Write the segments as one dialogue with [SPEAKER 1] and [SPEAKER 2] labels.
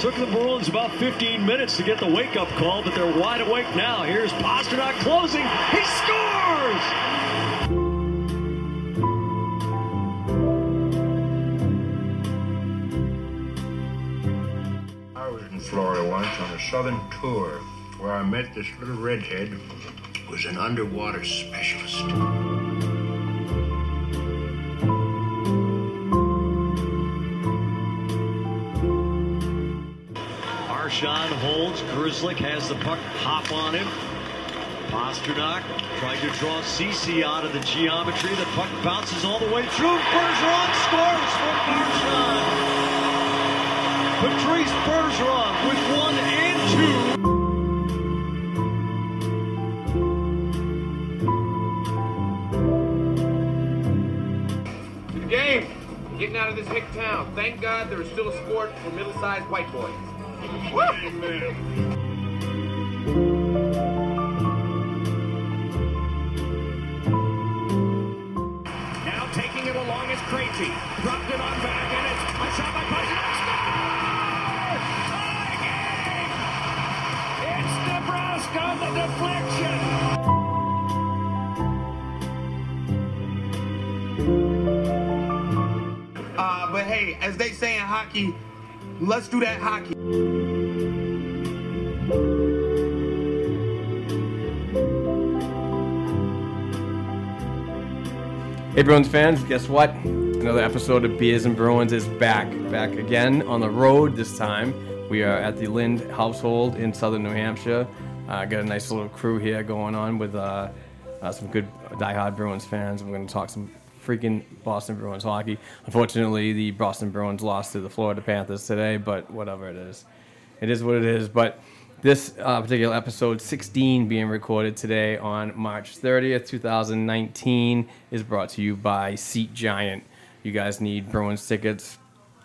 [SPEAKER 1] Took the Bruins about 15 minutes to get the wake up call, but they're wide awake now. Here's Pasternak closing. He scores!
[SPEAKER 2] I was in Florida once on a southern tour where I met this little redhead who was an underwater specialist.
[SPEAKER 1] Marshawn holds. Grizzlick has the puck. Hop on him. Pasternak tried to draw CC out of the geometry. The puck bounces all the way through. Bergeron scores for Marshawn. Patrice Bergeron with one and two.
[SPEAKER 3] the game. Getting out of this hick town. Thank God there is still a sport for middle-sized white boys.
[SPEAKER 4] Now taking it along is Krejci. Dropped it on back, and it's a shot by Pasternak. Score! Tie game! It's DeBrusque on the deflection.
[SPEAKER 3] Uh, but hey, as they say in hockey, let's do that hockey.
[SPEAKER 5] Hey, Bruins fans, guess what? Another episode of Beers and Bruins is back. Back again on the road this time. We are at the Lind household in southern New Hampshire. Uh, got a nice little crew here going on with uh, uh, some good diehard Bruins fans. We're going to talk some freaking Boston Bruins hockey. Unfortunately, the Boston Bruins lost to the Florida Panthers today, but whatever it is, it is what it is. But this uh, particular episode 16 being recorded today on March 30th, 2019 is brought to you by Seat Giant. You guys need Bruins tickets,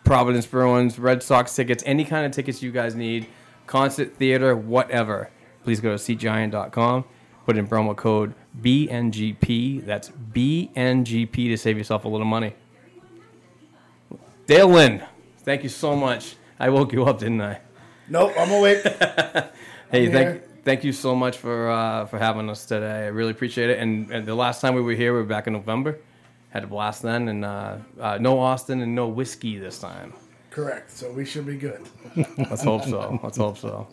[SPEAKER 5] Providence Bruins, Red Sox tickets, any kind of tickets you guys need, concert, theater, whatever. Please go to seatgiant.com, put in promo code BNGP. That's BNGP to save yourself a little money. Dale Lynn, thank you so much. I woke you up, didn't I?
[SPEAKER 6] Nope, I'm awake.
[SPEAKER 5] Hey,
[SPEAKER 6] I'm
[SPEAKER 5] thank
[SPEAKER 6] here.
[SPEAKER 5] thank you so much for uh, for having us today. I really appreciate it. And, and the last time we were here, we were back in November. Had a blast then, and uh, uh, no Austin and no whiskey this time.
[SPEAKER 6] Correct. So we should be good.
[SPEAKER 5] Let's hope so. Let's hope so.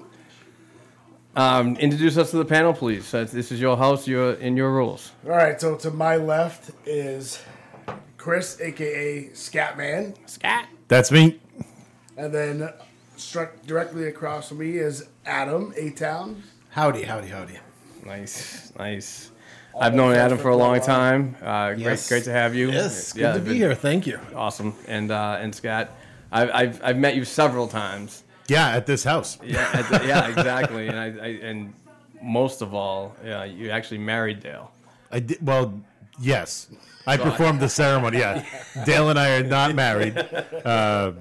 [SPEAKER 5] Um, introduce us to the panel, please. Since This is your house. You're in your rules.
[SPEAKER 6] All right. So to my left is Chris, aka Scatman,
[SPEAKER 7] That's me.
[SPEAKER 6] and then struck directly across from me is Adam A Town.
[SPEAKER 7] Howdy, howdy, howdy.
[SPEAKER 5] Nice, nice. I've known Adam for a long time. Uh,
[SPEAKER 7] Yes.
[SPEAKER 5] Great, great to have you.
[SPEAKER 7] Yes, good
[SPEAKER 5] Yeah,
[SPEAKER 7] to
[SPEAKER 5] it's
[SPEAKER 7] be
[SPEAKER 5] been
[SPEAKER 7] here. Thank you.
[SPEAKER 5] Awesome. And uh, and Scott, I've, I've I've met you several times.
[SPEAKER 7] Yeah, at this house.
[SPEAKER 5] Yeah, I th- yeah, exactly. And I, I and most of all, yeah, you actually married Dale.
[SPEAKER 7] I did, well, yes. I performed the ceremony. Yeah, Dale and I are not married. Uh,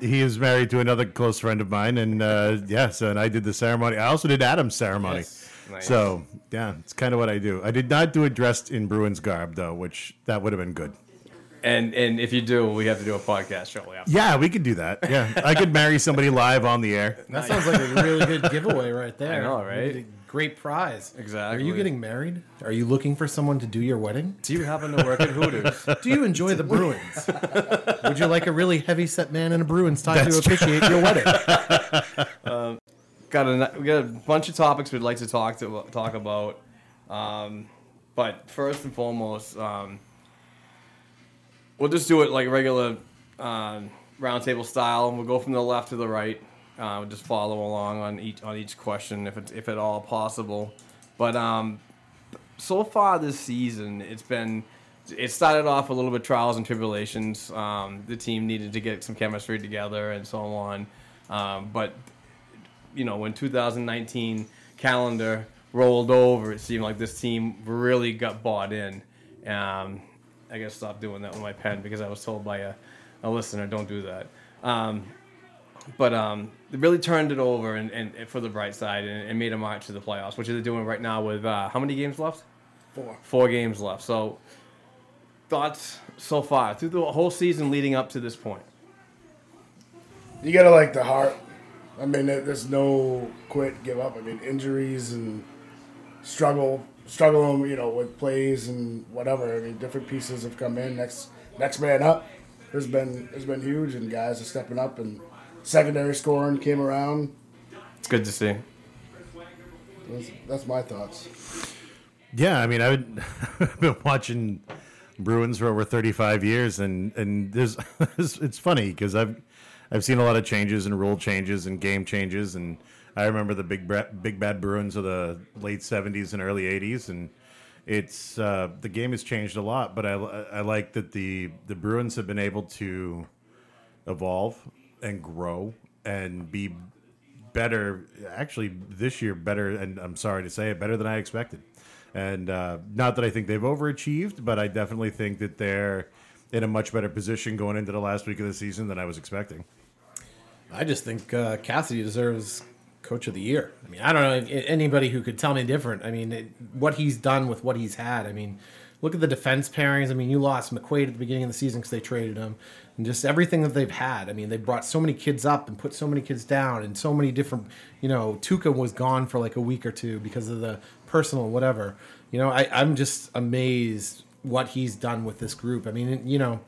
[SPEAKER 7] he is married to another close friend of mine, and uh, yeah, so and I did the ceremony. I also did Adam's ceremony.
[SPEAKER 5] Yes. Nice.
[SPEAKER 7] So yeah, it's kind of what I do. I did not do it dressed in Bruins garb though, which that would have been good.
[SPEAKER 5] And and if you do, we have to do a podcast shortly after.
[SPEAKER 7] Yeah, we could do that. Yeah, I could marry somebody live on the air.
[SPEAKER 8] That sounds like a really good giveaway right there.
[SPEAKER 5] I know, right?
[SPEAKER 8] A Great prize.
[SPEAKER 5] Exactly.
[SPEAKER 8] Are you getting married? Are you looking for someone to do your wedding?
[SPEAKER 5] Do you happen to work at Hooters?
[SPEAKER 8] Do you enjoy the Bruins? Would you like a really heavy set man in a Bruins tie to officiate your wedding?
[SPEAKER 5] got a we got a bunch of topics we'd like to talk to talk about, um, but first and foremost, um, we'll just do it like regular um, roundtable style, and we'll go from the left to the right. Uh, we'll just follow along on each on each question if it's if at all possible. But um, so far this season, it's been it started off a little bit trials and tribulations. Um, the team needed to get some chemistry together and so on. Um, but you know, when 2019 calendar rolled over, it seemed like this team really got bought in. Um, I gotta stop doing that with my pen because I was told by a, a listener, don't do that. Um, but um, they really turned it over and, and, and for the bright side and, and made a march to the playoffs, which they're doing right now with uh, how many games left?
[SPEAKER 6] Four.
[SPEAKER 5] Four games left. So, thoughts so far through the whole season leading up to this point?
[SPEAKER 6] You gotta like the heart. I mean, there- there's no quit, give up. I mean, injuries and struggle, struggling, you know, with plays and whatever. I mean, different pieces have come in. Next, next man up has been has been huge, and guys are stepping up. And secondary scoring came around.
[SPEAKER 5] It's good to see.
[SPEAKER 6] That's, that's my thoughts.
[SPEAKER 7] Yeah, I mean, I would, I've been watching Bruins for over 35 years, and and there's it's, it's funny because I've I've seen a lot of changes and rule changes and game changes, and I remember the big bra- big bad Bruins of the late 70s and early 80s, and it's uh, the game has changed a lot, but I I like that the the Bruins have been able to evolve and grow and be better actually this year better and i'm sorry to say it better than i expected and uh, not that i think they've overachieved but i definitely think that they're in a much better position going into the last week of the season than i was expecting
[SPEAKER 9] I just think uh, Cassidy deserves Coach of the Year. I mean, I don't know if- anybody who could tell me different. I mean, it, what he's done with what he's had. I mean, look at the defense pairings. I mean, you lost McQuaid at the beginning of the season because they traded him, and just everything that they've had. I mean, they brought so many kids up and put so many kids down, and so many different. You know, Tuca was gone for like a week or two because of the personal whatever. You know, I, I'm just amazed what he's done with this group. I mean, you know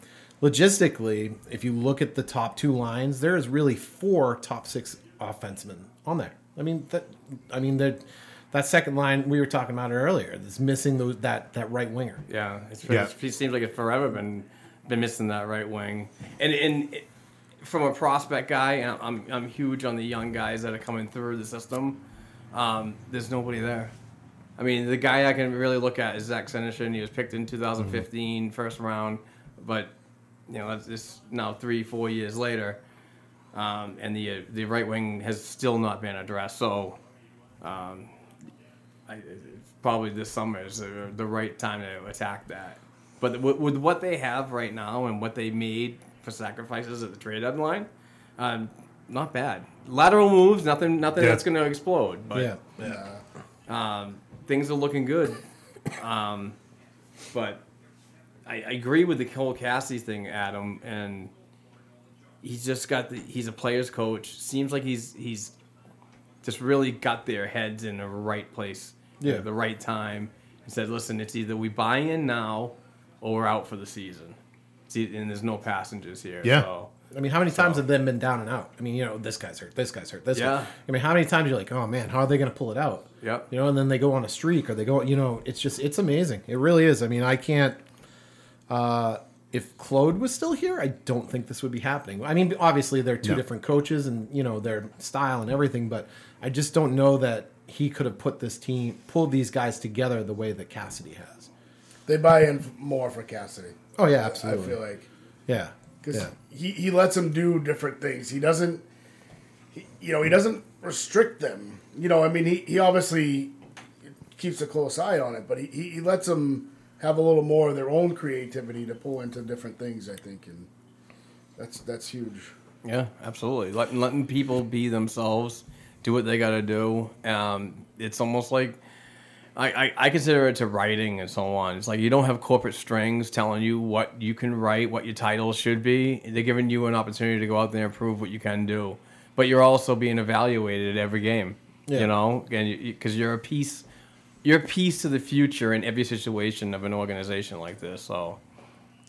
[SPEAKER 9] logistically, if you look at the top two lines, there is really four top six offensemen on there. I mean that. I mean that. That second line we were talking about it earlier that's missing those, that that right winger.
[SPEAKER 5] Yeah, it's,
[SPEAKER 7] Yeah.
[SPEAKER 5] it's- it seems like it's forever been been missing that right wing, and and it- from a prospect guy, and I'm I'm huge on the young guys that are coming through the system. Um, there's nobody there. I mean, the guy I can really look at is Zach Senishin. He was picked in 2015, first round, but you know it's it's now three four years later, um, and the uh, the right wing has still not been addressed. So. Um, I, it's probably this summer is the, the right time to attack that. But with, with what they have right now and what they made for sacrifices at the trade deadline, um, not bad. Lateral moves, nothing, nothing
[SPEAKER 7] Yeah.
[SPEAKER 5] that's going to explode. But um, things are looking good. Um, but I, I agree with the Cole Cassidy thing, Adam, and he's just got the he's a player's coach. Seems like he's he's just really got their heads in the right place
[SPEAKER 9] Yeah.
[SPEAKER 5] at the right time and said, listen, it's either we buy in now or we're out for the season. See, and there's no passengers here.
[SPEAKER 7] Yeah.
[SPEAKER 5] So.
[SPEAKER 9] I mean, how many times have they been down and out? I mean, you know, this guy's hurt, this guy's hurt, this
[SPEAKER 5] Yeah.
[SPEAKER 9] guy. I mean, how many times you're like, oh man, how are they going to pull it out?
[SPEAKER 5] Yep.
[SPEAKER 9] You know, and then they go on a streak or they go, you know, it's just, it's amazing. It really is. I mean, I can't, uh, if Claude was still here, I don't think this would be happening. I mean, obviously they're two
[SPEAKER 7] No.
[SPEAKER 9] different coaches and, you know, their style and everything, but I just don't know that he could have put this team, pulled these guys together the way that Cassidy has.
[SPEAKER 6] They buy in f- more for Cassidy.
[SPEAKER 9] Oh, yeah,
[SPEAKER 6] I
[SPEAKER 9] absolutely.
[SPEAKER 6] feel like.
[SPEAKER 9] Yeah.
[SPEAKER 6] because
[SPEAKER 9] yeah.
[SPEAKER 6] he, he lets them do different things. He doesn't, he, you know, he doesn't restrict them. You know, I mean, he, he obviously keeps a close eye on it, but he, he he lets them have a little more of their own creativity to pull into different things. I think, and that's that's huge.
[SPEAKER 5] Yeah, absolutely. Letting letting people be themselves, do what they got to do. Um, it's almost like I, I, I consider it to writing and so on. It's like you don't have corporate strings telling you what you can write, what your titles should be. They're giving you an opportunity to go out there and prove what you can do, but you're also being evaluated at every game. You know, and because you, are a piece, you're a piece to the future in every situation of an organization like this. So.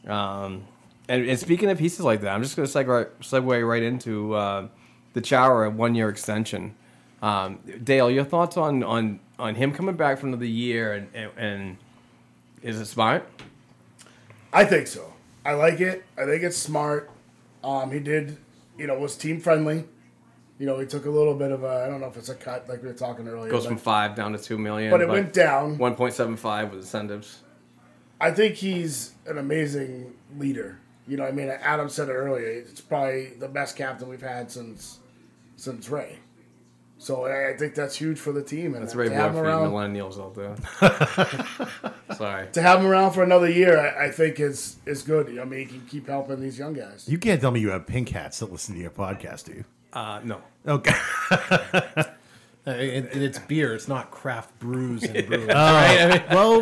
[SPEAKER 5] Um, and, and speaking of pieces like that, I'm just going to segue, segue right into uh, the Chara one year extension. Um, Dale, your thoughts on, on, on him coming back from the year and, and, and is it smart?
[SPEAKER 6] I think so. I like it. I think it's smart. Um, he did, you know, was team friendly. You know, he took a little bit of a, I don't know if it's a cut like we were talking earlier.
[SPEAKER 5] Goes
[SPEAKER 6] but-
[SPEAKER 5] from five down to two million,
[SPEAKER 6] but it went down.
[SPEAKER 5] 1.75 with incentives.
[SPEAKER 6] I think he's an amazing leader. You know, I mean, Adam said it earlier. It's probably the best captain we've had since since Ray. So I I think that's huge for the team. And
[SPEAKER 5] That's Ray
[SPEAKER 6] to
[SPEAKER 5] Boyd for
[SPEAKER 6] have him
[SPEAKER 5] you
[SPEAKER 6] around,
[SPEAKER 5] millennials out there. Sorry.
[SPEAKER 6] to have him around for another year, I, I think is is good. I mean, he can keep helping these young guys.
[SPEAKER 7] you can't tell me you have pink hats that listen to your podcast do you
[SPEAKER 5] Uh, no.
[SPEAKER 7] okay
[SPEAKER 9] Uh, it- it's beer. It's not craft brews and brewing.
[SPEAKER 7] well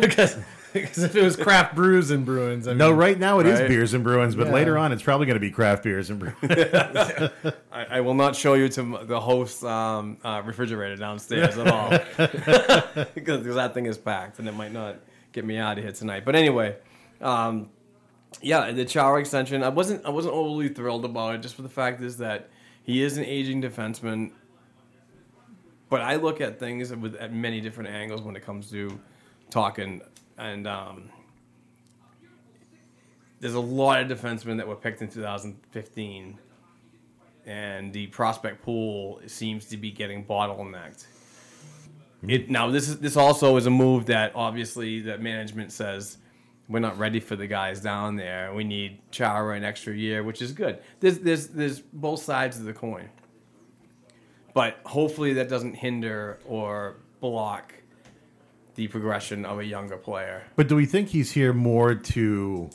[SPEAKER 9] Because if it was craft brews and Bruins, I mean,
[SPEAKER 7] No, right now it is
[SPEAKER 5] Right.
[SPEAKER 7] beers and Bruins, but
[SPEAKER 9] Yeah.
[SPEAKER 7] later on it's probably going to be craft beers and Bruins.
[SPEAKER 5] I, I will not show you to m- the host's um, uh, refrigerator downstairs at all because that thing is packed and it might not get me out of here tonight. But anyway, um, yeah, the Chara extension. I wasn't I wasn't overly thrilled about it. Just for the fact is that he is an aging defenseman. But I look at things with at many different angles when it comes to talking and. Um, there's a lot of defensemen that were picked in 2015 and the prospect pool seems to be getting bottlenecked. It now this is this also is a move that obviously that management says we're not ready for the guys down there. We need Chara an extra year, which is good. There's there's there's both sides of the coin, but hopefully that doesn't hinder or block the progression of a younger player.
[SPEAKER 7] but do we think he's here more to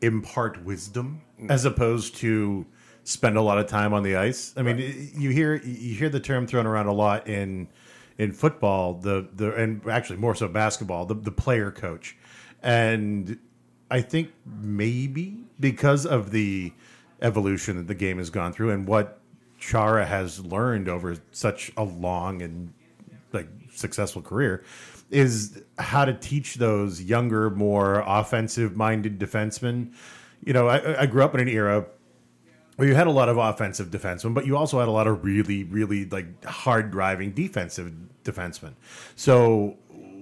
[SPEAKER 7] impart wisdom as opposed to spend a lot of time on the ice? I mean, i- you hear you hear the term thrown around a lot in in football, the the and actually more so basketball, the the player coach, and I think maybe because of the evolution that the game has gone through and what Chara has learned over such a long and like successful career is how to teach those younger, more offensive minded defensemen. You know, I, I grew up in an era where you had a lot of offensive defensemen, but you also had a lot of really, really like hard driving defensive defensemen. So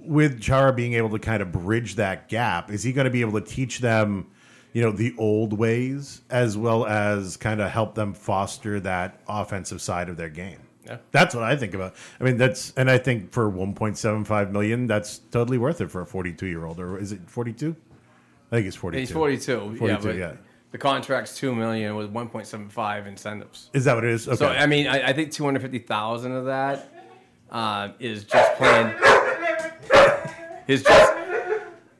[SPEAKER 7] with Chara being able to kind of bridge that gap, is he going to be able to teach them, you know, the old ways as well as kind of help them foster that offensive side of their game?
[SPEAKER 5] Yeah.
[SPEAKER 7] That's what I think about. I mean, that's and I think for 1.75 million, that's totally worth it for a 42 year old, or is it 42? I think it's 42.
[SPEAKER 5] He's 42.
[SPEAKER 7] 42,
[SPEAKER 5] yeah, but
[SPEAKER 7] yeah.
[SPEAKER 5] the contract's two million with 1.75 incentives.
[SPEAKER 7] Is that what it is? Okay.
[SPEAKER 5] So I mean, I, I think two hundred fifty thousand of that uh, is just playing. Is just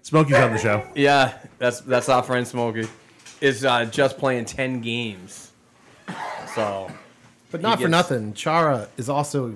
[SPEAKER 7] Smokey's on the show.
[SPEAKER 5] yeah. That's that's our friend Smokey. Is uh, just playing ten games. So
[SPEAKER 9] but not
[SPEAKER 5] he
[SPEAKER 9] for
[SPEAKER 5] gets-
[SPEAKER 9] nothing. Chara is also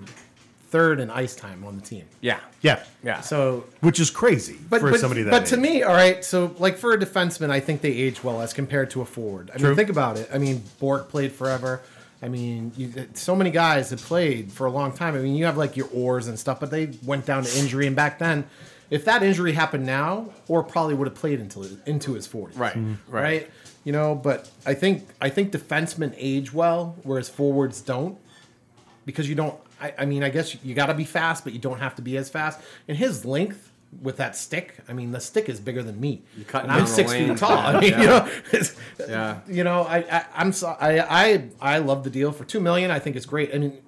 [SPEAKER 9] third in ice time on the team.
[SPEAKER 5] yeah,
[SPEAKER 7] Yeah.
[SPEAKER 5] yeah. So
[SPEAKER 9] So
[SPEAKER 7] Which is crazy
[SPEAKER 9] but,
[SPEAKER 7] for
[SPEAKER 9] but,
[SPEAKER 7] somebody that.
[SPEAKER 9] but to
[SPEAKER 7] age.
[SPEAKER 9] me all right so like for a defenseman i think they age well as compared to a forward i
[SPEAKER 7] True.
[SPEAKER 9] mean think about it i mean bork played forever i mean you, so many guys have played for a long time i mean you have like your oars and stuff but they went down to injury and back then if that injury happened now or probably would have played until into his 40s
[SPEAKER 5] Right, Mhm.
[SPEAKER 7] Mm-hmm.
[SPEAKER 5] right.
[SPEAKER 9] you know but i think i think defensemen age well whereas forwards don't because you don't. I, I mean, I guess you, got to be fast, but you don't have to be as fast. And his length with that stick, I mean, the stick is bigger than me.
[SPEAKER 5] You're cutting
[SPEAKER 9] And I'm
[SPEAKER 5] down the
[SPEAKER 9] six
[SPEAKER 5] lane.
[SPEAKER 9] feet tall. I mean, you know, it's-
[SPEAKER 5] Yeah.
[SPEAKER 9] you know, I, I I'm so, I, I I love the deal for two million. I think it's great. I mean,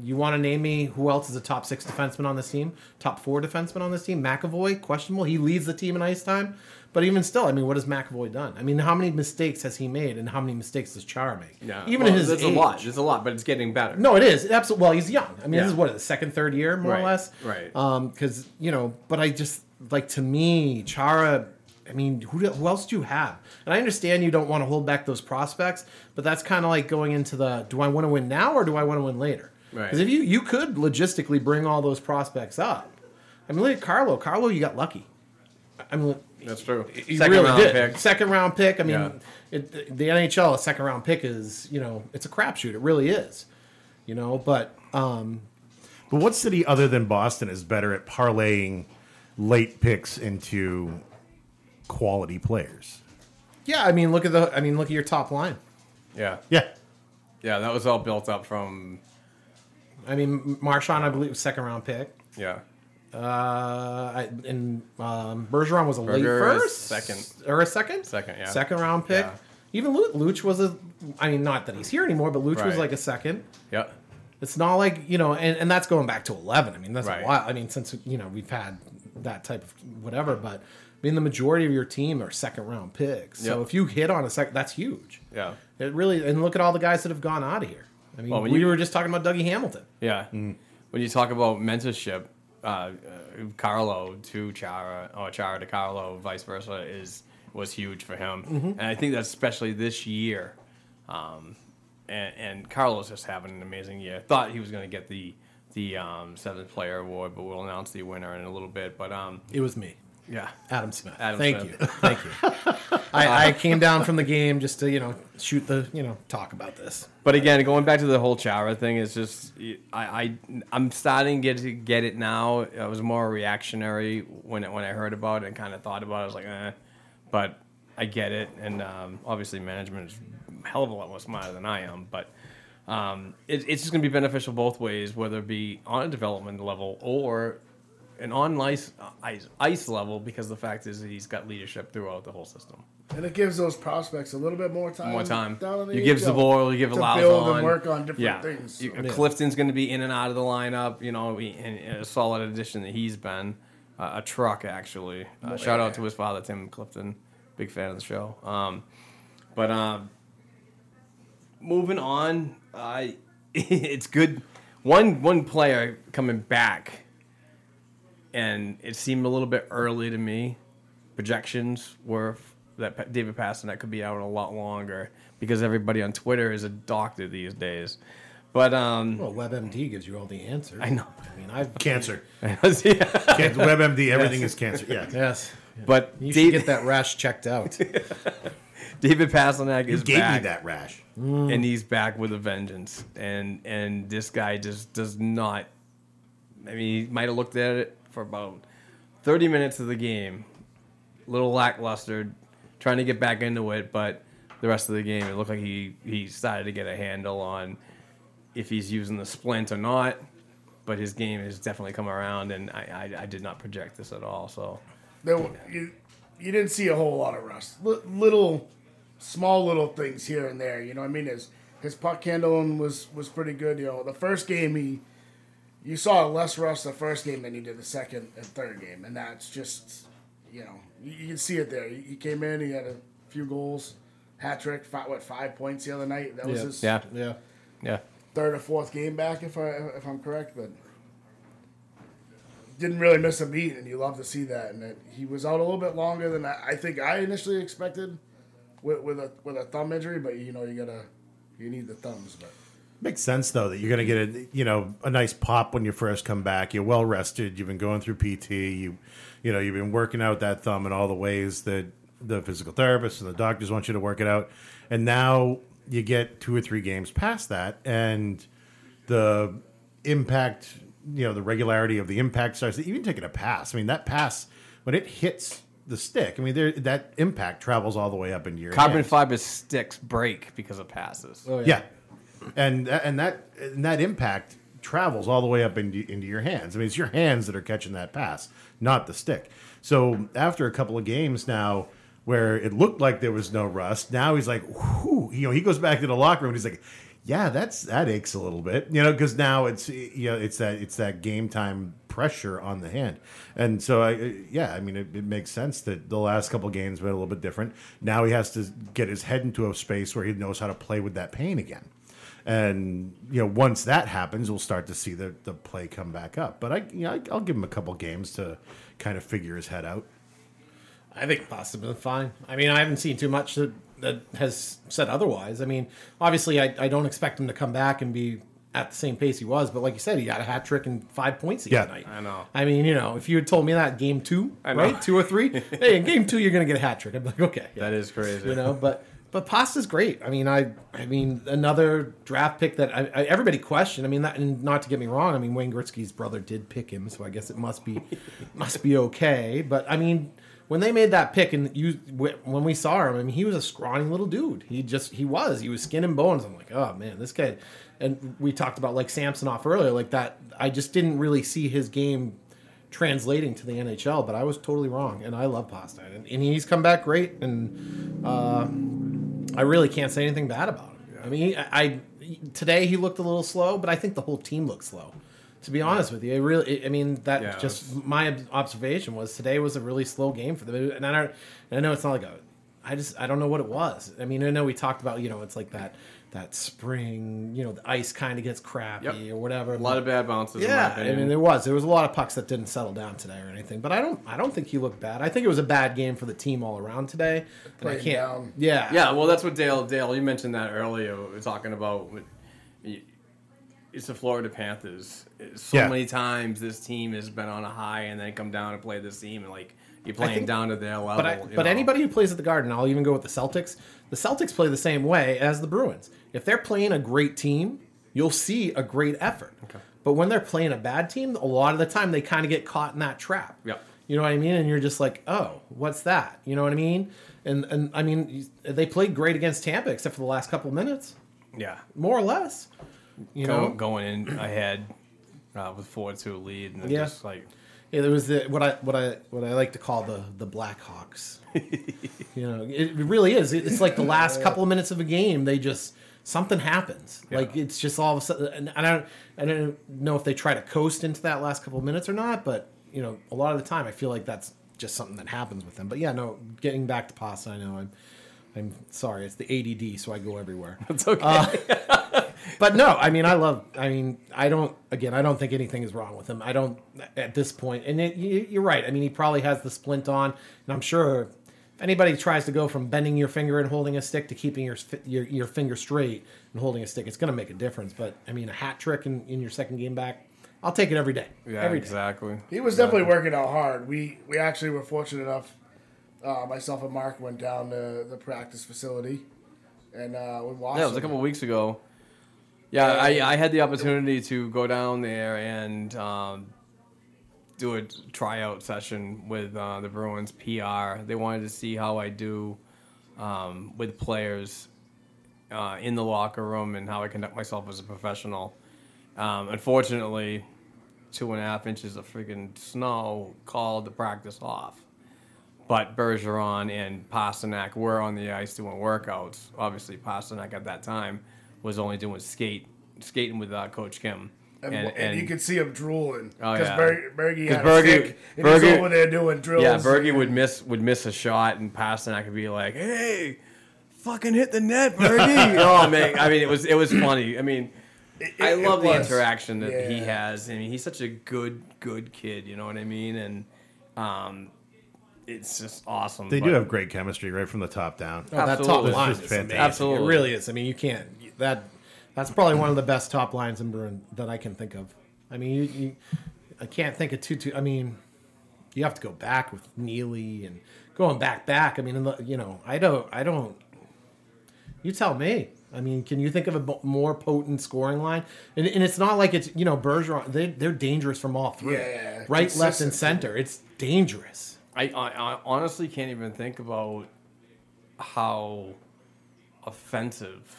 [SPEAKER 9] you want to name me who else is a top six defenseman on this team? Top four defenseman on this team? McAvoy, questionable. He leads the team in ice time. But even still, I mean, what has McAvoy done? I mean, how many mistakes has he made, and how many mistakes does Chara make?
[SPEAKER 5] yeah.
[SPEAKER 9] even
[SPEAKER 5] Well,
[SPEAKER 9] his
[SPEAKER 5] there's
[SPEAKER 9] age.
[SPEAKER 5] a lot. There's a lot, but it's getting better.
[SPEAKER 9] No, it is. It absolutely. Well, he's young. I mean,
[SPEAKER 5] Yeah.
[SPEAKER 9] this is what the second, third year, more
[SPEAKER 5] Right,
[SPEAKER 9] or less.
[SPEAKER 5] right.
[SPEAKER 9] Because you know, but I just like to me, Chara. I mean, who, do- who else do you have? And I understand you don't want to hold back those prospects, but that's kind of like going into the: Do I want to win now or do I want to win later?
[SPEAKER 5] Right.
[SPEAKER 9] Because if you you could logistically bring all those prospects up. I mean, look at Carlo. Carlo, you got lucky. I mean,
[SPEAKER 5] that's true.
[SPEAKER 9] you
[SPEAKER 5] Second
[SPEAKER 9] really
[SPEAKER 5] round
[SPEAKER 9] did.
[SPEAKER 5] pick.
[SPEAKER 9] Second round pick. I mean,
[SPEAKER 5] Yeah.
[SPEAKER 9] it, the NHL, a second round pick is, you know, it's a crapshoot. It really is. You know, but um,
[SPEAKER 7] But what city other than Boston is better at parlaying late picks into quality players?
[SPEAKER 9] yeah, I mean, look at the, I mean, look at your top line.
[SPEAKER 5] Yeah,
[SPEAKER 7] Yeah.
[SPEAKER 5] yeah. That was all built up from
[SPEAKER 9] I mean, Marshawn, I believe, was second round pick.
[SPEAKER 5] yeah.
[SPEAKER 9] Uh, I, and um, Bergeron was a late
[SPEAKER 5] Berger is
[SPEAKER 9] first,
[SPEAKER 5] second.
[SPEAKER 9] or a second,
[SPEAKER 5] Second, yeah.
[SPEAKER 9] second round pick.
[SPEAKER 5] Yeah.
[SPEAKER 9] Even Lu- Luch was a, I mean, not that he's here anymore, but Luch was
[SPEAKER 5] Right.
[SPEAKER 9] like a second.
[SPEAKER 5] Yeah.
[SPEAKER 9] It's not like you know, and, and that's going back to eleven. I mean, that's
[SPEAKER 5] Right.
[SPEAKER 9] a while. I mean, since you know we've had that type of whatever, but I mean, the majority of your team are second round picks. So
[SPEAKER 5] Yep.
[SPEAKER 9] if you hit on a second, that's huge.
[SPEAKER 5] Yeah.
[SPEAKER 9] It really and look at all the guys that have gone out of here. I mean,
[SPEAKER 5] Well, when
[SPEAKER 9] we
[SPEAKER 5] you-
[SPEAKER 9] were just talking about Dougie Hamilton.
[SPEAKER 5] Yeah. When you talk about mentorship, uh, uh, Carlo to Chara or Chara to Carlo, vice versa, is was huge for him, and I think that's especially this year. Um, and, and Carlo's just having an amazing year. Thought he was going to get the the um, seventh player award, but we'll announce the winner in a little bit. But um,
[SPEAKER 9] It was me.
[SPEAKER 5] Yeah.
[SPEAKER 9] Adam Smith.
[SPEAKER 5] Adam
[SPEAKER 9] Thank
[SPEAKER 5] Smith.
[SPEAKER 9] you. Thank you. I, I came down from the game just to, you know, shoot the, you know, talk about this.
[SPEAKER 5] But again, going back to the whole Chara thing, it's just I, I am starting to get to get it now. I was more reactionary when it, when I heard about it and kind of thought about it. I was like, eh. but I get it, and um, obviously management is a hell of a lot more smarter than I am. But um, it, it's just going to be beneficial both ways, whether it be on a development level or an on ice ice, ice level, because the fact is that he's got leadership throughout the whole system.
[SPEAKER 6] And it gives those prospects a little bit more time.
[SPEAKER 5] More time.
[SPEAKER 6] Down in the
[SPEAKER 5] You gives the
[SPEAKER 6] AHL
[SPEAKER 5] ball, you give
[SPEAKER 6] to
[SPEAKER 5] allows
[SPEAKER 6] build
[SPEAKER 5] on.
[SPEAKER 6] and work on different things.
[SPEAKER 5] You- uh,
[SPEAKER 6] So-
[SPEAKER 5] Clifton's going to be in and out of the lineup. You know, he, and, and a solid addition that he's been. Uh, a truck, actually. Uh, Shout out to his father, Tim Clifton. Big fan of the show. Um, but um, moving on, I it's good. One one player coming back, and it seemed a little bit early to me. Projections were f- that Pa- David Pasternak could be out a lot longer because everybody on Twitter is a doctor these days. But um,
[SPEAKER 9] Well, WebMD gives you all the answers.
[SPEAKER 5] I know.
[SPEAKER 9] I mean, I've.
[SPEAKER 7] Cancer.
[SPEAKER 5] yeah.
[SPEAKER 7] Can- WebMD, everything is cancer. Yeah.
[SPEAKER 9] Yes.
[SPEAKER 5] but
[SPEAKER 9] You should
[SPEAKER 5] David,
[SPEAKER 9] get that rash checked out.
[SPEAKER 5] David Pasternak is
[SPEAKER 7] You gave
[SPEAKER 5] back.
[SPEAKER 7] me that rash.
[SPEAKER 5] and he's back with a vengeance. And and this guy just does not. I mean, he might have looked at it for about thirty minutes of the game, little lackluster, trying to get back into it. But the rest of the game, it looked like he he started to get a handle on if he's using the splint or not. But his game has definitely come around, and I, I, I did not project this at all. So
[SPEAKER 6] There, were- you, you didn't see a whole lot of rust. Li- little, small little things here and there. You know, what I mean, his his puck handling was was pretty good. You know, the first game he, you saw less rust the first game than you did the second and third game, and that's just, you know, you, you can see it there. He, he came in, he had a few goals, hat trick, fi- what five points the other night. That was
[SPEAKER 9] Yeah.
[SPEAKER 6] his
[SPEAKER 5] yeah,
[SPEAKER 9] yeah.
[SPEAKER 5] yeah,
[SPEAKER 6] third or fourth game back, if I if I'm correct, but didn't really miss a beat, and you love to see that. And it, he was out a little bit longer than I, I think I initially expected with with a with a thumb injury, but you know you gotta you need the thumbs, but
[SPEAKER 7] Makes sense though that you're going to get a you know a nice pop when you first come back. You're well rested. You've been going through PT. You you know you've been working out that thumb in all the ways that the physical therapists and the doctors want you to work it out. And now you get two or three games past that, and the impact, you know, the regularity of the impact starts. Even taking a pass, I mean, that pass when it hits the stick, I mean, there, that impact travels all the way up into your
[SPEAKER 5] carbon
[SPEAKER 7] hands.
[SPEAKER 5] fiber sticks break because of passes.
[SPEAKER 7] Yeah, and and that and that impact travels all the way up into into your hands. I mean, it's your hands that are catching that pass, not the stick. So after a couple of games now, where it looked like there was no rust, now he's like, whew, you know, he goes back to the locker room and he's like. Yeah, that's that aches a little bit, you know, because now it's you know it's that it's that game time pressure on the hand, and so I yeah, I mean it, it makes sense that the last couple of games been a little bit different. Now he has to get his head into a space where he knows how to play with that pain again. And you know, once that happens, we'll start to see the, the play come back up. But I, you know, I, I'll give him a couple games to kind of figure his head out.
[SPEAKER 9] I think possibly fine. I mean, I haven't seen too much that, that has said otherwise. I mean, obviously, I, I don't expect him to come back and be at the same pace he was, but like you said, he got a hat trick and five points the
[SPEAKER 7] Yeah.
[SPEAKER 9] other night.
[SPEAKER 5] I know.
[SPEAKER 9] I mean, you know, if you had told me that game two,
[SPEAKER 5] I know.
[SPEAKER 9] right, two or three, hey, in game two you're going to get a hat trick. I'd be like, okay, yeah.
[SPEAKER 5] That is crazy.
[SPEAKER 9] you know. But but pasta's great. I mean, I I mean another draft pick that I, I, everybody questioned. I mean, that, and not to get me wrong, I mean Wayne Gretzky's brother did pick him, so I guess it must be must be okay. But I mean, when they made that pick and you wh- when we saw him, I mean, he was a scrawny little dude. He just he was he was skin and bones. I'm like, oh man, this guy. And we talked about like Samsonoff earlier, like that. I just didn't really see his game translating to the NHL, but I was totally wrong, and I love Pasta, and, and he's come back great, and uh, I really can't say anything bad about him. I mean, I, I today he looked a little slow, but I think the whole team looked slow. To be honest with you, it really, I mean, that
[SPEAKER 5] Yeah,
[SPEAKER 9] just my ob- observation was today was a really slow game for them, and I don't, and I know it's not like a, I just I don't know what it was. I mean, I know we talked about you know it's like that that spring, you know, the ice kind of gets crappy
[SPEAKER 5] Yep.
[SPEAKER 9] or whatever.
[SPEAKER 5] A lot of bad bounces.
[SPEAKER 9] Yeah,
[SPEAKER 5] in
[SPEAKER 9] I
[SPEAKER 5] my
[SPEAKER 9] mean
[SPEAKER 5] opinion.
[SPEAKER 9] there was there was a lot of pucks that didn't settle down today or anything, but I don't I don't think he looked bad. I think it was a bad game for the team all around today, and I
[SPEAKER 6] Playing
[SPEAKER 9] can't.
[SPEAKER 6] down.
[SPEAKER 9] Yeah,
[SPEAKER 5] Yeah, well, that's what Dale. Dale, you mentioned that earlier. We were talking about what- it's the Florida Panthers. So
[SPEAKER 7] Yeah.
[SPEAKER 5] many times this team has been on a high and then come down and play this team and like You're playing
[SPEAKER 9] think-
[SPEAKER 5] down to their level.
[SPEAKER 9] But, I,
[SPEAKER 5] you
[SPEAKER 9] but
[SPEAKER 5] know.
[SPEAKER 9] anybody who plays at the Garden, I'll even go with the Celtics. The Celtics play the same way as the Bruins. If they're playing a great team, you'll see a great effort. But when they're playing a bad team, a lot of the time they kind of get caught in that trap.
[SPEAKER 5] Yep.
[SPEAKER 9] You know what I mean? And you're just like, oh, what's that? You know what I mean? And and I mean, you- they played great against Tampa except for the last couple minutes,
[SPEAKER 5] yeah,
[SPEAKER 9] more or less. You
[SPEAKER 5] Go,
[SPEAKER 9] know,
[SPEAKER 5] going in ahead uh, with four two lead and then
[SPEAKER 9] Yeah.
[SPEAKER 5] just like
[SPEAKER 9] Yeah, there was the what I what I what I like to call the the Blackhawks. you know, it really is. It- It's like the last couple of minutes of a game, they just something happens. Like it's just all of a sudden. And I don't I don't know if they try to coast into that last couple of minutes or not, but you know, a lot of the time, I feel like that's just something that happens with them. But yeah, no. Getting back to pasta, I know I'm. I'm sorry, it's the ADD, so I go everywhere.
[SPEAKER 5] it's okay.
[SPEAKER 9] But no, I mean, I love. I mean, I don't. Again, I don't think anything is wrong with him. I don't at this point. And it, you, you're right. I mean, he probably has the splint on, and I'm sure if anybody tries to go from bending your finger and holding a stick to keeping your fi- your, your finger straight and holding a stick, it's going to make a difference. But I mean, a hat trick in, in your second game back, I'll take it every day.
[SPEAKER 5] yeah,
[SPEAKER 9] every day.
[SPEAKER 5] exactly.
[SPEAKER 6] He was definitely working out hard. We we actually were fortunate enough. Uh, myself and Mark went down to the practice facility, and uh, we watched.
[SPEAKER 5] Yeah, it was a
[SPEAKER 6] him.
[SPEAKER 5] couple of weeks ago. Yeah, I, I had the opportunity to go down there and um, do a tryout session with uh, the Bruins PR. They wanted to see how I do um, with players uh, in the locker room and how I conduct myself as a professional. Um, unfortunately, two and a half inches of freaking snow called the practice off. But Bergeron and Pasternak were on the ice doing workouts. Obviously, Pasternak at that time was only doing skate skating with uh, Coach Kim.
[SPEAKER 6] And, and, you could see him drooling
[SPEAKER 5] Oh,
[SPEAKER 6] because
[SPEAKER 5] yeah.
[SPEAKER 6] Bergie
[SPEAKER 5] 'Cause
[SPEAKER 6] had
[SPEAKER 5] Berge-
[SPEAKER 6] a kick, and he was
[SPEAKER 5] Berge-
[SPEAKER 6] over there doing drills.
[SPEAKER 5] yeah, Bergie would miss would miss a shot, and Pasternak could be like, "Hey, fucking hit the net, Bergie!" oh man, I mean it was it was funny. I mean,
[SPEAKER 6] It-
[SPEAKER 5] I
[SPEAKER 6] it- it
[SPEAKER 5] love the
[SPEAKER 6] was.
[SPEAKER 5] interaction that he
[SPEAKER 6] Yeah.
[SPEAKER 5] has. I mean, he's such a good good kid. You know what I mean? And um, it's just awesome.
[SPEAKER 7] They
[SPEAKER 5] but-
[SPEAKER 7] do have great chemistry right from the top down.
[SPEAKER 9] Oh, that top
[SPEAKER 5] Absolutely.
[SPEAKER 9] line
[SPEAKER 7] It's
[SPEAKER 9] is
[SPEAKER 7] just
[SPEAKER 9] amazing.
[SPEAKER 7] fantastic.
[SPEAKER 9] It
[SPEAKER 5] Absolutely.
[SPEAKER 9] really is. I mean, you can't that. That's probably one of the best top lines in Bruin that I can think of. I mean, you, you I can't think of two two. I mean, you have to go back with Neely and going back back. I mean, in the, you know, I don't, I don't. You tell me. I mean, can you think of a bo- more potent scoring line? And, and it's not like it's you know Bergeron. They they're dangerous from all three,
[SPEAKER 6] Yeah,
[SPEAKER 9] right, left, and
[SPEAKER 6] consistency.
[SPEAKER 9] center. It's dangerous.
[SPEAKER 5] I, I, I honestly can't even think about how offensive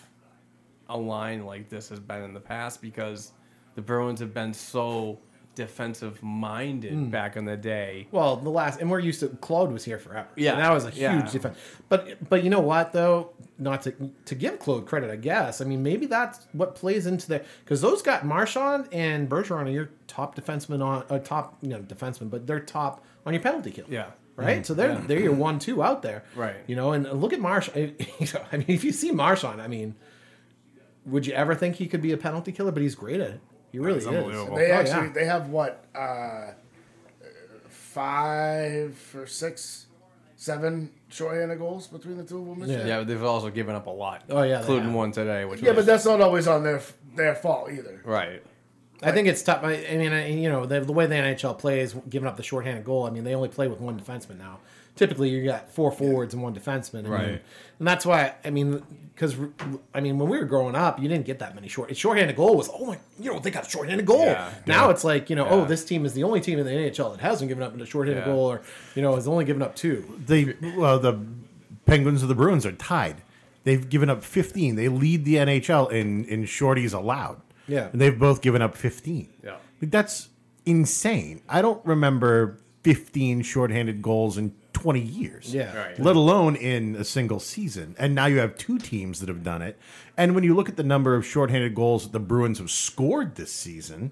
[SPEAKER 5] a line like this has been in the past because the Bruins have been so defensive minded
[SPEAKER 9] Hmm.
[SPEAKER 5] back in the day.
[SPEAKER 9] Well, the last, and we're used to Claude was here forever.
[SPEAKER 5] Yeah.
[SPEAKER 9] and that was a huge
[SPEAKER 5] Yeah.
[SPEAKER 9] defense. But but you know what though, not to to give Claude credit, I guess. I mean, maybe that's what plays into the because those got Marchand and Bergeron are your top defensemen on uh, top you know defensemen, but they're top on your penalty kill.
[SPEAKER 5] Yeah.
[SPEAKER 9] Right, so they're they're your one two out there,
[SPEAKER 5] Right.
[SPEAKER 9] You know, and look at Marsh. I, you know, I mean, if you see Marshon, I mean, would you ever think he could be a penalty killer? But he's great at it. He really is.
[SPEAKER 5] unbelievable.
[SPEAKER 6] They
[SPEAKER 9] Oh,
[SPEAKER 6] actually
[SPEAKER 9] yeah.
[SPEAKER 6] they have what uh, five or six, seven shorthanded goals between the two of them. this year?
[SPEAKER 5] Yeah, but they've also given up a lot.
[SPEAKER 9] Oh, yeah, they
[SPEAKER 5] including
[SPEAKER 9] have.
[SPEAKER 5] one today, which
[SPEAKER 6] yeah,
[SPEAKER 5] was
[SPEAKER 6] but that's not always on their their fault either.
[SPEAKER 5] right.
[SPEAKER 9] I think it's tough. I, I mean, I, you know, the, the way the NHL plays, giving up the shorthanded goal. I mean, they only play with one defenseman now. Typically, you got four forwards and one defenseman, I mean,
[SPEAKER 5] Right.
[SPEAKER 9] and that's why I mean, because I mean, when we were growing up, you didn't get that many short. Shorthanded goal was oh my, you know, they got a shorthanded goal.
[SPEAKER 5] Yeah.
[SPEAKER 9] now it's like you know, oh,
[SPEAKER 5] Yeah.
[SPEAKER 9] this team is the only team in the NHL that hasn't given up a shorthanded
[SPEAKER 5] Yeah.
[SPEAKER 9] goal, or you know, has only given up two.
[SPEAKER 7] They well, the Penguins and the Bruins are tied. They've given up 15. They lead the NHL in in shorties allowed.
[SPEAKER 9] Yeah.
[SPEAKER 7] and they've both given up 15.
[SPEAKER 5] Yeah.
[SPEAKER 7] Like, that's insane. I don't remember 15 shorthanded goals in 20 years.
[SPEAKER 9] Yeah. Right.
[SPEAKER 7] let alone in a single season. And now you have two teams that have done it. And when you look at the number of shorthanded goals that the Bruins have scored this season.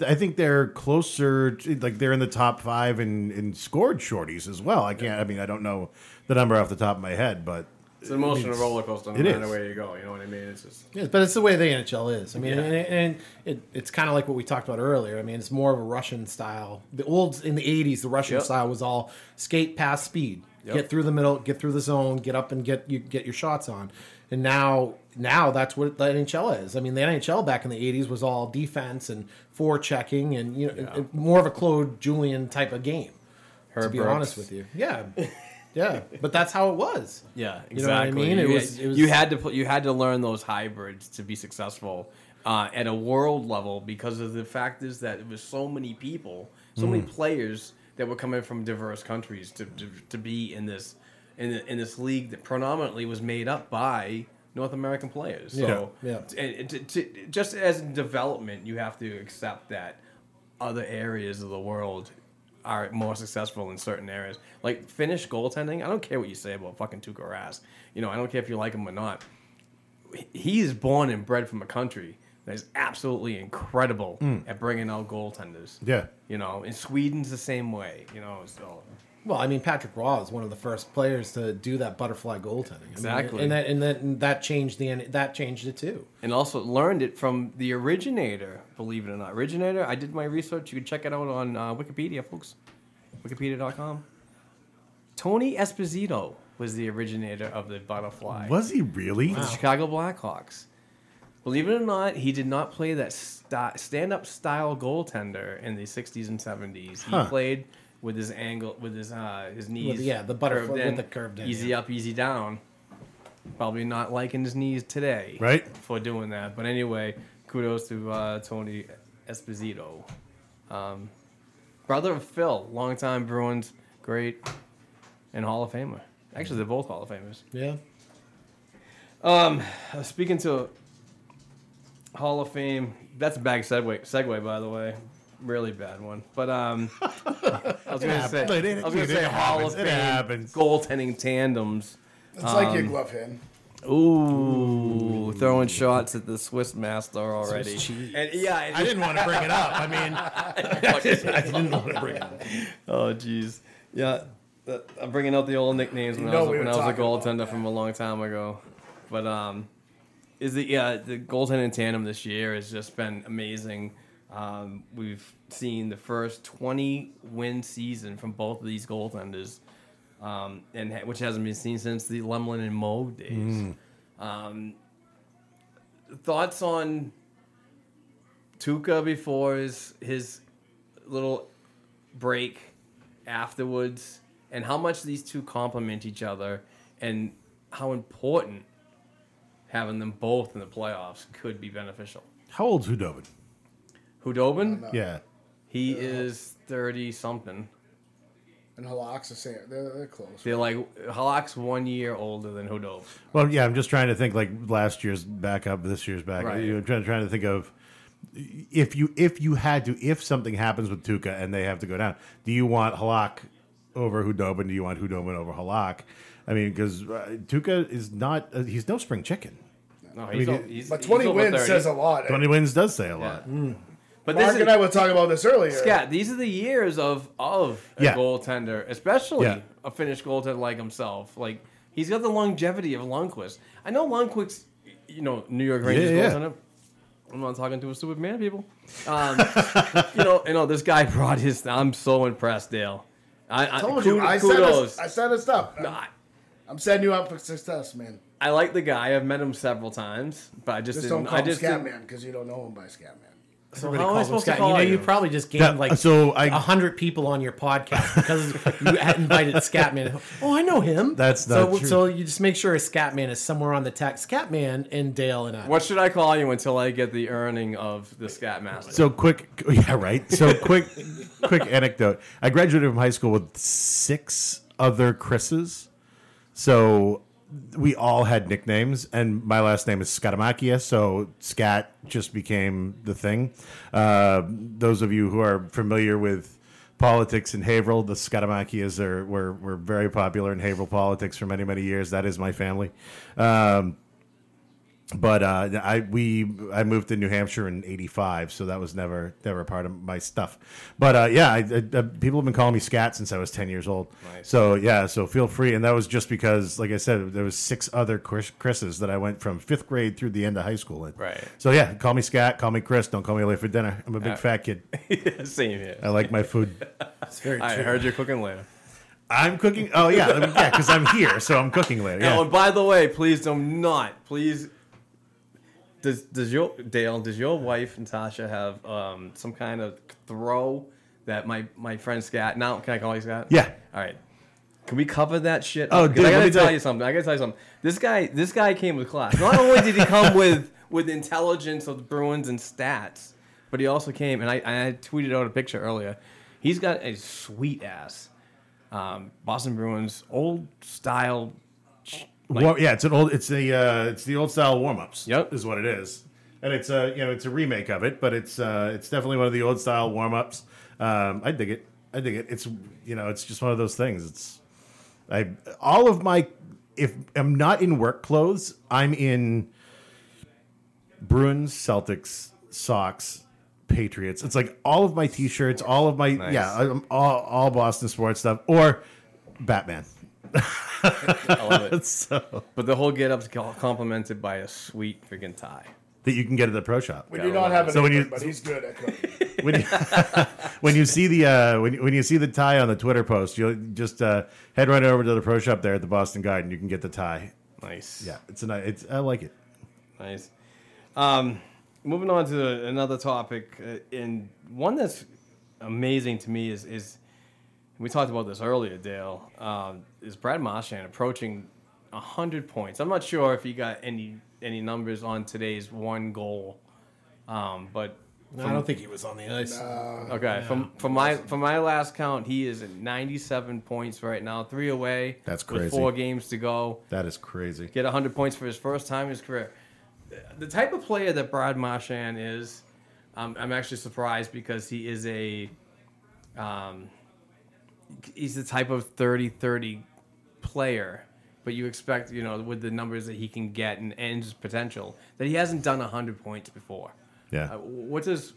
[SPEAKER 7] I think they're closer, to, like they're in the top five in, in scored shorties as well. I can't, I mean, I don't know the number off the top of my head, but
[SPEAKER 5] It's an emotional roller coaster no
[SPEAKER 7] it
[SPEAKER 5] matter
[SPEAKER 7] is.
[SPEAKER 5] where you go. You know what I mean? It's just
[SPEAKER 9] Yeah, but it's the way the NHL is. I mean,
[SPEAKER 5] Yeah.
[SPEAKER 9] and, and it, it's kind of like what we talked about earlier. I mean, it's more of a Russian style. The old in the '80s, the Russian
[SPEAKER 5] Yep.
[SPEAKER 9] style was all skate past speed,
[SPEAKER 5] Yep.
[SPEAKER 9] get through the middle, get through the zone, get up and get you get your shots on. And now, now that's what the NHL is. I mean, the NHL back in the '80s was all defense and forechecking, and you know, more of a Claude Julian type of game.
[SPEAKER 5] Herb
[SPEAKER 9] to be
[SPEAKER 5] Brooks.
[SPEAKER 9] honest with you. Yeah. Yeah. But that's how it was.
[SPEAKER 5] Yeah, exactly.
[SPEAKER 9] You know what I mean? It
[SPEAKER 5] You-
[SPEAKER 9] was- it was-
[SPEAKER 5] you had to put, you had to learn those hybrids to be successful uh, at a world level because of the fact is that it was so many people, so
[SPEAKER 9] Hmm.
[SPEAKER 5] many players that were coming from diverse countries to, to, to be in this in, the, in this league that predominantly was made up by North American players. So
[SPEAKER 9] Yeah, yeah.
[SPEAKER 5] And, and to, to, just as in development, you have to accept that other areas of the world are more successful in certain areas. Like Finnish goaltending, I don't care what you say about fucking Tuukka Rask. You know, I don't care if you like him or not. He- He is born and bred from a country that is absolutely incredible at bringing out goaltenders.
[SPEAKER 7] Yeah.
[SPEAKER 5] You know, and Sweden's the same way. You know, so
[SPEAKER 9] Well, I mean, Patrick Raw is one of the first players to do that butterfly goaltending. I mean,
[SPEAKER 5] Exactly.
[SPEAKER 9] and that and that and that changed the N- that changed it too.
[SPEAKER 5] and also learned it from the originator. Believe it or not, originator. I did my research. You can check it out on uh, Wikipedia, folks. Wikipedia.com. Tony Esposito was the originator of the butterfly.
[SPEAKER 7] Was he really?
[SPEAKER 5] The Chicago Blackhawks. Believe it or not, he did not play that sti- stand-up style goaltender in the '60s and '70s. He
[SPEAKER 7] Huh.
[SPEAKER 5] played with his angle, with his uh, his knees.
[SPEAKER 9] yeah, the butterfly-
[SPEAKER 5] curved
[SPEAKER 9] with
[SPEAKER 5] in,
[SPEAKER 9] the curved in,
[SPEAKER 5] easy
[SPEAKER 9] yeah.
[SPEAKER 5] up, easy down. Probably not liking his knees today,
[SPEAKER 7] Right.
[SPEAKER 5] For doing that, but anyway, kudos to uh, Tony Esposito, um, brother of Phil, longtime Bruins great, and Hall of Famer. Actually, they're both Hall of Famers
[SPEAKER 9] Yeah.
[SPEAKER 5] speaking to Hall of Fame, that's a bad segue. Segue, by the way, really bad one. But um, I was gonna say,
[SPEAKER 7] happens. It- it-
[SPEAKER 5] I was gonna
[SPEAKER 7] it
[SPEAKER 5] say Hall
[SPEAKER 7] happens.
[SPEAKER 5] of
[SPEAKER 7] It
[SPEAKER 5] Fame
[SPEAKER 7] happens.
[SPEAKER 5] goaltending tandems.
[SPEAKER 6] It's like your glove hand.
[SPEAKER 5] Ooh, throwing shots at the Swiss master already. and yeah, and-
[SPEAKER 7] I didn't want to bring it up. I mean, I didn't want to bring it up.
[SPEAKER 5] Oh, jeez. Yeah, uh, I'm bringing out the old nicknames when
[SPEAKER 6] know
[SPEAKER 5] I was
[SPEAKER 6] we
[SPEAKER 5] when
[SPEAKER 6] were
[SPEAKER 5] I was a
[SPEAKER 6] talking about
[SPEAKER 5] goaltender from a long time ago. But um, is the yeah the goaltending tandem this year has just been amazing. Um, we've seen the first 20 win season from both of these goaltenders, um, and ha- which hasn't been seen since the Lemlin and Moog days.
[SPEAKER 6] Mm.
[SPEAKER 5] Um, thoughts on Tuca before his his little break afterwards and how much these two complement each other and how important having them both in the playoffs could be beneficial.
[SPEAKER 7] How old's Hudobin?
[SPEAKER 5] Hudobin,
[SPEAKER 7] Yeah.
[SPEAKER 5] he is 30 something.
[SPEAKER 6] And Halak's the same. They're, they're close.
[SPEAKER 5] They're like Halak's one year older than Hudobin.
[SPEAKER 7] Well, yeah, I'm just trying to think like last year's backup, this year's backup.
[SPEAKER 5] Right.
[SPEAKER 7] You're trying, trying to think of if you if you had to if something happens with Tuca and they have to go down, do you want Halak over Hudobin? Do you want Hudobin over Halak? I mean, because uh, Tuca is not uh, he's no spring chicken.
[SPEAKER 5] No, he's,
[SPEAKER 7] mean,
[SPEAKER 5] o- he's,
[SPEAKER 6] But
[SPEAKER 5] he's
[SPEAKER 6] 20
[SPEAKER 5] over
[SPEAKER 6] wins
[SPEAKER 5] 30.
[SPEAKER 6] says a lot.
[SPEAKER 7] Twenty wins does say a lot.
[SPEAKER 5] But this
[SPEAKER 6] Mark
[SPEAKER 5] is,
[SPEAKER 6] and I were talking about this earlier.
[SPEAKER 5] Scat, these are the years of of a
[SPEAKER 7] Yeah.
[SPEAKER 5] goaltender, especially
[SPEAKER 7] Yeah.
[SPEAKER 5] a Finnish goaltender like himself. Like he's got the longevity of Lundqvist. I know Lundqvist's, you know, New York Rangers
[SPEAKER 7] yeah.
[SPEAKER 5] goaltender. I'm not talking to a stupid man, people. Um, you know, you know, this guy brought his. I'm so impressed, Dale. I, I,
[SPEAKER 6] Told
[SPEAKER 5] kud-
[SPEAKER 6] you, I set,
[SPEAKER 5] kudos.
[SPEAKER 6] us, I set us up. I'm,
[SPEAKER 5] I-
[SPEAKER 6] I'm setting you up for success, man.
[SPEAKER 5] I like the guy. I've met him several times, but I just,
[SPEAKER 6] Just
[SPEAKER 5] didn't.
[SPEAKER 6] don't call
[SPEAKER 5] I
[SPEAKER 6] him
[SPEAKER 5] just
[SPEAKER 6] Scat
[SPEAKER 5] didn't-
[SPEAKER 6] Man because you don't know him by Scat Man.
[SPEAKER 5] So how am I supposed to
[SPEAKER 9] Scott,
[SPEAKER 5] call
[SPEAKER 9] you know, you
[SPEAKER 5] you?
[SPEAKER 9] probably just gained
[SPEAKER 7] That-
[SPEAKER 9] like
[SPEAKER 7] so I-
[SPEAKER 9] a hundred people on your podcast because you had invited Scatman. Oh, I know him.
[SPEAKER 7] That's
[SPEAKER 9] so.
[SPEAKER 7] not true.
[SPEAKER 9] So you just make sure Scatman is somewhere on the text. Scatman and Dale and I.
[SPEAKER 5] What should I call you until I get the earning of the Scat Master?
[SPEAKER 7] So quick, yeah, right. So quick, quick anecdote. I graduated from high school with six other Chris's, so we all had nicknames, and my last name is Scatamakia, so Scat just became the thing. Uh, those of you who are familiar with politics in Haverhill, the Scatamakias are were, were very popular in Haverhill politics for many many years. That is my family. Um, but uh, I we I moved to New Hampshire in '85, so that was never never part of my stuff. But uh, yeah, I, I, uh, people have been calling me Scat since I was 10 years old. So yeah, so feel free. And that was just because, like I said, there was six other Chris, Chris's that I went from fifth grade through the end of high school. In.
[SPEAKER 5] Right.
[SPEAKER 7] So yeah, call me Scat, call me Chris. Don't call me late for dinner. I'm a big
[SPEAKER 5] Uh,
[SPEAKER 7] fat kid.
[SPEAKER 5] Same here.
[SPEAKER 7] I like my food.
[SPEAKER 9] It's very
[SPEAKER 5] I heard you're cooking later.
[SPEAKER 7] I'm cooking. Oh yeah, I mean, yeah, because I'm here, so I'm cooking later.
[SPEAKER 5] Oh,
[SPEAKER 7] Yeah.
[SPEAKER 5] and by the way, please do not. Please. Does does your Dale? Does your wife Natasha have um, some kind of throw that my my friend Scott. Now, can I call you Scott?
[SPEAKER 7] Yeah.
[SPEAKER 5] All right. Can we cover that shit?
[SPEAKER 7] Oh,
[SPEAKER 5] 'Cause
[SPEAKER 7] dude,
[SPEAKER 5] I
[SPEAKER 7] let
[SPEAKER 5] gotta
[SPEAKER 7] me
[SPEAKER 5] tell
[SPEAKER 7] tell-
[SPEAKER 5] you something. I gotta tell you something. This guy, this guy came with class. Not only did he come with with intelligence of the Bruins and stats, but he also came and I, I tweeted out a picture earlier. He's got a sweet ass um, Boston Bruins old style. Like-
[SPEAKER 7] War- yeah, it's an old. It's the uh, it's the old style warm ups.
[SPEAKER 5] Yep.
[SPEAKER 7] is what it is, and it's a you know it's a remake of it, but it's uh, it's definitely one of the old style warm ups. Um, I dig it. I dig it. It's you know it's just one of those things. It's I all of my if I'm not in work clothes, I'm in Bruins, Celtics, Sox, Patriots. It's like all of my t-shirts, all of my yeah, I'm all all Boston sports stuff or Batman.
[SPEAKER 5] I love it.
[SPEAKER 7] So
[SPEAKER 5] But the whole get up's complemented by a sweet freaking tie.
[SPEAKER 7] that you can get at the pro shop.
[SPEAKER 6] We
[SPEAKER 5] Gotta
[SPEAKER 6] do not
[SPEAKER 5] love it.
[SPEAKER 6] have an
[SPEAKER 7] So when
[SPEAKER 6] apron,
[SPEAKER 7] you-
[SPEAKER 6] but he's good at cooking.
[SPEAKER 7] when you, when you see the uh, when, when you see the tie on the Twitter post, you'll just uh, head right over to the pro shop there at the Boston Garden. You can get the tie.
[SPEAKER 5] Nice.
[SPEAKER 7] Yeah, it's a nice. It's I like it.
[SPEAKER 5] Nice. Um, moving on to another topic, uh, and one that's amazing to me is is we talked about this earlier, Dale. Um, is Brad Marchand approaching hundred points? I'm not sure if he got any any numbers on today's one goal, um, but
[SPEAKER 9] I don't think he was on the ice.
[SPEAKER 5] okay. from from my from my last count, he is at 97 points right now, three away.
[SPEAKER 7] That's
[SPEAKER 5] With
[SPEAKER 7] crazy.
[SPEAKER 5] four games to go
[SPEAKER 7] That is crazy.
[SPEAKER 5] get 100 points for his first time in his career. The type of player that Brad Marchand is, um, I'm actually surprised because he is a, um, he's the type of 30-30 player. But you expect, you know, with the numbers that he can get and, and his potential, that he hasn't done 100 points before.
[SPEAKER 7] Yeah,
[SPEAKER 5] Uh, what does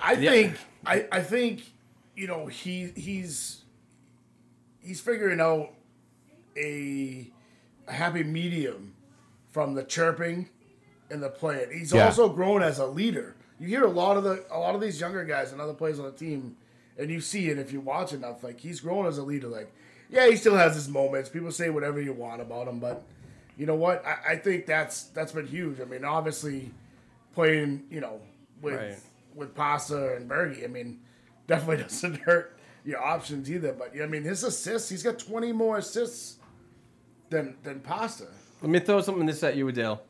[SPEAKER 6] I
[SPEAKER 5] Yeah.
[SPEAKER 6] think I, I think you know he he's he's figuring out a, a happy medium from the chirping and the playing. He's
[SPEAKER 7] Yeah.
[SPEAKER 6] also grown as a leader. You hear a lot of the a lot of these younger guys and other players on the team, and you see it if you watch enough. Like he's grown as a leader. Like yeah, he still has his moments. People say whatever you want about him, but you know what? I, I think that's that's been huge. I mean, obviously playing, you know, with
[SPEAKER 5] Right.
[SPEAKER 6] with Pasta and Bergie. I mean, definitely doesn't hurt your options either. But I mean, his assists, he's got twenty more assists than than Pasta.
[SPEAKER 5] Let me throw something this at you, Adele.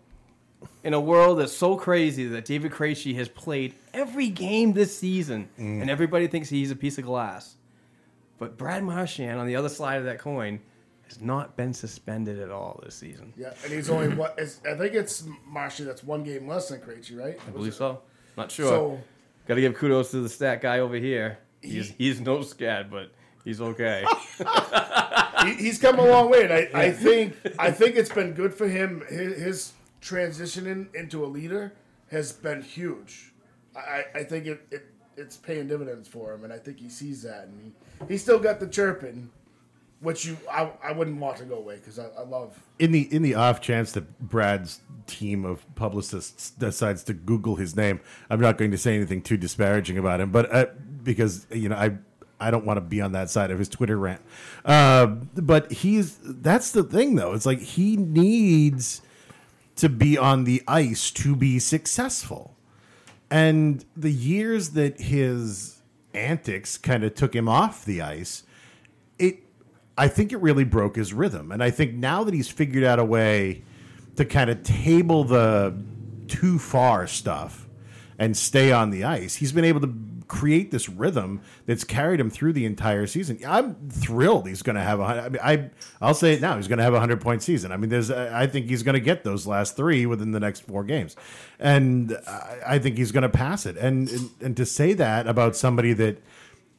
[SPEAKER 5] In a world that's so crazy that David Krejci has played every game this season,
[SPEAKER 6] Mm.
[SPEAKER 5] and everybody thinks he's a piece of glass, but Brad Marchand on the other side of that coin has not been suspended at all this season.
[SPEAKER 6] Yeah, and he's only what is I think it's Marshy that's one game less than Krejci, right?
[SPEAKER 5] I believe so. Not sure.
[SPEAKER 6] So
[SPEAKER 5] Got to give kudos to the stat guy over here. He's he's no scad, but he's okay.
[SPEAKER 6] he, he's come a long way, and I, I think I think it's been good for him. His, his transitioning into a leader has been huge. I, I- I think it, it it's paying dividends for him, and I think he sees that, and he, he still got the chirping, which you I, I wouldn't want to go away because I, I love
[SPEAKER 7] in the in the off chance that Brad's team of publicists decides to Google his name, I'm not going to say anything too disparaging about him, but uh, because you know I I don't want to be on that side of his Twitter rant. Uh, but he's that's the thing though. It's like he needs to be on the ice to be successful. And the years that his antics kind of took him off the ice, it I think it really broke his rhythm. And I think now that he's figured out a way to kind of table the too far stuff and stay on the ice, he's been able to create this rhythm that's carried him through the entire season. I'm thrilled he's going to have a hundred. I mean, I I'll say it now. He's going to have a hundred point season. I mean, there's I think he's going to get those last three within the next four games, and I, I think he's going to pass it. And, and and to say that about somebody that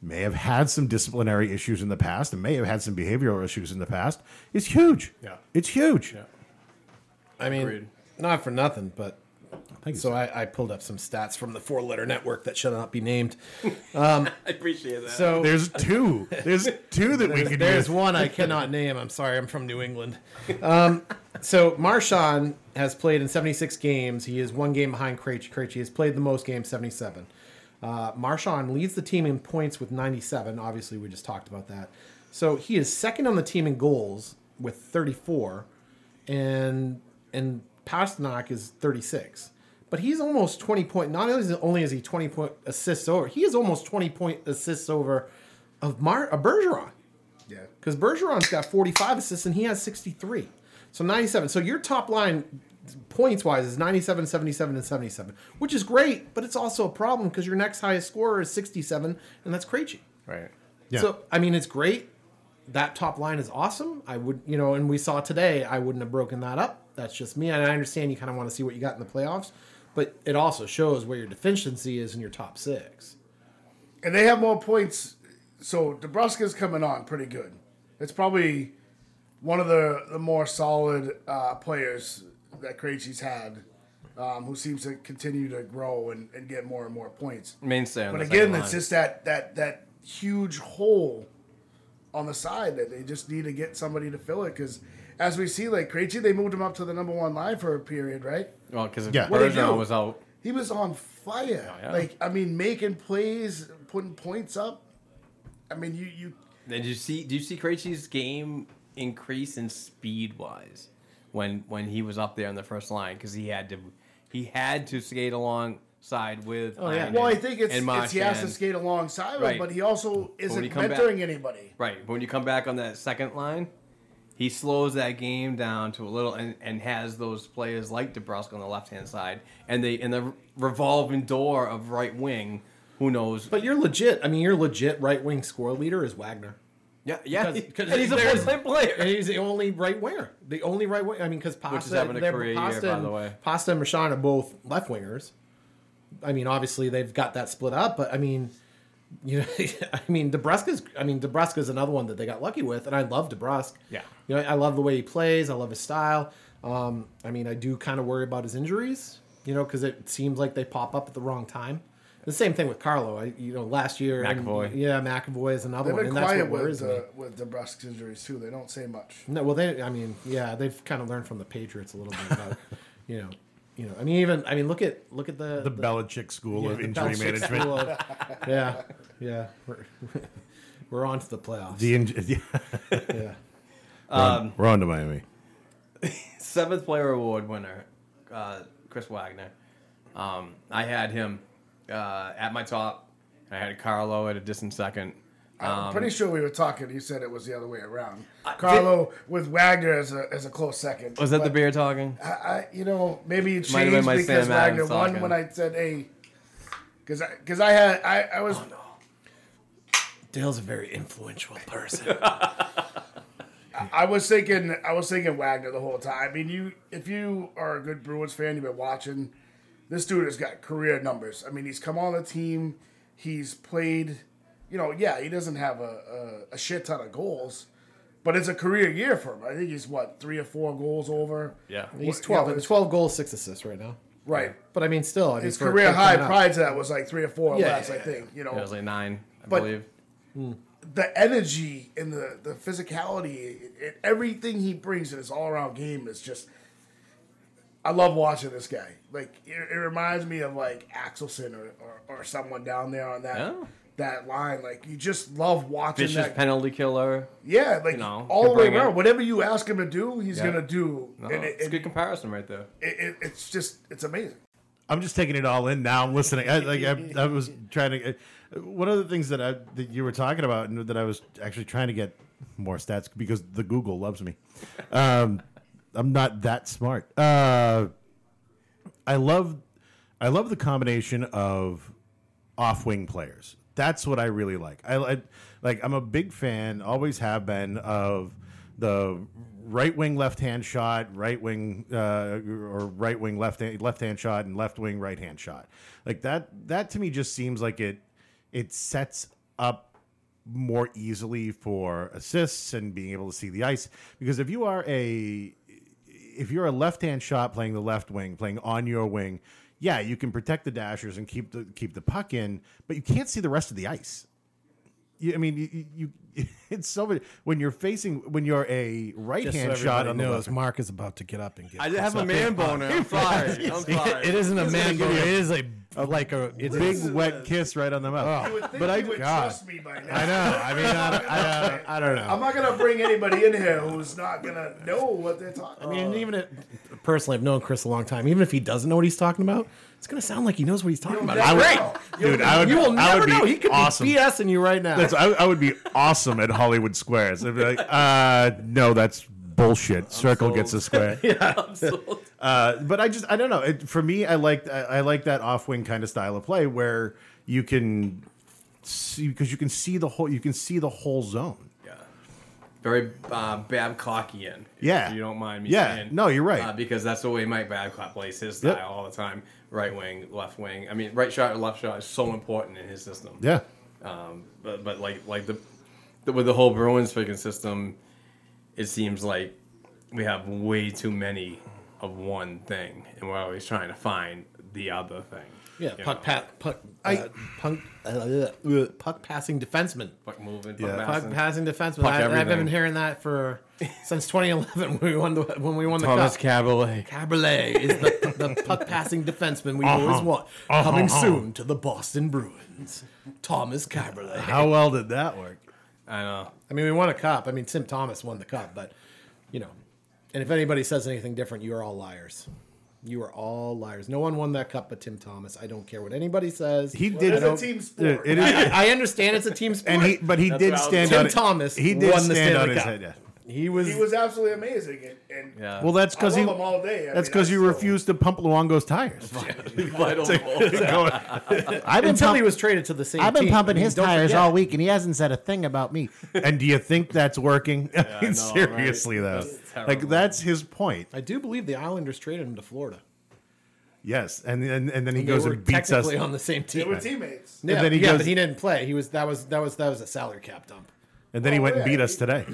[SPEAKER 7] may have had some disciplinary issues in the past and may have had some behavioral issues in the past It's huge.
[SPEAKER 9] Yeah.
[SPEAKER 7] It's huge.
[SPEAKER 9] I mean,
[SPEAKER 5] Agreed.
[SPEAKER 9] not for nothing, but
[SPEAKER 7] Thank you.
[SPEAKER 9] so I, I pulled up some stats from the four letter network that shall not be named. Um,
[SPEAKER 5] I appreciate that.
[SPEAKER 9] So
[SPEAKER 7] There's two. There's two that we
[SPEAKER 9] there's,
[SPEAKER 7] could
[SPEAKER 9] there's
[SPEAKER 7] use.
[SPEAKER 9] one I cannot name. I'm sorry. I'm from New England. Um, so Marshawn has played in 76 games. He is one game behind Krejci. Krejci has played the most games, 77. Uh, Marshawn leads the team in points with 97. Obviously, we just talked about that. So he is second on the team in goals with 34, and and Pasternak is 36. But he's almost twenty point. Not only is, only is he twenty point assists over, he is almost twenty point assists over of Mar of Bergeron
[SPEAKER 6] Yeah.
[SPEAKER 9] because Bergeron's got 45 assists and he has 63. So 97. So your top line points wise is 97, 77, and 77, which is great, but it's also a problem because your next highest scorer is 67, and that's Krejci.
[SPEAKER 5] Right.
[SPEAKER 7] Yeah.
[SPEAKER 9] So I mean, it's great. That top line is awesome. I would, you know, and we saw today. I wouldn't have broken that up. That's just me, and I understand you kind of want to see what you got in the playoffs, but it also shows where your deficiency is in your top six.
[SPEAKER 6] And they have more points. So Nebraska's coming on pretty good. It's probably one of the, the more solid uh, players that Krejci's had, um, who seems to continue to grow and, and get more and more points.
[SPEAKER 5] Mainstay. On
[SPEAKER 6] But
[SPEAKER 5] the
[SPEAKER 6] again,
[SPEAKER 5] second
[SPEAKER 6] it's
[SPEAKER 5] line.
[SPEAKER 6] just that that that huge hole on the side that they just need to get somebody to fill it. Because as we see, like Krejci, they moved him up to the number one line for a period, right?
[SPEAKER 5] well because
[SPEAKER 7] Yeah.
[SPEAKER 6] What do they do?
[SPEAKER 5] Bergeron was out.
[SPEAKER 6] He was on fire.
[SPEAKER 5] Oh, yeah.
[SPEAKER 6] Like I mean, making plays, putting points up. I mean, you you
[SPEAKER 5] Did you see? Did you see Krejci's game increase in speed wise when when he was up there on the first line because he had to he had to skate alongside with. Oh
[SPEAKER 9] yeah.
[SPEAKER 6] Well, I think it's,
[SPEAKER 5] and
[SPEAKER 6] it's he has to
[SPEAKER 5] Marchand.
[SPEAKER 6] skate alongside him,
[SPEAKER 5] Right.
[SPEAKER 6] but he also
[SPEAKER 5] you
[SPEAKER 6] isn't
[SPEAKER 5] come
[SPEAKER 6] mentoring
[SPEAKER 5] back-
[SPEAKER 6] anybody.
[SPEAKER 5] Right, but when you come back on that second line, he slows that game down to a little and, and has those players like DeBrusque on the left hand side and they in the revolving door of right wing, who knows?
[SPEAKER 9] But you're legit. I mean, your legit right wing score leader is Wagner.
[SPEAKER 5] yeah, yeah,
[SPEAKER 9] Because- because
[SPEAKER 5] and he's a
[SPEAKER 9] there's-
[SPEAKER 5] full time player.
[SPEAKER 9] And he's the only right winger. The only right winger. I mean, because Pasta,
[SPEAKER 5] having a
[SPEAKER 9] they're-
[SPEAKER 5] career year,
[SPEAKER 9] Pasta
[SPEAKER 5] by
[SPEAKER 9] and-
[SPEAKER 5] the way.
[SPEAKER 9] Pasta and Rashawn are both left wingers. I mean, obviously they've got that split up, but I mean, you know, I mean, DeBrusque's. I mean, DeBrusque's another one that they got lucky with, and I love DeBrusque.
[SPEAKER 5] Yeah.
[SPEAKER 9] you know, I love the way he plays. I love his style. Um, I mean, I do kind of worry about his injuries. You know, because it seems like they pop up at the wrong time. The same thing with Carlo. I, you know, last year and-
[SPEAKER 5] McAvoy.
[SPEAKER 9] yeah, McAvoy is another
[SPEAKER 6] They've
[SPEAKER 9] one,
[SPEAKER 6] been
[SPEAKER 9] Oh, and that's
[SPEAKER 6] quiet
[SPEAKER 9] what worries
[SPEAKER 6] with
[SPEAKER 9] me.
[SPEAKER 6] uh, with DeBrusque's injuries too. They don't say much.
[SPEAKER 9] No, well, they. I mean, yeah, they've kind of learned from the Patriots a little bit about, you know, you know. I mean, even I mean, look at look at the
[SPEAKER 7] The Belichick School
[SPEAKER 9] yeah,
[SPEAKER 7] of
[SPEAKER 9] the
[SPEAKER 7] Injury
[SPEAKER 9] Belichick
[SPEAKER 7] Management.
[SPEAKER 9] school of- yeah, yeah, we're, we're on to the playoffs.
[SPEAKER 7] The inj- yeah.
[SPEAKER 9] yeah,
[SPEAKER 7] We're on to Miami.
[SPEAKER 5] Seventh player award winner, uh, Chris Wagner. Um, I had him uh, at my top. I had Carlo at a distant second. Um,
[SPEAKER 6] I'm pretty sure we were talking. You said it was the other way around.
[SPEAKER 5] I-
[SPEAKER 6] Carlo with Wagner as a as a close second.
[SPEAKER 5] Was that the
[SPEAKER 6] But
[SPEAKER 5] beer talking?
[SPEAKER 6] I, I you know maybe it
[SPEAKER 5] Might have been
[SPEAKER 6] changed
[SPEAKER 5] my
[SPEAKER 6] because
[SPEAKER 5] Sam Adams
[SPEAKER 6] Wagner won
[SPEAKER 5] talking.
[SPEAKER 6] when I said hey, because I because I had I I was
[SPEAKER 9] Oh, Dale's a very influential person.
[SPEAKER 6] I was thinking I was thinking Wagner the whole time. I mean, you if you are a good Bruins fan, you've been watching. This dude has got career numbers. I mean, he's come on the team. He's played. You know, yeah, he doesn't have a, a, a shit ton of goals, but it's a career year for him. I think he's what three or four goals over.
[SPEAKER 5] Yeah.
[SPEAKER 9] He's
[SPEAKER 6] Yeah,
[SPEAKER 9] twelve.
[SPEAKER 6] but
[SPEAKER 9] and
[SPEAKER 6] it's-
[SPEAKER 9] twelve goals, six assists right now.
[SPEAKER 6] Right.
[SPEAKER 9] But I mean, still, I mean,
[SPEAKER 6] His
[SPEAKER 9] for a
[SPEAKER 6] career
[SPEAKER 9] kid
[SPEAKER 6] high
[SPEAKER 9] coming up-
[SPEAKER 6] prior to that was like three or four or
[SPEAKER 9] Yeah,
[SPEAKER 6] less,
[SPEAKER 9] yeah,
[SPEAKER 6] I think. You know,
[SPEAKER 5] It was like nine, I
[SPEAKER 6] But-
[SPEAKER 5] believe.
[SPEAKER 6] the energy and the, the physicality and everything he brings in his all around game is just. I love watching this guy. Like it, it reminds me of like Axelson or, or, or someone down there on that
[SPEAKER 5] Yeah.
[SPEAKER 6] that line. Like you just love watching
[SPEAKER 5] Vicious
[SPEAKER 6] that.
[SPEAKER 5] penalty killer.
[SPEAKER 6] yeah, like
[SPEAKER 5] you know,
[SPEAKER 6] all
[SPEAKER 5] can
[SPEAKER 6] the way
[SPEAKER 5] bring it.
[SPEAKER 6] around. Whatever you ask him to do, he's
[SPEAKER 5] Yeah.
[SPEAKER 6] gonna do.
[SPEAKER 5] No,
[SPEAKER 6] and it,
[SPEAKER 5] it's a
[SPEAKER 6] it-
[SPEAKER 5] good comparison right there.
[SPEAKER 6] it- it- it's just it's amazing.
[SPEAKER 7] I'm just taking it all in now. I'm listening. I, like I, I was trying to. uh, One of the things that I that you were talking about, and that I was actually trying to get more stats because the Google loves me. Um, I'm not that smart. Uh, I love, I love the combination of off wing players. That's what I really like. I, I like. I'm a big fan. Always have been of the right wing left hand shot, right wing uh, or right wing left hand left hand shot, and left wing right hand shot. Like that. That to me just seems like it. It sets up more easily for assists and being able to see the ice because if you are a if you're a left-hand shot playing the left wing, playing on your wing, yeah, you can protect the dashers and keep the keep the puck in, but you can't see the rest of the ice. You, I mean, you, you you- it's so much- when you're facing when you're a
[SPEAKER 8] Just so
[SPEAKER 7] right-hand
[SPEAKER 8] everybody
[SPEAKER 7] shot on the
[SPEAKER 8] knows,
[SPEAKER 7] left.
[SPEAKER 8] Mark is about to get up and get.
[SPEAKER 5] I have a
[SPEAKER 8] something.
[SPEAKER 5] man boner. I'm sorry. I'm sorry.
[SPEAKER 8] It isn't a man, but
[SPEAKER 7] give you
[SPEAKER 8] it
[SPEAKER 7] a-
[SPEAKER 8] is a like a. Oh, It's
[SPEAKER 7] Big wet kiss right on the mouth.
[SPEAKER 6] but I
[SPEAKER 7] would
[SPEAKER 6] would
[SPEAKER 7] God. trust
[SPEAKER 6] trust me by now.
[SPEAKER 7] I know. I mean, I don't, I don't, I don't know.
[SPEAKER 6] I'm not gonna bring anybody in here who's not gonna know what they're talking.
[SPEAKER 8] I mean, even it,
[SPEAKER 9] personally, I've known Chris a long time. Even if he doesn't know what he's talking about, it's going to sound like he knows what he's talking about.
[SPEAKER 7] I would, dude. I would.
[SPEAKER 9] you will
[SPEAKER 7] I
[SPEAKER 9] never
[SPEAKER 7] would be
[SPEAKER 9] know. He could
[SPEAKER 7] awesome.
[SPEAKER 9] be BSing you right now.
[SPEAKER 7] That's, I, I would be awesome at Hollywood Squares. I'd be like, uh, no, that's bullshit. Circle gets a square. Uh, but I just I don't know. It, for me, I like I, I like that off wing kind of style of play where you can see because you can see the whole you can see the whole zone.
[SPEAKER 5] Yeah. Very uh, Babcockian. if
[SPEAKER 7] Yeah.
[SPEAKER 5] You don't mind me
[SPEAKER 7] Yeah.
[SPEAKER 5] saying.
[SPEAKER 7] No, you're right.
[SPEAKER 5] Uh, because that's the way Mike Babcock plays his style
[SPEAKER 7] Yep.
[SPEAKER 5] all the time. Right wing, left wing. I mean, right shot, left shot is so important in his system.
[SPEAKER 7] Yeah,
[SPEAKER 5] Um, but, but like like the, the with the whole Bruins picking system, it seems like we have way too many of one thing, and we're always trying to find the other thing.
[SPEAKER 9] yeah,
[SPEAKER 5] you
[SPEAKER 9] puck,
[SPEAKER 5] know.
[SPEAKER 9] pa- puck, uh,
[SPEAKER 7] I-
[SPEAKER 9] punk, uh, uh, puck passing defenseman.
[SPEAKER 5] puck moving,
[SPEAKER 7] Yeah.
[SPEAKER 5] puck,
[SPEAKER 7] Puck
[SPEAKER 9] Puck
[SPEAKER 5] passing.
[SPEAKER 9] passing defenseman.
[SPEAKER 5] Puck
[SPEAKER 9] I, I've
[SPEAKER 5] everything.
[SPEAKER 9] been hearing that for since 2011 when we won the when we won the
[SPEAKER 5] Thomas
[SPEAKER 9] cup.
[SPEAKER 5] Cabaret.
[SPEAKER 9] Caberlet is the, the puck passing defenseman we always want.
[SPEAKER 7] Uh-huh,
[SPEAKER 9] Coming
[SPEAKER 7] uh-huh.
[SPEAKER 9] soon to the Boston Bruins, Thomas Caberlet.
[SPEAKER 7] how well did that work?
[SPEAKER 5] I know.
[SPEAKER 9] I mean, we won a cup. I mean, Tim Thomas won the cup, but you know, and if anybody says anything different, you are all liars. You are all liars. No one won that cup but Tim Thomas. I don't care what anybody says.
[SPEAKER 7] He
[SPEAKER 6] Well,
[SPEAKER 7] did.
[SPEAKER 6] it is a
[SPEAKER 7] I-
[SPEAKER 6] team sport.
[SPEAKER 7] It is,
[SPEAKER 9] I understand it's a team sport.
[SPEAKER 7] and he, but he
[SPEAKER 5] That's
[SPEAKER 7] did
[SPEAKER 5] what I was-
[SPEAKER 7] stand
[SPEAKER 9] Tim
[SPEAKER 7] on it.
[SPEAKER 9] Thomas
[SPEAKER 7] He did
[SPEAKER 9] won the
[SPEAKER 7] stand on
[SPEAKER 9] Stanley
[SPEAKER 7] his
[SPEAKER 9] Cup.
[SPEAKER 7] head. Yeah.
[SPEAKER 9] he was.
[SPEAKER 6] He was absolutely amazing, and, and
[SPEAKER 5] Yeah.
[SPEAKER 7] Well, that's because
[SPEAKER 6] I
[SPEAKER 7] he.
[SPEAKER 6] love him all day. I
[SPEAKER 7] that's
[SPEAKER 6] mean,
[SPEAKER 7] because
[SPEAKER 6] I
[SPEAKER 7] you
[SPEAKER 6] still-
[SPEAKER 7] refused to pump Luongo's tires.
[SPEAKER 5] Vital goals.
[SPEAKER 7] I've been
[SPEAKER 9] until
[SPEAKER 7] pump-
[SPEAKER 9] he was traded to the same.
[SPEAKER 7] I've been
[SPEAKER 9] team.
[SPEAKER 7] pumping
[SPEAKER 9] I mean,
[SPEAKER 7] his
[SPEAKER 9] don't
[SPEAKER 7] tires
[SPEAKER 9] forget.
[SPEAKER 7] all week, and he hasn't said a thing about me. and do you think that's working? I mean,
[SPEAKER 5] I know, right?
[SPEAKER 7] seriously, though,
[SPEAKER 5] That's terrible.
[SPEAKER 7] like that's his point.
[SPEAKER 9] I do believe the Islanders traded him to Florida.
[SPEAKER 7] Yes, and and, and then he
[SPEAKER 9] They
[SPEAKER 7] goes
[SPEAKER 9] were
[SPEAKER 7] and beats us.
[SPEAKER 9] technically on the same team.
[SPEAKER 6] They were teammates.
[SPEAKER 9] yeah,
[SPEAKER 7] And then he
[SPEAKER 9] yeah,
[SPEAKER 7] goes-
[SPEAKER 9] but he didn't play. He was that was that was that was a salary cap dump.
[SPEAKER 7] and then he
[SPEAKER 6] Oh,
[SPEAKER 7] went and
[SPEAKER 6] yeah,
[SPEAKER 7] beat
[SPEAKER 6] he-
[SPEAKER 7] us today.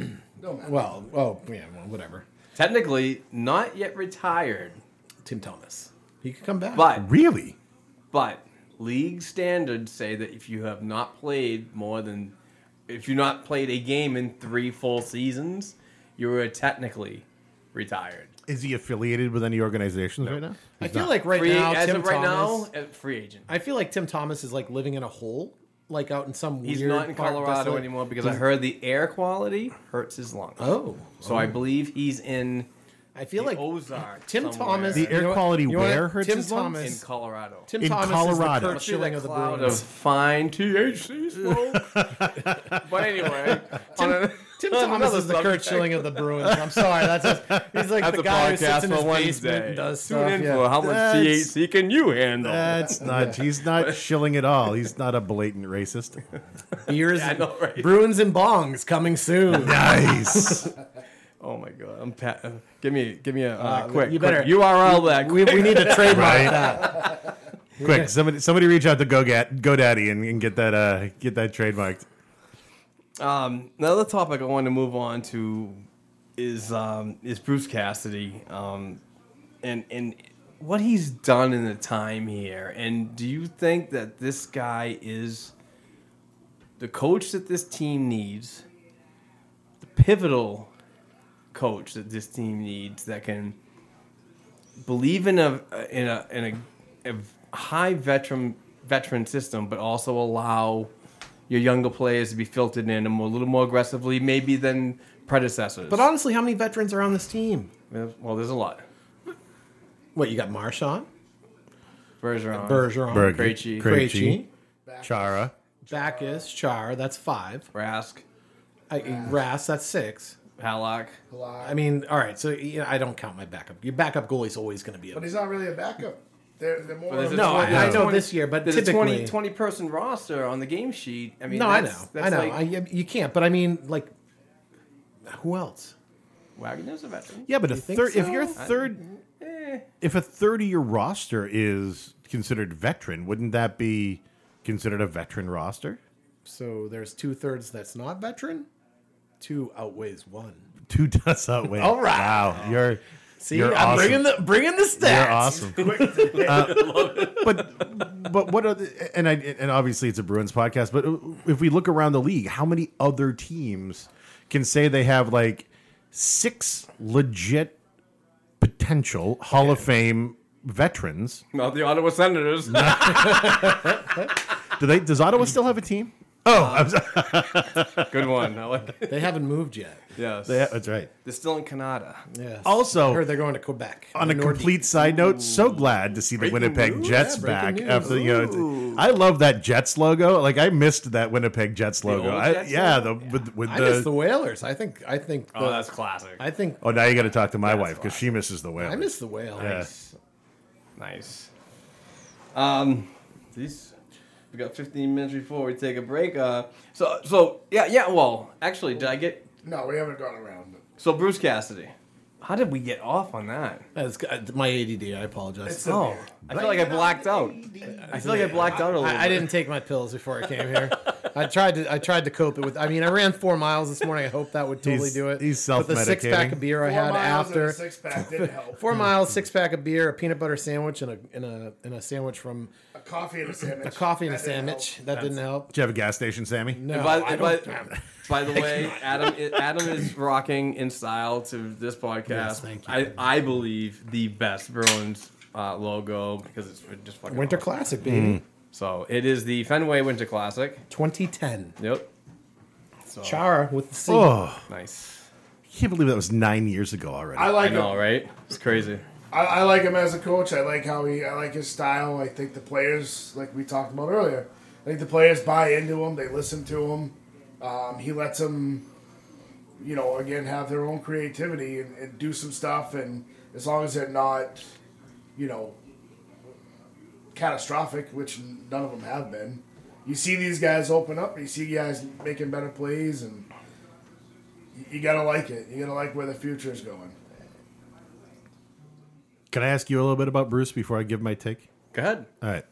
[SPEAKER 6] No matter.
[SPEAKER 9] Well, oh yeah, well, whatever.
[SPEAKER 5] Technically, not yet retired,
[SPEAKER 9] Tim Thomas, he could come back.
[SPEAKER 5] but
[SPEAKER 7] really?
[SPEAKER 5] but league standards say that if you have not played more than if you not played a game in three full seasons, you are technically retired.
[SPEAKER 7] Is he affiliated with any organizations right now?
[SPEAKER 9] I feel like right
[SPEAKER 5] Free,
[SPEAKER 9] now,
[SPEAKER 5] as
[SPEAKER 9] Tim
[SPEAKER 5] of right
[SPEAKER 9] Thomas,
[SPEAKER 5] now, a free agent.
[SPEAKER 9] I feel like Tim Thomas is like living in a hole, like out in some.
[SPEAKER 5] He's
[SPEAKER 9] weird
[SPEAKER 5] not in
[SPEAKER 9] part-
[SPEAKER 5] Colorado
[SPEAKER 9] desolate-
[SPEAKER 5] anymore because I heard the air quality hurts his lungs.
[SPEAKER 9] Oh,
[SPEAKER 5] so I believe he's in
[SPEAKER 9] I feel like
[SPEAKER 5] Ozark.
[SPEAKER 9] Tim
[SPEAKER 5] somewhere
[SPEAKER 9] Thomas.
[SPEAKER 7] The
[SPEAKER 9] you
[SPEAKER 7] air
[SPEAKER 9] know what-
[SPEAKER 7] quality
[SPEAKER 9] you know what?
[SPEAKER 7] where hurts
[SPEAKER 9] Tim
[SPEAKER 7] his lungs?
[SPEAKER 5] in
[SPEAKER 9] Thomas.
[SPEAKER 5] Colorado.
[SPEAKER 9] Tim
[SPEAKER 7] In
[SPEAKER 9] Thomas
[SPEAKER 7] Colorado.
[SPEAKER 9] is the Kurt
[SPEAKER 7] Let's
[SPEAKER 5] See
[SPEAKER 9] Schilling
[SPEAKER 5] that
[SPEAKER 9] of the
[SPEAKER 5] cloud
[SPEAKER 9] Bruins.
[SPEAKER 5] of fine THC smoke. but anyway, on a-
[SPEAKER 9] Tim
[SPEAKER 5] on
[SPEAKER 9] Thomas
[SPEAKER 5] another
[SPEAKER 9] is the Kurt
[SPEAKER 5] subject.
[SPEAKER 9] Schilling of the Bruins. I'm sorry, that's us. he's like
[SPEAKER 5] That's
[SPEAKER 9] the
[SPEAKER 5] a
[SPEAKER 9] guy who
[SPEAKER 5] podcast
[SPEAKER 9] sits in his
[SPEAKER 5] for
[SPEAKER 9] basement
[SPEAKER 5] Wednesday.
[SPEAKER 9] and does
[SPEAKER 5] Tune
[SPEAKER 9] stuff.
[SPEAKER 5] in
[SPEAKER 9] yeah.
[SPEAKER 5] for how much
[SPEAKER 7] That's-
[SPEAKER 5] THC can you handle?
[SPEAKER 7] That's not. He's not shilling at all. He's not a blatant racist.
[SPEAKER 9] Beers,
[SPEAKER 5] I know, right?
[SPEAKER 9] Bruins and bongs coming soon.
[SPEAKER 7] Nice.
[SPEAKER 5] oh my god! I'm pat. uh, Give me, give me a uh,
[SPEAKER 9] Uh,
[SPEAKER 5] quick.
[SPEAKER 9] you
[SPEAKER 5] You
[SPEAKER 9] better-
[SPEAKER 5] better quick URL that.
[SPEAKER 9] we, we need to trademark
[SPEAKER 7] Right.
[SPEAKER 9] that.
[SPEAKER 7] Quick, somebody somebody reach out to GoGat GoDaddy and, and get that uh get that trademarked.
[SPEAKER 5] Um, another topic I want to move on to is um, is Bruce Cassidy, um, and and what he's done in the time here. And do you think that this guy is the coach that this team needs, the pivotal coach that this team needs that can believe in a in a in a, a high veteran veteran system, but also allow your younger players to be filtered in a mo- little more aggressively, maybe than predecessors.
[SPEAKER 9] But honestly, how many veterans are on this team?
[SPEAKER 5] well, there's a lot.
[SPEAKER 9] What you got? Marshawn,
[SPEAKER 5] Bergeron,
[SPEAKER 9] Bergeron,
[SPEAKER 7] Berge-
[SPEAKER 5] Krejci.
[SPEAKER 9] Oh, Krejci,
[SPEAKER 7] Chara.
[SPEAKER 9] Backus, Char. That's five.
[SPEAKER 5] Rask,
[SPEAKER 9] I, Rass. That's six.
[SPEAKER 5] Halak.
[SPEAKER 9] I mean, all right. So you know, I don't count my backup. Your backup goalie's always going to be a
[SPEAKER 6] But he's not really a backup. They're, they're more.
[SPEAKER 5] There's a
[SPEAKER 6] of-
[SPEAKER 9] No, I- I
[SPEAKER 5] there's a
[SPEAKER 9] know this year, but
[SPEAKER 5] there's a 20,
[SPEAKER 9] typically-
[SPEAKER 5] 20 person roster on the game sheet. I mean,
[SPEAKER 9] no, I know,
[SPEAKER 5] that's-
[SPEAKER 9] I
[SPEAKER 5] that's
[SPEAKER 9] know.
[SPEAKER 5] Like,
[SPEAKER 9] I, you- you can't, but I mean, like, who else?
[SPEAKER 5] Wagner's a veteran.
[SPEAKER 7] Yeah, but a
[SPEAKER 9] think
[SPEAKER 7] third if
[SPEAKER 9] so? eh.
[SPEAKER 7] your third if a thirty year roster is considered veteran, wouldn't that be considered a veteran roster?
[SPEAKER 9] So there's two thirds that's not veteran. Two outweighs one.
[SPEAKER 7] Two does outweigh.
[SPEAKER 9] All right.
[SPEAKER 7] Wow, you're
[SPEAKER 9] See,
[SPEAKER 7] You're
[SPEAKER 9] I'm
[SPEAKER 7] awesome.
[SPEAKER 9] bringing the bringing the stats.
[SPEAKER 7] you're awesome. Uh, but but what are the and I and obviously it's a Bruins podcast. But if we look around the league, how many other teams can say they have like six legit potential Hall of Fame veterans?
[SPEAKER 5] Not the Ottawa Senators.
[SPEAKER 7] Do they? Does Ottawa still have a team? Oh Oh, I'm sorry.
[SPEAKER 5] Good one. I like that.
[SPEAKER 9] They haven't moved yet.
[SPEAKER 5] Yes.
[SPEAKER 7] Yeah, that's right.
[SPEAKER 5] They're still in Canada.
[SPEAKER 9] Yes.
[SPEAKER 7] Also-
[SPEAKER 9] I heard they're going to Quebec.
[SPEAKER 7] On a
[SPEAKER 9] Nordiques.
[SPEAKER 7] complete side note, so glad to see the Winnipeg
[SPEAKER 9] news?
[SPEAKER 7] Jets
[SPEAKER 9] Yeah, breaking
[SPEAKER 7] back
[SPEAKER 9] news.
[SPEAKER 7] after you know. it's- I love that Jets logo. Like I missed that Winnipeg Jets logo.
[SPEAKER 5] old
[SPEAKER 7] I,
[SPEAKER 5] Jets
[SPEAKER 7] yeah, the, with with
[SPEAKER 9] I
[SPEAKER 7] the,
[SPEAKER 9] miss the Whalers. I think. I think. The,
[SPEAKER 5] Oh, that's classic.
[SPEAKER 9] I think.
[SPEAKER 7] Oh, now you got to talk to my wife because she misses the whale.
[SPEAKER 9] I miss the Whalers.
[SPEAKER 7] Yeah.
[SPEAKER 5] Nice. Um, these we got 15 minutes before we take a break. Uh, so so yeah yeah. Well, actually, did I get
[SPEAKER 6] No, we haven't gone around.
[SPEAKER 5] so Bruce Cassidy? How did we get off on that?
[SPEAKER 9] That's uh, my ADD. I apologize.
[SPEAKER 6] It's
[SPEAKER 5] Oh, I feel like I blacked out. I feel like I blacked out a little.
[SPEAKER 9] I, I
[SPEAKER 5] bit.
[SPEAKER 9] didn't take my pills before I came here. I tried to I tried to cope it with. I mean, I ran four miles this morning. I hope that would totally
[SPEAKER 7] He's-
[SPEAKER 9] do it.
[SPEAKER 7] he's
[SPEAKER 9] But the six pack
[SPEAKER 7] self-medicating.
[SPEAKER 9] of beer I
[SPEAKER 6] Four
[SPEAKER 9] had
[SPEAKER 6] miles and a
[SPEAKER 9] after
[SPEAKER 6] six pack didn't help.
[SPEAKER 9] four miles, six pack of beer, a peanut butter sandwich, and a and a and a sandwich from
[SPEAKER 6] A coffee and a sandwich.
[SPEAKER 9] a coffee and a
[SPEAKER 6] That didn't
[SPEAKER 9] sandwich. That didn't help.
[SPEAKER 7] Did you have a gas station, Sammy?
[SPEAKER 9] No,
[SPEAKER 5] by,
[SPEAKER 9] I
[SPEAKER 5] by-
[SPEAKER 9] don't-
[SPEAKER 5] by the way, Adam i- Adam is rocking in style to this podcast.
[SPEAKER 9] Yes, thank you.
[SPEAKER 5] I, I believe the best Bruins uh, logo because it's just fucking
[SPEAKER 9] Winter
[SPEAKER 5] awesome.
[SPEAKER 9] Classic, baby,
[SPEAKER 7] Mm.
[SPEAKER 5] So it is the Fenway Winter Classic.
[SPEAKER 9] 2010.
[SPEAKER 5] Yep. So,
[SPEAKER 9] Chara with the C.
[SPEAKER 7] Oh,
[SPEAKER 5] nice.
[SPEAKER 7] can't believe that was nine years ago already.
[SPEAKER 6] help. I
[SPEAKER 5] I
[SPEAKER 6] like
[SPEAKER 5] know,
[SPEAKER 6] him.
[SPEAKER 5] right? It's crazy.
[SPEAKER 6] I, I like him as a coach. I like how he. I like his style. I think the players, like we talked about earlier, I think the players buy into him. They listen to him. Um, he lets them, you know, again have their own creativity and, and do some stuff. And as long as they're not, you know, catastrophic, which none of them have been. You see these guys open up. You see guys making better plays, and you- you gotta like it. You gotta like where the future is going.
[SPEAKER 7] Can I ask you a little bit about Bruce before I give my take?
[SPEAKER 5] Go ahead.
[SPEAKER 7] All right.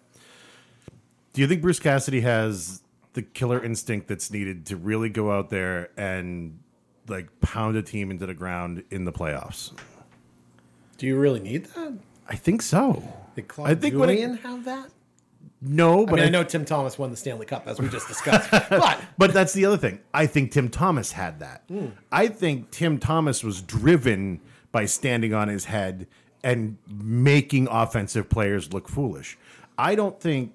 [SPEAKER 7] Do you think Bruce Cassidy has the killer instinct that's needed to really go out there and like pound a team into the ground in the playoffs?
[SPEAKER 9] Do you really need that?
[SPEAKER 7] I think so.
[SPEAKER 9] Did Claude
[SPEAKER 7] I think when it-
[SPEAKER 9] Julian have that?
[SPEAKER 7] No,
[SPEAKER 9] I
[SPEAKER 7] but
[SPEAKER 9] mean, I
[SPEAKER 7] I-
[SPEAKER 9] know Tim Thomas won the Stanley Cup, as we just discussed. but
[SPEAKER 7] But that's the other thing. I think Tim Thomas had that. I think Tim Thomas was driven by standing on his head and making offensive players look foolish. I don't think,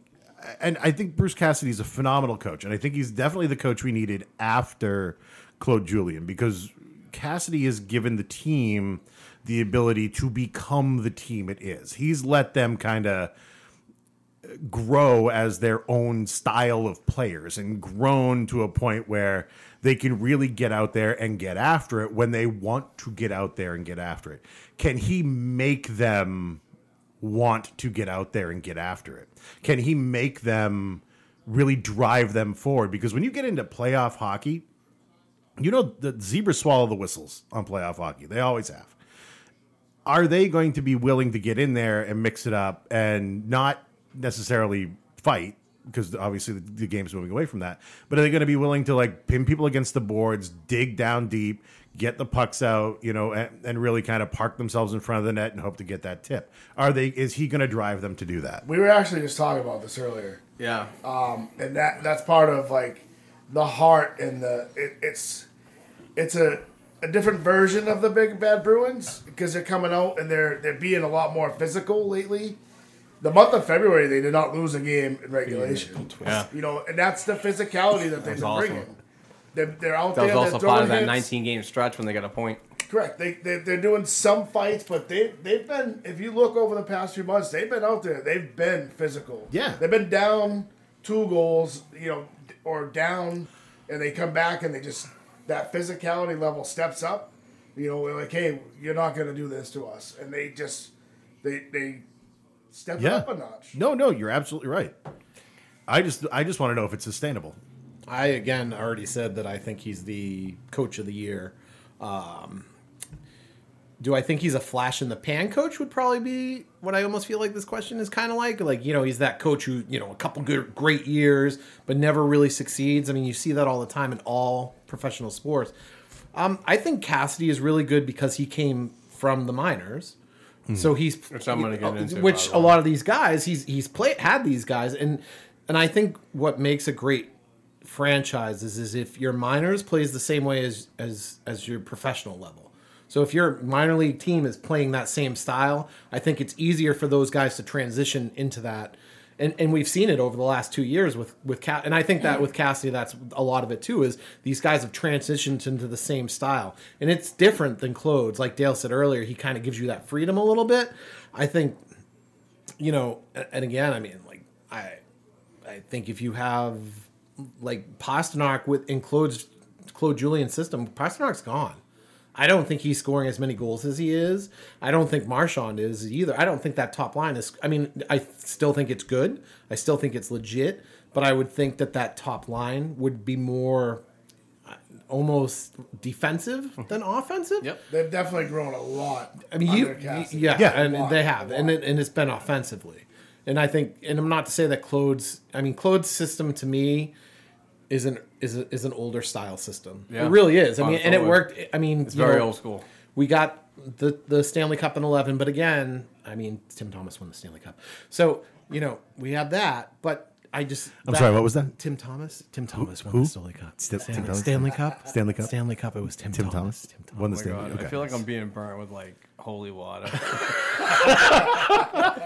[SPEAKER 7] and I think Bruce Cassidy's a phenomenal coach, and I think he's definitely the coach we needed after Claude Julian because Cassidy has given the team the ability to become the team it is. He's let them kind of grow as their own style of players and grown to a point where they can really get out there and get after it when they want to get out there and get after it. Can he make them want to get out there and get after it? Can he make them really drive them forward? Because when you get into playoff hockey, you know the zebras swallow the whistles on playoff hockey. They always have are they going to be willing to get in there and mix it up and not necessarily fight because obviously the, the game's moving away from that but are they going to be willing to like pin people against the boards dig down deep get the pucks out you know and, and really kind of park themselves in front of the net and hope to get that tip are they is he going to drive them to do that
[SPEAKER 6] We were actually just talking about this earlier,
[SPEAKER 5] Yeah. Uh,
[SPEAKER 6] and that that's part of like the heart and the it, it's it's a a different version of the big bad Bruins because they're coming out and they're they're being a lot more physical lately. The month of February, they did not lose a game in regulation.
[SPEAKER 5] Yeah.
[SPEAKER 6] You know, and that's the physicality that they've
[SPEAKER 5] That's
[SPEAKER 6] been
[SPEAKER 5] awesome.
[SPEAKER 6] bringing. They're, they're out
[SPEAKER 5] That was
[SPEAKER 6] there.
[SPEAKER 5] also
[SPEAKER 6] they're throwing
[SPEAKER 5] part of that
[SPEAKER 6] hits.
[SPEAKER 5] 19 game stretch when they got a point.
[SPEAKER 6] Correct. They, they they're doing some fights, but they they've been. If you look over the past few months, they've been out there. They've been physical.
[SPEAKER 7] Yeah.
[SPEAKER 6] They've been down two goals, you know, or down, and they come back and they just that physicality level steps up. You know, we're like, hey, you're not gonna do this to us, and they just they they step it
[SPEAKER 7] Yeah.
[SPEAKER 6] up a notch.
[SPEAKER 7] no no you're absolutely right i just i just want to know if it's sustainable
[SPEAKER 9] I again already said that I think he's the coach of the year. Um, do I think he's a flash in the pan coach? Would probably be what I almost feel like this question is kind of like. Like you know, he's that coach who you know a couple good great years but never really succeeds. I mean, you see that all the time in all professional sports. Um, I think Cassidy is really good because he came from the minors. So he's
[SPEAKER 5] Hmm. Which I'm gonna get into, by
[SPEAKER 9] which
[SPEAKER 5] the
[SPEAKER 9] a
[SPEAKER 5] way.
[SPEAKER 9] lot of these guys he's he's played had these guys and and I think what makes a great franchise is, is if your minors plays the same way as as as your professional level. So if your minor league team is playing that same style, I think it's easier for those guys to transition into that and and we've seen it over the last two years with with Cat. And I think that with Cassidy, that's a lot of it too. Is these guys have transitioned into the same style, and it's different than Clodes. Like Dale said earlier, he kind of gives you that freedom a little bit. I think, you know, a- and again, I mean, like I, I think if you have like Pasternak with in Clode's Claude Julian's system, Pasternak's gone. I don't think he's scoring as many goals as he is. I don't think Marchand is either. I don't think that top line is. I mean, I still think it's good. I still think it's legit. But I would think that that top line would be more uh, almost defensive than offensive.
[SPEAKER 10] Yep.
[SPEAKER 6] They've definitely grown a lot.
[SPEAKER 9] I mean,
[SPEAKER 6] under
[SPEAKER 9] you,
[SPEAKER 6] Cassidy.
[SPEAKER 9] yeah,
[SPEAKER 7] Yeah.
[SPEAKER 9] and
[SPEAKER 6] A lot,
[SPEAKER 9] they have,
[SPEAKER 6] a
[SPEAKER 9] and
[SPEAKER 6] lot.
[SPEAKER 9] it, and it's been offensively, and I think, and I'm not to say that Claude's, I mean, Claude's system to me is an is a, is an older style system.
[SPEAKER 10] Yeah.
[SPEAKER 9] It really is. I
[SPEAKER 10] On
[SPEAKER 9] mean, and it
[SPEAKER 10] forward.
[SPEAKER 9] worked. I mean,
[SPEAKER 5] It's very old school.
[SPEAKER 9] We got the the Stanley Cup in eleven, but again, I mean, Tim Thomas won the Stanley Cup, so you know we have that, but. I just.
[SPEAKER 7] I'm sorry, what was that?
[SPEAKER 9] Tim Thomas. Tim Thomas won
[SPEAKER 7] who?
[SPEAKER 9] the Stanley Cup.
[SPEAKER 7] Sta- Tim
[SPEAKER 9] Stanley,
[SPEAKER 7] Thomas?
[SPEAKER 9] Stanley Cup.
[SPEAKER 7] Stanley Cup?
[SPEAKER 9] Stanley Cup. It was Tim,
[SPEAKER 7] Tim
[SPEAKER 9] Thomas.
[SPEAKER 7] Thomas.
[SPEAKER 9] Tim
[SPEAKER 7] Won the
[SPEAKER 9] Thomas. Oh
[SPEAKER 7] Stanley.
[SPEAKER 5] God,
[SPEAKER 7] okay.
[SPEAKER 5] I feel like I'm being burnt with like holy water.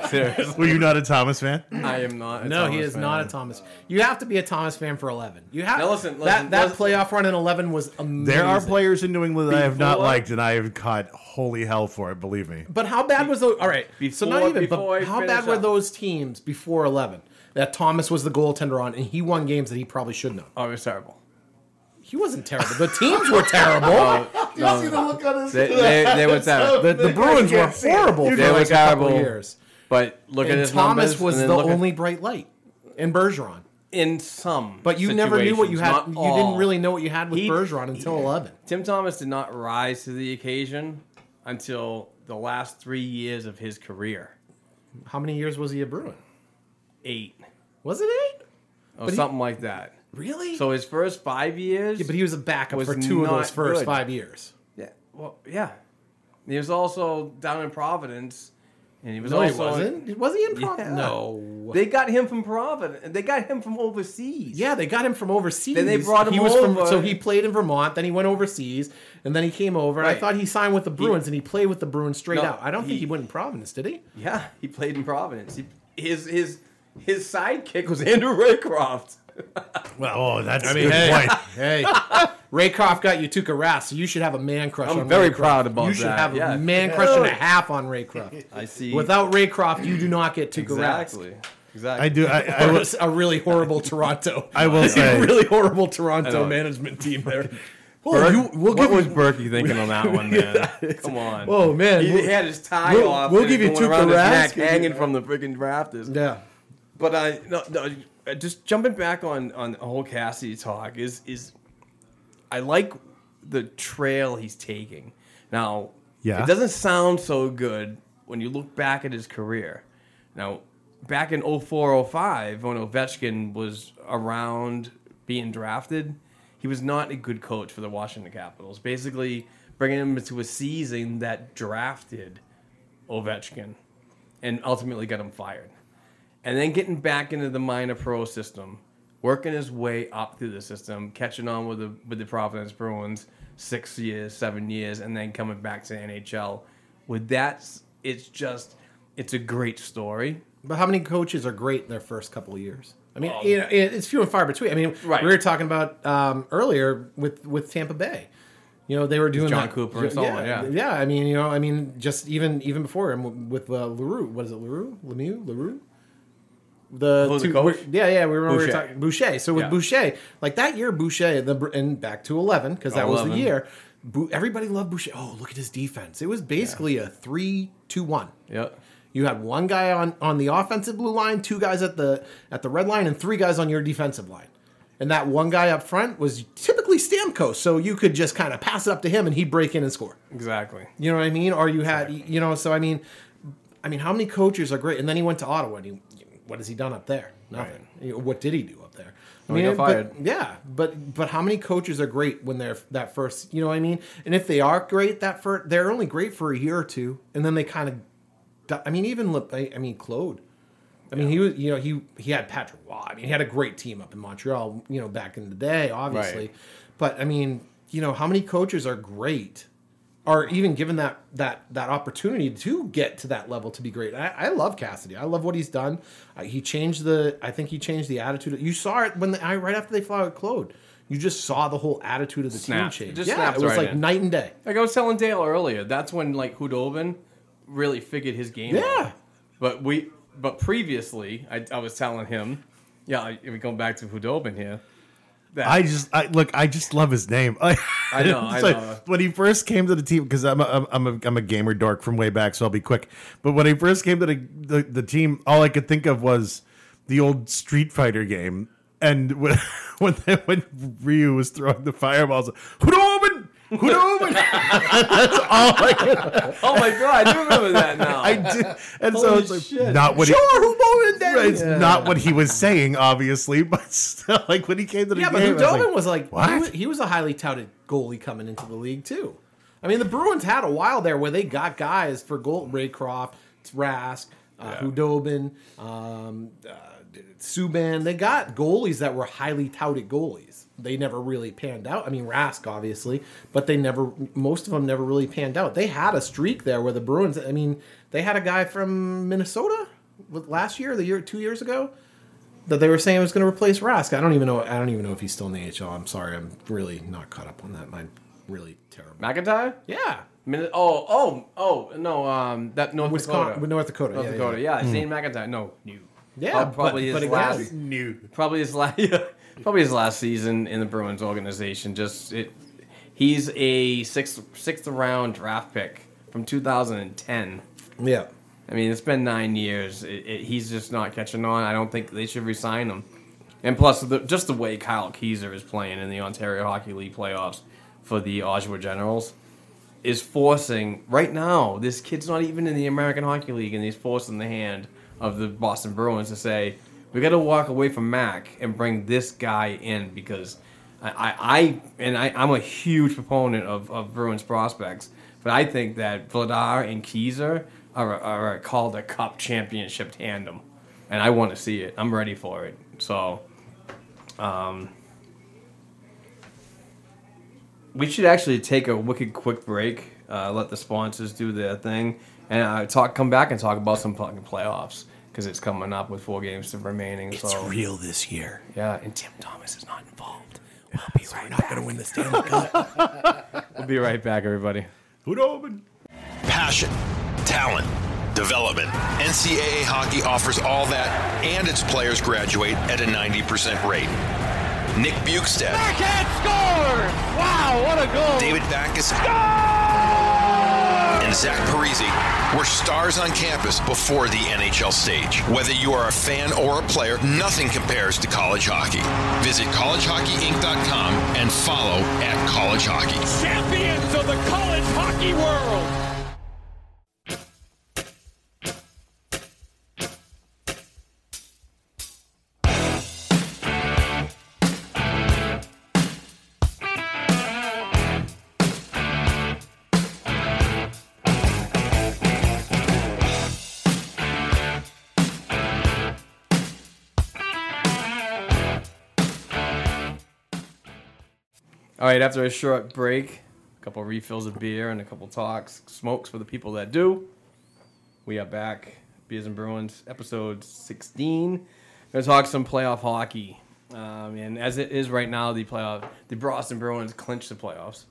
[SPEAKER 5] Seriously,
[SPEAKER 7] Were you not a Thomas fan?
[SPEAKER 5] I am not. A
[SPEAKER 9] No, he
[SPEAKER 5] Thomas
[SPEAKER 9] is not a
[SPEAKER 5] fan.
[SPEAKER 9] Thomas. You have to be a Thomas fan for eleven. You have
[SPEAKER 5] Now listen, listen,
[SPEAKER 9] that that
[SPEAKER 5] listen.
[SPEAKER 9] playoff run in eleven was amazing.
[SPEAKER 7] There are players in New England that I have not
[SPEAKER 5] Before-
[SPEAKER 7] liked, and I have caught holy hell for it. Believe me.
[SPEAKER 9] but how bad was those? All right, so not
[SPEAKER 5] Before-
[SPEAKER 9] even.
[SPEAKER 5] before I
[SPEAKER 9] But how
[SPEAKER 5] finish
[SPEAKER 9] bad were
[SPEAKER 5] up.
[SPEAKER 9] those teams before eleven? That Thomas was the goaltender on, and he won games that he probably shouldn't have.
[SPEAKER 5] Oh, it's terrible.
[SPEAKER 9] He wasn't terrible. The teams were terrible.
[SPEAKER 5] Oh,
[SPEAKER 6] Do you see the look on his
[SPEAKER 5] Um, They, they, they were terrible.
[SPEAKER 9] The, the Bruins were
[SPEAKER 6] can't see it.
[SPEAKER 9] horrible. For
[SPEAKER 5] They were
[SPEAKER 9] like a couple
[SPEAKER 5] terrible.
[SPEAKER 9] years.
[SPEAKER 5] But look at
[SPEAKER 9] And
[SPEAKER 5] his
[SPEAKER 9] Thomas
[SPEAKER 5] numbers,
[SPEAKER 9] was
[SPEAKER 5] and then
[SPEAKER 9] the
[SPEAKER 5] look at-
[SPEAKER 9] only bright light, and Bergeron.
[SPEAKER 5] in some.
[SPEAKER 9] But you never knew what you had.
[SPEAKER 5] situations,
[SPEAKER 9] You
[SPEAKER 5] not
[SPEAKER 9] didn't
[SPEAKER 5] all.
[SPEAKER 9] really know what you had with
[SPEAKER 5] He-
[SPEAKER 9] Bergeron until eleven.
[SPEAKER 5] Tim Thomas did not rise to the occasion until the last three years of his career.
[SPEAKER 9] How many years was he a Bruin?
[SPEAKER 5] Eight
[SPEAKER 9] Was it eight?
[SPEAKER 5] or
[SPEAKER 9] But he-
[SPEAKER 5] something like that.
[SPEAKER 9] Really?
[SPEAKER 5] So his first five years.
[SPEAKER 9] Yeah, but he was a backup
[SPEAKER 5] was
[SPEAKER 9] for two of
[SPEAKER 5] not
[SPEAKER 9] those first
[SPEAKER 5] good.
[SPEAKER 9] five years.
[SPEAKER 5] Yeah, well, yeah. He was also down in Providence, and he was
[SPEAKER 9] No, Oh, he
[SPEAKER 5] also.
[SPEAKER 9] wasn't. Was he in Providence?
[SPEAKER 5] Yeah.
[SPEAKER 9] No.
[SPEAKER 5] They got him from Providence. They got him from overseas.
[SPEAKER 9] yeah, they got him from overseas.
[SPEAKER 5] Then they brought him
[SPEAKER 9] he was From,
[SPEAKER 5] over.
[SPEAKER 9] so he played in Vermont. Then he went overseas, and then he came over. And I
[SPEAKER 5] Right.
[SPEAKER 9] thought he signed with the Bruins, and he played with the Bruins straight
[SPEAKER 5] No,
[SPEAKER 9] out. I don't think
[SPEAKER 5] he-
[SPEAKER 9] he went in Providence, did he?
[SPEAKER 5] yeah. He played in Providence. He, his his his sidekick was Andrew Raycroft.
[SPEAKER 7] Well, oh, that's a
[SPEAKER 9] mean,
[SPEAKER 7] good
[SPEAKER 9] hey.
[SPEAKER 7] point.
[SPEAKER 9] Hey, Raycroft got you Tuukka Rask, so you should have a man crush.
[SPEAKER 5] I'm
[SPEAKER 9] on
[SPEAKER 5] very
[SPEAKER 9] Raycroft.
[SPEAKER 5] proud about
[SPEAKER 9] You should
[SPEAKER 5] that,
[SPEAKER 9] have
[SPEAKER 5] yeah.
[SPEAKER 9] a man crush and a half on Raycroft.
[SPEAKER 5] I see.
[SPEAKER 9] Without Raycroft, you do not get Tuukka
[SPEAKER 5] exactly, exactly.
[SPEAKER 7] I do. I,
[SPEAKER 9] Rask.
[SPEAKER 7] I will.
[SPEAKER 9] Or a really horrible Toronto.
[SPEAKER 7] I will say.
[SPEAKER 9] really horrible Toronto
[SPEAKER 5] know.
[SPEAKER 9] management team there.
[SPEAKER 5] Bur-
[SPEAKER 9] Well, you, we'll
[SPEAKER 5] what
[SPEAKER 9] give
[SPEAKER 5] was
[SPEAKER 9] you,
[SPEAKER 5] Berkey thinking on that one, man? Come on.
[SPEAKER 9] oh man,
[SPEAKER 5] He
[SPEAKER 9] we'll-
[SPEAKER 5] had his tie
[SPEAKER 9] we'll-
[SPEAKER 5] off.
[SPEAKER 9] we'll
[SPEAKER 5] and
[SPEAKER 9] give you
[SPEAKER 5] going around
[SPEAKER 9] Tuukka
[SPEAKER 5] his
[SPEAKER 9] Rask
[SPEAKER 5] neck,
[SPEAKER 9] and-
[SPEAKER 5] hanging from the freaking rafters.
[SPEAKER 9] yeah.
[SPEAKER 5] But I no, no uh, just jumping back on on the whole Cassidy talk is is I like the trail he's taking. Now,
[SPEAKER 7] Yeah.
[SPEAKER 5] it doesn't sound so good when you look back at his career. Now, back in 0405 when Ovechkin was around being drafted, he was not a good coach for the Washington Capitals. Basically, bringing him into a season that drafted Ovechkin and ultimately got him fired and then getting back into the minor pro system, working his way up through the system, catching on with the with the Providence Bruins six years, seven years, and then coming back to the NHL. With that, s- it's just it's a great story.
[SPEAKER 9] But how many coaches are great in their first couple of years? I mean, you know, it- it's few and far between. I mean,
[SPEAKER 5] Um, Right.
[SPEAKER 9] we were talking about um, earlier with with Tampa Bay. You know, they were doing
[SPEAKER 5] John
[SPEAKER 9] that-
[SPEAKER 5] Cooper and so on, yeah.
[SPEAKER 9] yeah. I mean, you know, I mean, just even even before him with uh, Larue. What is it, Larue, Lemieux, Larue? The
[SPEAKER 5] Who's the
[SPEAKER 9] two-
[SPEAKER 5] coach?
[SPEAKER 9] we're- yeah, yeah, we remember we were
[SPEAKER 5] Boucher.
[SPEAKER 9] talking Boucher. So with
[SPEAKER 5] Yeah.
[SPEAKER 9] Boucher, like that year, Boucher, the Br- and back to eleven because that was the
[SPEAKER 5] 11.
[SPEAKER 9] year. Bou- everybody loved Boucher. Oh, look at his defense! It was basically a three-two-one.
[SPEAKER 5] Yep.
[SPEAKER 9] You had one guy on on the offensive blue line, two guys at the at the red line, and three guys on your defensive line. And that one guy up front was typically Stamkos, so you could just kind of pass it up to him and he'd break in and score.
[SPEAKER 5] Exactly.
[SPEAKER 9] You know what I mean? Or you had you know, so I mean I mean how many coaches are great? And then he went to Ottawa and he what has he done up there? Nothing. You know, What did he do up there? I
[SPEAKER 5] he got
[SPEAKER 9] but-
[SPEAKER 5] fired.
[SPEAKER 9] yeah, but but how many coaches are great when they're that first? You know what I mean? And if they are great that first, they're only great for a year or two, and then they kind of. di- I mean, even look. I, I mean, Claude. I mean, he was. You know, he he had Patrick Waugh. I mean, he had a great team up in Montreal. You know, back in the day, obviously.
[SPEAKER 5] Right.
[SPEAKER 9] But I mean, you know, how many coaches are great are even given that that that opportunity to get to that level to be great. I, I love Cassidy. I love what he's done. Uh, he changed the. I think he changed the attitude. You saw it when the, I right after they fought Claude. You just saw the whole attitude of the
[SPEAKER 5] Snapped.
[SPEAKER 9] team
[SPEAKER 5] It
[SPEAKER 9] change.
[SPEAKER 5] just
[SPEAKER 9] yeah,
[SPEAKER 5] snapped
[SPEAKER 9] it was
[SPEAKER 5] right
[SPEAKER 9] like
[SPEAKER 5] in.
[SPEAKER 9] night and day.
[SPEAKER 5] Like I was telling Dale earlier, that's when like Hudobin really figured his game. out.
[SPEAKER 9] Yeah.
[SPEAKER 5] But we, but previously, I, I was telling him, yeah, I, we go back to Hudobin here. That
[SPEAKER 7] I just I look. I just love his name. I,
[SPEAKER 5] I know, I
[SPEAKER 7] It's like,
[SPEAKER 5] know.
[SPEAKER 7] When he first came to the team, because I'm a, I'm I'm a, I'm a gamer dork from way back, so I'll be quick. But when he first came to the, the the team, all I could think of was the old Street Fighter game, and when when they, when Ryu was throwing the fireballs, Hudobin, Hudobin. That's all I could.
[SPEAKER 5] oh my god, I do remember that now.
[SPEAKER 7] I did, and so
[SPEAKER 5] Holy
[SPEAKER 7] it's like
[SPEAKER 5] shit.
[SPEAKER 7] not what he.
[SPEAKER 9] Hudobin
[SPEAKER 7] Right, It's not what he was saying, obviously, but still, like when he came to the
[SPEAKER 9] Yeah, but
[SPEAKER 7] game, I was like,
[SPEAKER 9] Hudobin was like,
[SPEAKER 7] "What?"
[SPEAKER 9] He, was, he was a highly touted goalie coming into the league too. I mean, the Bruins had a while there where they got guys for goal Raycroft, Rask, uh, Hudobin, um, uh, Subban. They got goalies that were highly touted goalies. They never really panned out. I mean, Rask obviously, but they never. Most of them never really panned out. They had a streak there where the Bruins. I mean, they had a guy from Minnesota with- last year, the year two years ago that they were saying was going to replace Rask. I don't even know. I don't even know if he's still in the AHL. I'm sorry. I'm really not caught up on that. I'm really terrible.
[SPEAKER 5] McIntyre.
[SPEAKER 9] Yeah,
[SPEAKER 5] Min- oh, oh, oh, no, um, that North
[SPEAKER 9] Wisconsin,
[SPEAKER 5] Dakota.
[SPEAKER 9] North Dakota.
[SPEAKER 5] North
[SPEAKER 9] yeah,
[SPEAKER 5] Dakota, yeah, Shane McIntyre. No, new.
[SPEAKER 9] Yeah,
[SPEAKER 5] Uh,
[SPEAKER 9] but-
[SPEAKER 5] probably
[SPEAKER 9] but
[SPEAKER 5] his
[SPEAKER 9] again-
[SPEAKER 5] last. New. Probably his last. Yeah, probably his last season in the Bruins organization. Just it. He's a sixth sixth round draft pick from 2010.
[SPEAKER 9] Yeah, yeah.
[SPEAKER 5] I mean, it's been nine years. It, it, he's just not catching on. I don't think they should resign him. And plus, the, just the way Kyle Keezer is playing in the Ontario Hockey League playoffs for the Oshawa Generals is forcing right now. This kid's not even in the American Hockey League, and he's forcing the hand of the Boston Bruins to say, "We got to walk away from Mac and bring this guy in because I, I, I and I, I'm a huge proponent of, of Bruins prospects, but I think that Vladar and Kieser are, are called a Cup championship tandem, and I want to see it. I'm ready for it. So." We should actually take a wicked quick break, uh, let the sponsors do their thing, and uh, talk. Come back and talk about some fucking playoffs because it's coming up with four games to remaining. It's so. real this year. Yeah, and Tim Thomas is not involved. We'll be right. We're not going to win the Stanley Cup. we'll be right back, everybody.
[SPEAKER 7] Hudobin.
[SPEAKER 10] passion, talent, development. NCAA hockey offers all that, and its players graduate at a 90% rate. Nick Bukestad. Backhand score! Wow, what a goal! David Backus. And Zach Parisi were stars on campus before the NHL stage. Whether you are a fan or a player, nothing compares to college hockey. Visit collegehockeyinc.com and follow at college hockey.
[SPEAKER 4] Champions of the college hockey world.
[SPEAKER 5] All right, after a short break, a couple refills of beer and a couple talks, smokes for the people that do. We are back, Beers and Bruins, episode 16. We're gonna talk some playoff hockey, um, and as it is right now, the playoff, the Boston Bruins clinched the playoffs,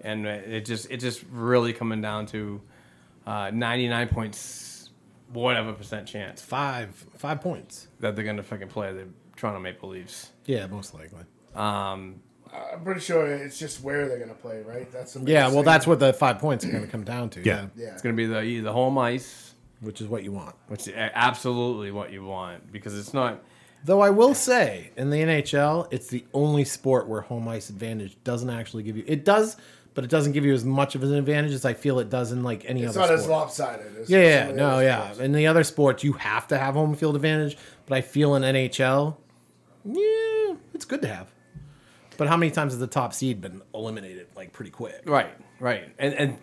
[SPEAKER 5] and it just it just really coming down to uh, 99 points, whatever percent chance
[SPEAKER 9] Five five points.
[SPEAKER 5] that they're gonna fucking play the Toronto Maple Leafs.
[SPEAKER 9] Yeah, most likely.
[SPEAKER 5] Um,
[SPEAKER 6] I'm pretty sure it's just where they're gonna play, right? That's the
[SPEAKER 9] Yeah, well,
[SPEAKER 6] biggest
[SPEAKER 9] that's what the five points are going to come down to.
[SPEAKER 7] Yeah.
[SPEAKER 6] thing. yeah.
[SPEAKER 5] It's gonna be the either home ice.
[SPEAKER 9] which is what you want.
[SPEAKER 5] which is a- absolutely what you want because it's not
[SPEAKER 9] Though I will say, in the NHL, it's the only sport where home ice advantage doesn't actually give you. It does, but it doesn't give you as much of an advantage as I feel it does in like any
[SPEAKER 6] it's
[SPEAKER 9] other.
[SPEAKER 6] not
[SPEAKER 9] sport.
[SPEAKER 6] as lopsided. As some
[SPEAKER 9] Yeah, yeah,
[SPEAKER 6] of the
[SPEAKER 9] no,
[SPEAKER 6] other
[SPEAKER 9] Oh, yeah.
[SPEAKER 6] sports.
[SPEAKER 9] In the other sports, you have to have home field advantage, but I feel in NHL, yeah, it's good to have. But how many times has the top seed been eliminated like pretty quick?
[SPEAKER 5] right, right, and and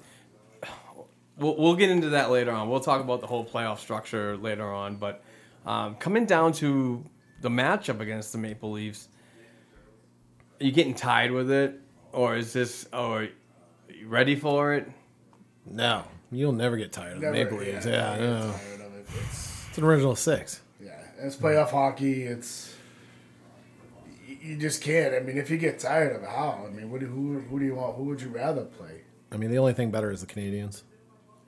[SPEAKER 5] we'll, we'll get into that later on. We'll talk about the whole playoff structure later on, but um, coming down to the matchup against the Maple Leafs, oh, are you getting tied with it, or is this or You ready for it?
[SPEAKER 9] No, you'll never get tired of the
[SPEAKER 6] Never,
[SPEAKER 9] Maple
[SPEAKER 6] yeah,
[SPEAKER 9] Leafs. Yeah, I
[SPEAKER 6] never
[SPEAKER 9] know.
[SPEAKER 6] get tired of it. It's,
[SPEAKER 9] It's an original six.
[SPEAKER 6] yeah, and it's playoff hockey. It's y- you just can't. I mean, if you get tired of it, how? I mean, what do, who who do you want? Who would you rather play?
[SPEAKER 9] I mean, the only thing better is the Canadians.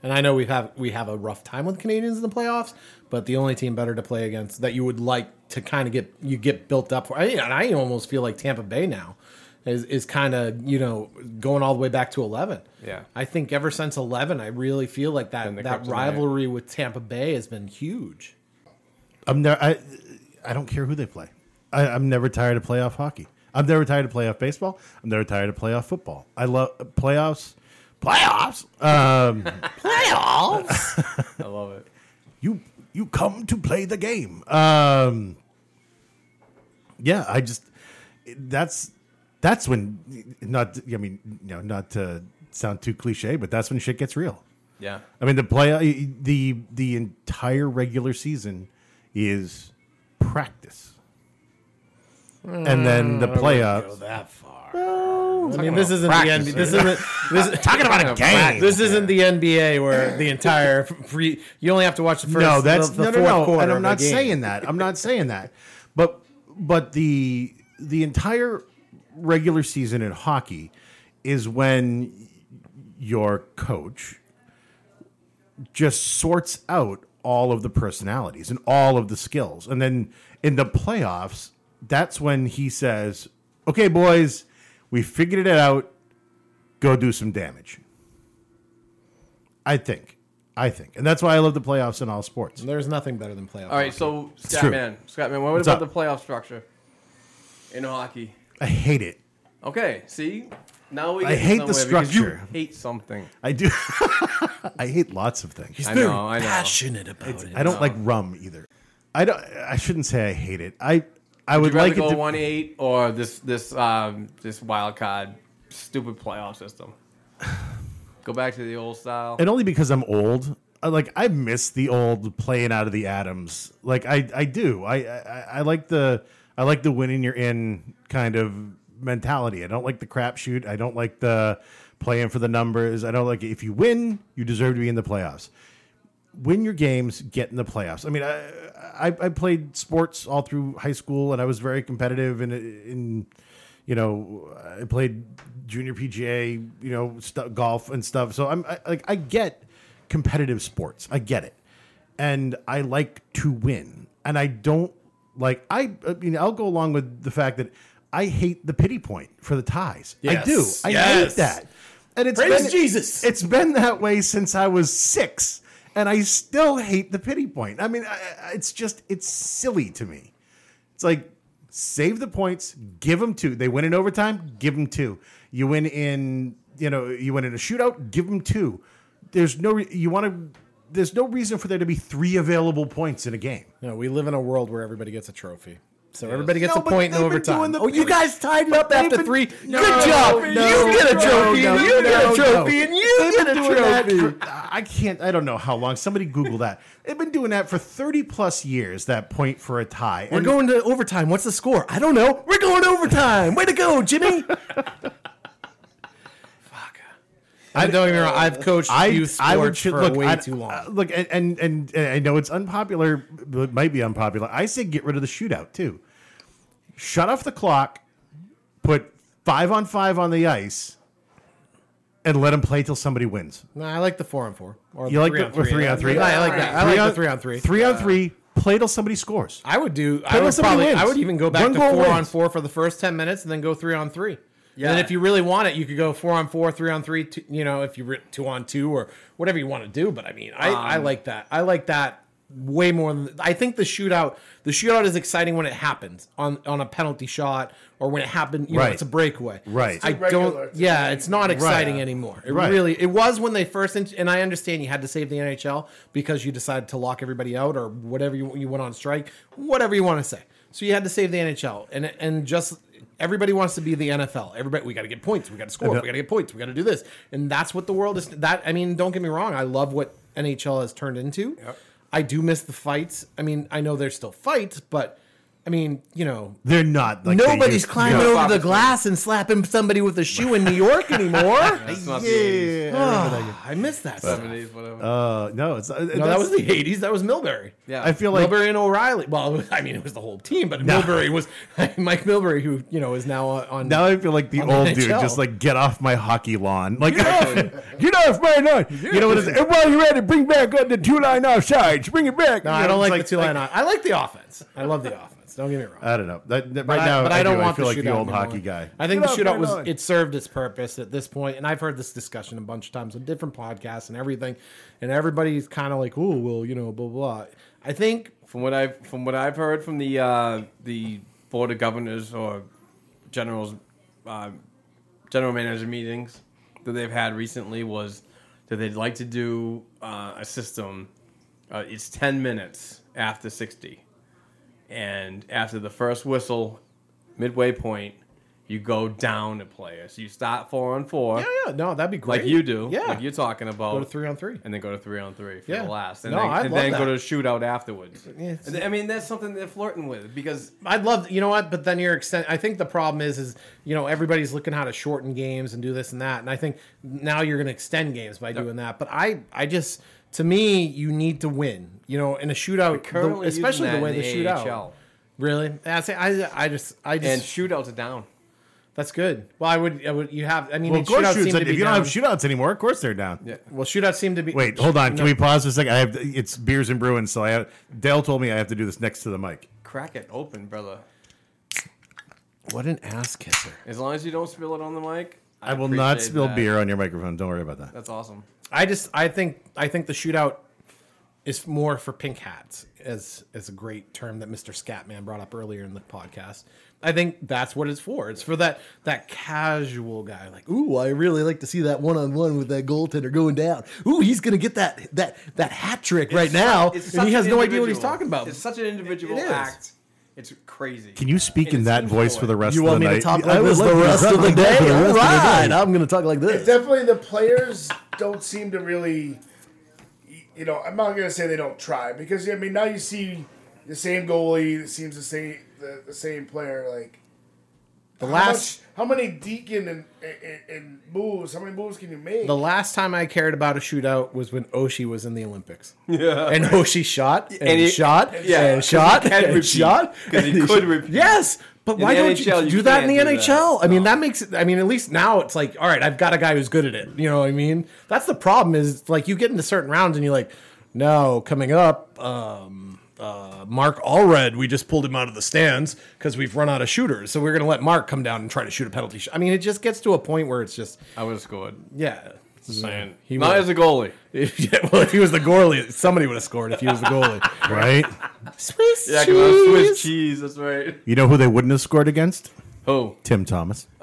[SPEAKER 9] And I know we have we have a rough time with Canadians in the playoffs, but the only team better to play against that you would like to kind of get you get built up for. I, and I almost feel like Tampa Bay now is is kind of you know going all the way back to eleven.
[SPEAKER 5] Yeah.
[SPEAKER 9] I think ever since eleven, I really feel like that
[SPEAKER 5] And the
[SPEAKER 9] that
[SPEAKER 5] kryptonite.
[SPEAKER 9] rivalry with Tampa Bay has been huge.
[SPEAKER 7] I'm ne- I, I don't care who they play. I, I'm never tired of playoff hockey. I'm never tired of playoff baseball. I'm never tired of playoff football. I love playoffs. Playoffs. Um, playoffs.
[SPEAKER 5] I love it.
[SPEAKER 7] You you come to play the game. Um, yeah, I just that's that's when not. I mean, you know, not to sound too cliche, but that's when shit gets real.
[SPEAKER 5] Yeah.
[SPEAKER 7] I mean, the play the the entire regular season is practice, and then the
[SPEAKER 9] Mm, Go
[SPEAKER 7] playoffs.
[SPEAKER 9] that far. I mean, this isn't
[SPEAKER 7] practice
[SPEAKER 9] the NBA. This isn't this,
[SPEAKER 7] Talking about a game.
[SPEAKER 9] This isn't the NBA where the entire free. You only have to watch the first.
[SPEAKER 7] no, that's
[SPEAKER 9] the, the
[SPEAKER 7] no,
[SPEAKER 9] fourth
[SPEAKER 7] no, no.
[SPEAKER 9] quarter
[SPEAKER 7] And
[SPEAKER 9] of
[SPEAKER 7] I'm
[SPEAKER 9] a
[SPEAKER 7] not
[SPEAKER 9] game.
[SPEAKER 7] saying that. I'm not saying that. But but the the entire regular season in hockey is when your coach just sorts out all of the personalities and all of the skills. And then in the playoffs, that's when he says, "Okay, boys, we figured it out. Go do some damage." I think. I think. And that's why I love the playoffs in all sports.
[SPEAKER 9] There's nothing better than playoff.
[SPEAKER 5] All right, so
[SPEAKER 7] true.
[SPEAKER 5] Scatman, Scatman, what
[SPEAKER 7] What's
[SPEAKER 5] about
[SPEAKER 7] up?
[SPEAKER 5] the playoff structure in hockey?
[SPEAKER 7] I hate it.
[SPEAKER 5] Okay, see, now we
[SPEAKER 7] I
[SPEAKER 5] get
[SPEAKER 7] hate the
[SPEAKER 5] somewhere because you
[SPEAKER 7] structure.
[SPEAKER 5] hate something.
[SPEAKER 7] I do. I hate lots of things.
[SPEAKER 5] I know, I know.
[SPEAKER 9] passionate about it.
[SPEAKER 7] I don't like rum either. I don't. I shouldn't say I hate it. I I would,
[SPEAKER 5] Would you rather
[SPEAKER 7] like it
[SPEAKER 5] go
[SPEAKER 7] to.
[SPEAKER 5] one eight or this this um, this wild card stupid playoff system? go back to the old style.
[SPEAKER 7] and only because I'm old. I- Like I miss the old playing out of the atoms. Like I I do. I I, I like the I like the winning you're in kind of mentality. I don't like the crapshoot. I don't like the playing for the numbers. I don't like it. if you win, you deserve to be in the playoffs. Win your games, get in the playoffs. I mean, I I, I played sports all through high school, and I was very competitive and in you know, I played junior PGA, you know, stu golf and stuff. So I'm I, like, I get competitive sports. I get it, and I like to win. And I don't like I. I mean, I'll go along with the fact that I hate the pity point for the ties. I do.
[SPEAKER 9] Yes.
[SPEAKER 7] I
[SPEAKER 9] Yes.
[SPEAKER 7] hate that. And it's
[SPEAKER 9] Praise
[SPEAKER 7] been,
[SPEAKER 9] Jesus.
[SPEAKER 7] It's been that way since I was six, and I still hate the pity point. I mean, I, I- it's just it's silly to me. It's like save the points, give them two. They win in overtime, give them two. You win in you know you win in a shootout, give them two. There's no re- you want to. There's no reason for there to be three available points in a game.
[SPEAKER 9] No, we live in a world where everybody gets a trophy. So everybody gets
[SPEAKER 7] No,
[SPEAKER 9] a
[SPEAKER 7] but
[SPEAKER 9] point in
[SPEAKER 7] they've been
[SPEAKER 9] overtime.
[SPEAKER 7] doing the-
[SPEAKER 9] oh, you guys tied it up
[SPEAKER 7] they've
[SPEAKER 9] after
[SPEAKER 7] been-
[SPEAKER 9] three.
[SPEAKER 7] No,
[SPEAKER 9] Good job.
[SPEAKER 7] no,
[SPEAKER 9] you get a
[SPEAKER 7] no,
[SPEAKER 9] trophy.
[SPEAKER 7] no,
[SPEAKER 9] and you get
[SPEAKER 7] no,
[SPEAKER 9] a trophy.
[SPEAKER 7] no.
[SPEAKER 9] And you
[SPEAKER 7] They've
[SPEAKER 9] get
[SPEAKER 7] been
[SPEAKER 9] a
[SPEAKER 7] doing that
[SPEAKER 9] trophy.
[SPEAKER 7] for- I can't. I don't know how long. Somebody Google that. They've been doing that for thirty plus years. That point for a tie.
[SPEAKER 9] We're going to overtime. What's the score? I don't know. We're going to overtime. Way to go, Jimmy. Fuck. I don't even. I've coached youth sports for
[SPEAKER 7] look,
[SPEAKER 9] way
[SPEAKER 7] I-
[SPEAKER 9] too long.
[SPEAKER 7] I- look, and, and and and I know it's unpopular, but it might be unpopular. I say get rid of the shootout too. Shut off the clock, put five on five on the ice, and let them play till somebody wins.
[SPEAKER 9] no, I like the four on four. Or
[SPEAKER 7] You like the or three on three?
[SPEAKER 9] Yeah, I like that. I like the three on three.
[SPEAKER 7] Three on three. Play till somebody scores.
[SPEAKER 9] I would do. I
[SPEAKER 7] Tell
[SPEAKER 9] would
[SPEAKER 7] us somebody
[SPEAKER 9] probably.
[SPEAKER 7] wins.
[SPEAKER 9] I would even go back
[SPEAKER 7] One
[SPEAKER 9] to
[SPEAKER 7] goal
[SPEAKER 9] four
[SPEAKER 7] wins.
[SPEAKER 9] on four for the first ten minutes, and then go three on three. Yeah. And then
[SPEAKER 5] Yeah.
[SPEAKER 9] if you really want it, you could go four on four, three on three. Two, you know, if you re- two on two or whatever you want to do. But I mean, I, I
[SPEAKER 7] Um,
[SPEAKER 9] like that. I like that way more than I think the shootout. The shootout is exciting when it happens on on a penalty shot or when it happened. You know,
[SPEAKER 7] Right.
[SPEAKER 9] it's a breakaway.
[SPEAKER 7] Right. It's
[SPEAKER 9] I
[SPEAKER 7] too
[SPEAKER 6] regular.
[SPEAKER 9] don't.
[SPEAKER 6] It's
[SPEAKER 9] Yeah, it's not exciting anymore. It
[SPEAKER 7] Right.
[SPEAKER 9] really. It was when they first. int- and I understand you had to save the NHL because you decided to lock everybody out or whatever you you went on strike, whatever you want to say. So you had to save the NHL, and and just everybody wants to be the NFL. Everybody, we got to get points. We got to score. We got to get points. We got to do this, and that's what the world is. That I mean, don't get me wrong. I love what NHL has turned into. I do miss the fights. I mean, I know there's still fights, but I mean, you know,
[SPEAKER 7] They're not like they
[SPEAKER 8] Nobody's
[SPEAKER 7] used to be.
[SPEAKER 8] climbing
[SPEAKER 5] Yeah.
[SPEAKER 8] over the
[SPEAKER 5] Opportunity.
[SPEAKER 8] glass and slapping somebody with a shoe in New York anymore.
[SPEAKER 5] That's not the 80s.
[SPEAKER 8] yeah, I, miss that. stuff.
[SPEAKER 5] 70s, whatever.
[SPEAKER 7] Uh, no, it's uh,
[SPEAKER 9] no, that was the '80s. That was Milbury.
[SPEAKER 5] yeah.
[SPEAKER 7] I feel like
[SPEAKER 9] Milbury and O'Reilly. Well, I mean, it was the whole team, but
[SPEAKER 7] No.
[SPEAKER 9] Milbury was Mike Milbury, who you know is now on.
[SPEAKER 7] now I feel like the
[SPEAKER 9] On the
[SPEAKER 7] old dude,
[SPEAKER 9] NHL.
[SPEAKER 7] just like get off my hockey lawn, like get off, get off my lawn. You know what it is? And while you're at it, bring back uh, the two line offsides. Bring it back.
[SPEAKER 9] no,
[SPEAKER 7] You
[SPEAKER 9] I
[SPEAKER 7] know,
[SPEAKER 9] don't
[SPEAKER 7] it's
[SPEAKER 9] like, the two line. I like the offense. I love the offense. Don't get me wrong.
[SPEAKER 7] I don't know. That, that,
[SPEAKER 9] But,
[SPEAKER 7] right
[SPEAKER 9] I,
[SPEAKER 7] now,
[SPEAKER 9] but I, don't
[SPEAKER 7] do.
[SPEAKER 9] want
[SPEAKER 7] I feel
[SPEAKER 9] the
[SPEAKER 7] like
[SPEAKER 9] shootout
[SPEAKER 7] the old
[SPEAKER 9] anymore.
[SPEAKER 7] hockey guy.
[SPEAKER 9] I think
[SPEAKER 7] Get
[SPEAKER 9] the
[SPEAKER 7] off my
[SPEAKER 9] shootout was
[SPEAKER 7] lawn.
[SPEAKER 9] it served its purpose at this point, and I've heard this discussion a bunch of times on different podcasts and everything, and everybody's kind of like, "Oh, well, you know, blah blah." I think
[SPEAKER 5] from what I've from what I've heard from the uh, the board of governors or generals, uh, general manager meetings that they've had recently was that they'd like to do uh, a system. Uh, it's ten minutes after sixty, and after the first whistle, midway point, you go down a player. So you start four on four,
[SPEAKER 9] yeah, yeah, no, that'd be great.
[SPEAKER 5] like you do,
[SPEAKER 9] yeah.
[SPEAKER 5] like you're talking about
[SPEAKER 9] Go to three on three.
[SPEAKER 5] and then go to three on three for
[SPEAKER 9] Yeah.
[SPEAKER 5] the last, and
[SPEAKER 9] No,
[SPEAKER 5] then,
[SPEAKER 9] I
[SPEAKER 5] and
[SPEAKER 9] love
[SPEAKER 5] then go
[SPEAKER 9] that.
[SPEAKER 5] to a shootout afterwards.
[SPEAKER 9] it's-
[SPEAKER 5] And I mean, that's something they're flirting with because
[SPEAKER 9] I'd love, you know what? But then your extent, I think the problem is, is you know everybody's looking how to shorten games and do this and that, and I think now you're going to extend games by doing that. But I, I just, to me, you need to win, you know, in a shootout,
[SPEAKER 5] currently
[SPEAKER 9] the,
[SPEAKER 5] using
[SPEAKER 9] especially the
[SPEAKER 5] that
[SPEAKER 9] way
[SPEAKER 5] in
[SPEAKER 9] the,
[SPEAKER 5] the
[SPEAKER 9] shootout.
[SPEAKER 5] AHL.
[SPEAKER 9] Really, I, say, I, I just, I
[SPEAKER 5] and
[SPEAKER 9] just,
[SPEAKER 5] shootouts are down.
[SPEAKER 9] that's good. Well, I would, I would, you have, I mean,
[SPEAKER 7] Well,
[SPEAKER 9] and
[SPEAKER 7] of course,
[SPEAKER 9] shootouts
[SPEAKER 7] shoots.
[SPEAKER 9] seem to
[SPEAKER 7] If
[SPEAKER 9] be
[SPEAKER 7] you don't
[SPEAKER 9] down-
[SPEAKER 7] have shootouts anymore, of course they're down.
[SPEAKER 5] Yeah.
[SPEAKER 9] well, shootouts seem to be.
[SPEAKER 7] Wait, hold on. Can
[SPEAKER 9] No.
[SPEAKER 7] we pause for a second? I have it's beers and Bruins, so I have. Dale told me I have to do this next to the mic.
[SPEAKER 5] Crack it open, brother.
[SPEAKER 9] What an ass kisser!
[SPEAKER 5] As long as you don't spill it on the mic,
[SPEAKER 7] I, will not
[SPEAKER 5] appreciate
[SPEAKER 7] spill
[SPEAKER 5] that.
[SPEAKER 7] beer on your microphone. Don't worry about that.
[SPEAKER 5] That's awesome.
[SPEAKER 9] I just I think I think the shootout is more for pink hats as as a great term that Mr. Scatman brought up earlier in the podcast. I think that's what it's for. It's for that that casual guy like, "Ooh, I really like to see that one-on-one with that goaltender going down. Ooh, he's going to get that that that hat trick right
[SPEAKER 5] It's
[SPEAKER 9] now."
[SPEAKER 5] such- it's
[SPEAKER 9] Oh, and
[SPEAKER 5] such
[SPEAKER 9] he has
[SPEAKER 5] an
[SPEAKER 9] no idea what he's
[SPEAKER 5] individual.
[SPEAKER 9] talking about.
[SPEAKER 5] It's such an individual
[SPEAKER 9] It is.
[SPEAKER 5] act. It's crazy.
[SPEAKER 7] Can you speak
[SPEAKER 5] And
[SPEAKER 7] in
[SPEAKER 5] it's
[SPEAKER 7] that voice
[SPEAKER 5] enjoy.
[SPEAKER 7] for the rest
[SPEAKER 8] You
[SPEAKER 7] of the
[SPEAKER 8] want me
[SPEAKER 7] night?
[SPEAKER 8] to talk
[SPEAKER 7] I
[SPEAKER 8] like
[SPEAKER 7] would
[SPEAKER 8] this
[SPEAKER 7] love
[SPEAKER 8] the
[SPEAKER 7] you to
[SPEAKER 8] rest
[SPEAKER 7] talk
[SPEAKER 8] of the
[SPEAKER 7] like that
[SPEAKER 8] day?
[SPEAKER 7] for the
[SPEAKER 8] All
[SPEAKER 7] rest of the
[SPEAKER 8] right,
[SPEAKER 7] day.
[SPEAKER 8] I'm going to talk like
[SPEAKER 6] It's
[SPEAKER 8] this.
[SPEAKER 6] definitely the players don't seem to really, you know, I'm not gonna say they don't try because I mean now you see the same goalie that seems the same the, the same player like
[SPEAKER 9] the
[SPEAKER 6] how much-
[SPEAKER 9] last
[SPEAKER 6] how many deacon and, and and moves how many moves can you make
[SPEAKER 9] the last time I cared about a shootout was when Oshi was in the Olympics. Yeah. And Oshi shot and,
[SPEAKER 5] And he-
[SPEAKER 9] shot
[SPEAKER 5] yeah,
[SPEAKER 9] and
[SPEAKER 5] 'cause
[SPEAKER 9] shot
[SPEAKER 5] he can
[SPEAKER 9] and
[SPEAKER 5] repeat.
[SPEAKER 9] shot
[SPEAKER 5] 'Cause he
[SPEAKER 9] and
[SPEAKER 5] could
[SPEAKER 9] shot.
[SPEAKER 5] repeat.
[SPEAKER 9] Yes, but
[SPEAKER 5] the
[SPEAKER 9] why don't you,
[SPEAKER 5] NHL, you
[SPEAKER 9] do that in the
[SPEAKER 5] can't do that.
[SPEAKER 9] NHL? I mean, that makes it. I mean, at least now it's like, all right, I've got a guy who's good at it. You know what I mean? That's the problem. Is it's like you get into certain rounds and you're like, no, coming up. um uh, Mark Allred, we just pulled him out of the stands because we've run out of shooters. So we're going to let Mark come down and try to shoot a penalty shot. I mean, it just gets to a point where it's just,
[SPEAKER 5] I would have scored.
[SPEAKER 9] yeah.
[SPEAKER 5] Man,
[SPEAKER 9] He
[SPEAKER 5] not
[SPEAKER 9] would.
[SPEAKER 5] as a goalie.
[SPEAKER 9] yeah, well, if he was the goalie, somebody would have scored if he was the goalie.
[SPEAKER 7] Right?
[SPEAKER 9] Swiss
[SPEAKER 5] Yeah, because I was Swiss cheese. That's right.
[SPEAKER 7] You know who they wouldn't have scored against?
[SPEAKER 5] Oh,
[SPEAKER 7] Tim Thomas.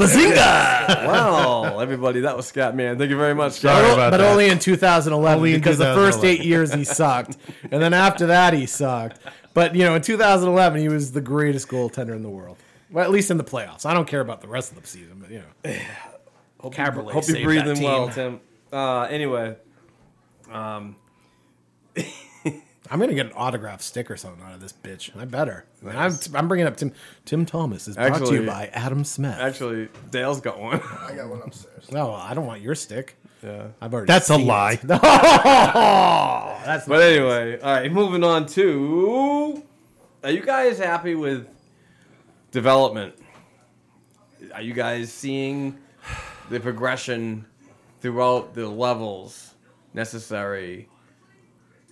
[SPEAKER 9] Bazinga!
[SPEAKER 5] wow, everybody, that was Scott, man. Thank you very much,
[SPEAKER 7] Sorry
[SPEAKER 5] Scott.
[SPEAKER 7] about
[SPEAKER 9] but
[SPEAKER 7] that.
[SPEAKER 9] only in 2011
[SPEAKER 7] Only in
[SPEAKER 9] because the first
[SPEAKER 7] 2011.
[SPEAKER 9] eight years he sucked, and then after that he sucked. But you know, in 2011 he was the greatest goaltender in the world. Well, at least in the playoffs. I don't care about the rest of the season, but you know, hope Cabernet
[SPEAKER 5] Hope
[SPEAKER 9] saved
[SPEAKER 5] you're
[SPEAKER 9] that
[SPEAKER 5] breathing
[SPEAKER 9] team.
[SPEAKER 5] well, Tim. Uh, anyway,
[SPEAKER 9] I'm gonna get an autograph stick or something out of this bitch. I better. I'm, I'm bringing up Tim. Tim Thomas is brought to
[SPEAKER 5] Actually-
[SPEAKER 9] you by Adam Smith.
[SPEAKER 5] actually, Dale's got one.
[SPEAKER 6] I got one upstairs
[SPEAKER 9] No, I don't want your stick.
[SPEAKER 5] yeah.
[SPEAKER 9] I've already.
[SPEAKER 7] That's a
[SPEAKER 9] seen it.
[SPEAKER 7] lie.
[SPEAKER 9] That's
[SPEAKER 5] But anyway, all right, moving on to. Are you guys happy with development? Are you guys seeing the progression throughout the levels necessary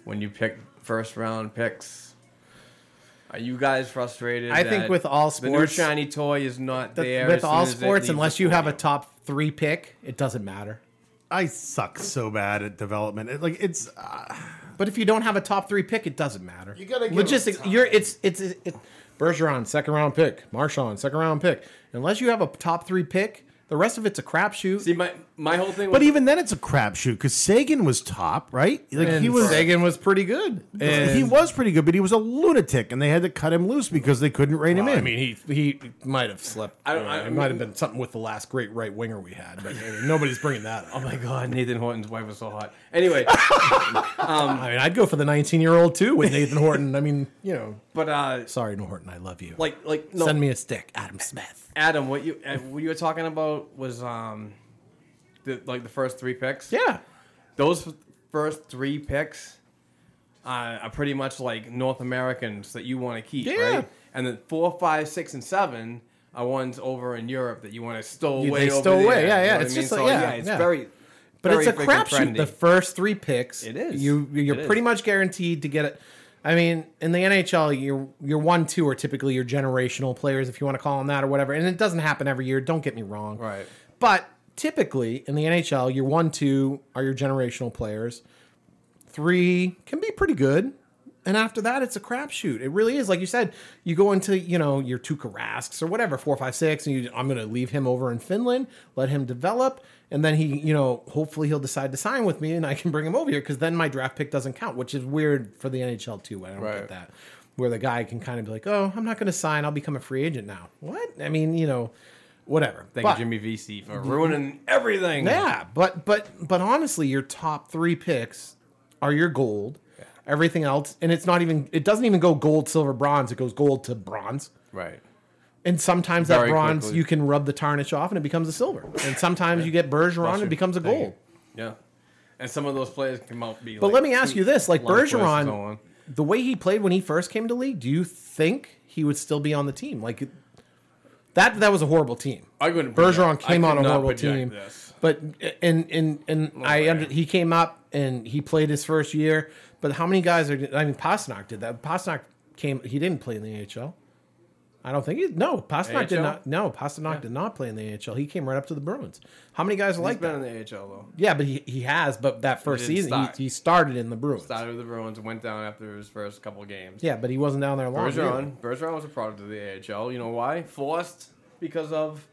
[SPEAKER 5] when you pick first round picks? Are you guys frustrated?
[SPEAKER 9] I think
[SPEAKER 5] that
[SPEAKER 9] with all
[SPEAKER 5] the new
[SPEAKER 9] sports-
[SPEAKER 5] shiny toy is not
[SPEAKER 9] Th-
[SPEAKER 5] there. as
[SPEAKER 9] with
[SPEAKER 5] soon
[SPEAKER 9] all
[SPEAKER 5] as it
[SPEAKER 9] sports,
[SPEAKER 5] leaves
[SPEAKER 9] unless
[SPEAKER 5] the
[SPEAKER 9] you have a
[SPEAKER 5] podium?
[SPEAKER 9] top three pick, it doesn't matter.
[SPEAKER 7] I suck so bad at development. It- like it's
[SPEAKER 9] But if you don't have a top three pick, it doesn't matter. You
[SPEAKER 6] gotta give
[SPEAKER 9] logistics.
[SPEAKER 6] them time.
[SPEAKER 9] You're it's it's it, Bergeron second round pick, Marshawn second round pick. Unless you have a top three pick, The rest of it's a crapshoot.
[SPEAKER 5] See, my my whole thing.
[SPEAKER 7] But
[SPEAKER 5] was-
[SPEAKER 7] even then, it's a crapshoot because Sagan was top, right? Like
[SPEAKER 9] and
[SPEAKER 7] he was.
[SPEAKER 9] Sagan was pretty good. And
[SPEAKER 7] he was pretty good, but he was a lunatic, and they had to cut him loose because they couldn't rein him in.
[SPEAKER 9] I mean, he he might have slept.
[SPEAKER 5] I-
[SPEAKER 9] I,
[SPEAKER 5] I-
[SPEAKER 9] it might have been something with the last great right winger we had, but I mean, nobody's bringing that
[SPEAKER 5] oh
[SPEAKER 9] up.
[SPEAKER 5] my god, Nathan Horton's wife was so hot. Anyway,
[SPEAKER 9] I mean, I'd go for the 19 year old too with Nathan Horton. I mean, you know,
[SPEAKER 5] but uh,
[SPEAKER 9] sorry, Nathan Horton, I love you.
[SPEAKER 5] like like no,
[SPEAKER 9] send me a stick, Adam Smith.
[SPEAKER 5] Adam, what you uh, what you were talking about was um, the like the first three picks.
[SPEAKER 9] Yeah,
[SPEAKER 5] those f- first three picks uh, are pretty much like North Americans that you want to keep,
[SPEAKER 9] Yeah.
[SPEAKER 5] right? And then four, five, six, and seven are ones over in Europe that you want to stow
[SPEAKER 9] You-
[SPEAKER 5] away.
[SPEAKER 9] they
[SPEAKER 5] over
[SPEAKER 9] stow
[SPEAKER 5] there,
[SPEAKER 9] away,
[SPEAKER 5] you
[SPEAKER 9] yeah,
[SPEAKER 5] know
[SPEAKER 9] yeah.
[SPEAKER 5] what I
[SPEAKER 9] It's
[SPEAKER 5] mean?
[SPEAKER 9] just like- yeah,
[SPEAKER 5] it's
[SPEAKER 9] yeah.
[SPEAKER 5] very,
[SPEAKER 9] but it's a
[SPEAKER 5] very freaking
[SPEAKER 9] crapshoot.
[SPEAKER 5] trendy.
[SPEAKER 9] The first three picks,
[SPEAKER 5] It is.
[SPEAKER 9] You you're
[SPEAKER 5] It is.
[SPEAKER 9] pretty much guaranteed to get it. I mean, in the NHL, your your one two are typically your generational players, if you want to call them that or whatever. And it doesn't happen every year. Don't get me wrong.
[SPEAKER 5] Right.
[SPEAKER 9] But typically in the NHL, your one two are your generational players. Three can be pretty good. And after that, it's a crapshoot. It really is. Like you said, you go into, you know, your Tuka Rasks or whatever, four, five, six, and you, I'm going to leave him over in Finland, let him develop. And then he, you know, hopefully he'll decide to sign with me and I can bring him over here because then my draft pick doesn't count, which is weird for the NHL too. I don't
[SPEAKER 5] Right.
[SPEAKER 9] get that. Where the guy can kind of be like, oh, I'm not going to sign. I'll become a free agent now. What? I mean, you know, whatever.
[SPEAKER 5] Thank
[SPEAKER 9] But-
[SPEAKER 5] you, Jimmy VC, for ruining everything.
[SPEAKER 9] yeah, but but but honestly, your top three picks are your gold. Everything else, and it's not even. It doesn't even go gold, silver, bronze. It goes gold to bronze,
[SPEAKER 5] Right.
[SPEAKER 9] and sometimes
[SPEAKER 5] Very
[SPEAKER 9] that bronze
[SPEAKER 5] quickly.
[SPEAKER 9] you can rub the tarnish off, and it becomes a silver. And sometimes you get Bergeron, and
[SPEAKER 5] you.
[SPEAKER 9] it becomes a
[SPEAKER 5] Thank you.
[SPEAKER 9] gold.
[SPEAKER 5] Yeah. And some of those players come out be.
[SPEAKER 9] But let me ask you this: like
[SPEAKER 5] Bergeron,
[SPEAKER 9] Bergeron, the way he played when he first came to league, do you think he would still be on the team? Like it- that—that was a horrible team.
[SPEAKER 5] I couldn't project-
[SPEAKER 9] Bergeron came
[SPEAKER 5] I
[SPEAKER 9] on
[SPEAKER 5] could
[SPEAKER 9] a
[SPEAKER 5] not
[SPEAKER 9] horrible
[SPEAKER 5] project
[SPEAKER 9] team,
[SPEAKER 5] this.
[SPEAKER 9] but and and and I under, he came up and he played his first year. But how many guys are? I mean, Pasternak did that. Pasternak came. He didn't play in the AHL. I don't think he. No, Pasternak did
[SPEAKER 5] AHL?
[SPEAKER 9] not. No, Pasternak did not play in the AHL. He came right up to the Bruins. How many guys are
[SPEAKER 5] He's
[SPEAKER 9] like that?
[SPEAKER 5] been in the AHL though.
[SPEAKER 9] Yeah, but he, he has. But that first
[SPEAKER 5] didn't
[SPEAKER 9] season,
[SPEAKER 5] start.
[SPEAKER 9] he, he started in the Bruins.
[SPEAKER 5] Started with the Bruins and went down after his first couple of games.
[SPEAKER 9] Yeah, but he wasn't down
[SPEAKER 5] Oh,
[SPEAKER 9] there long. either.
[SPEAKER 5] Bergeron. Bergeron was a product of the AHL. You know why? Forced because of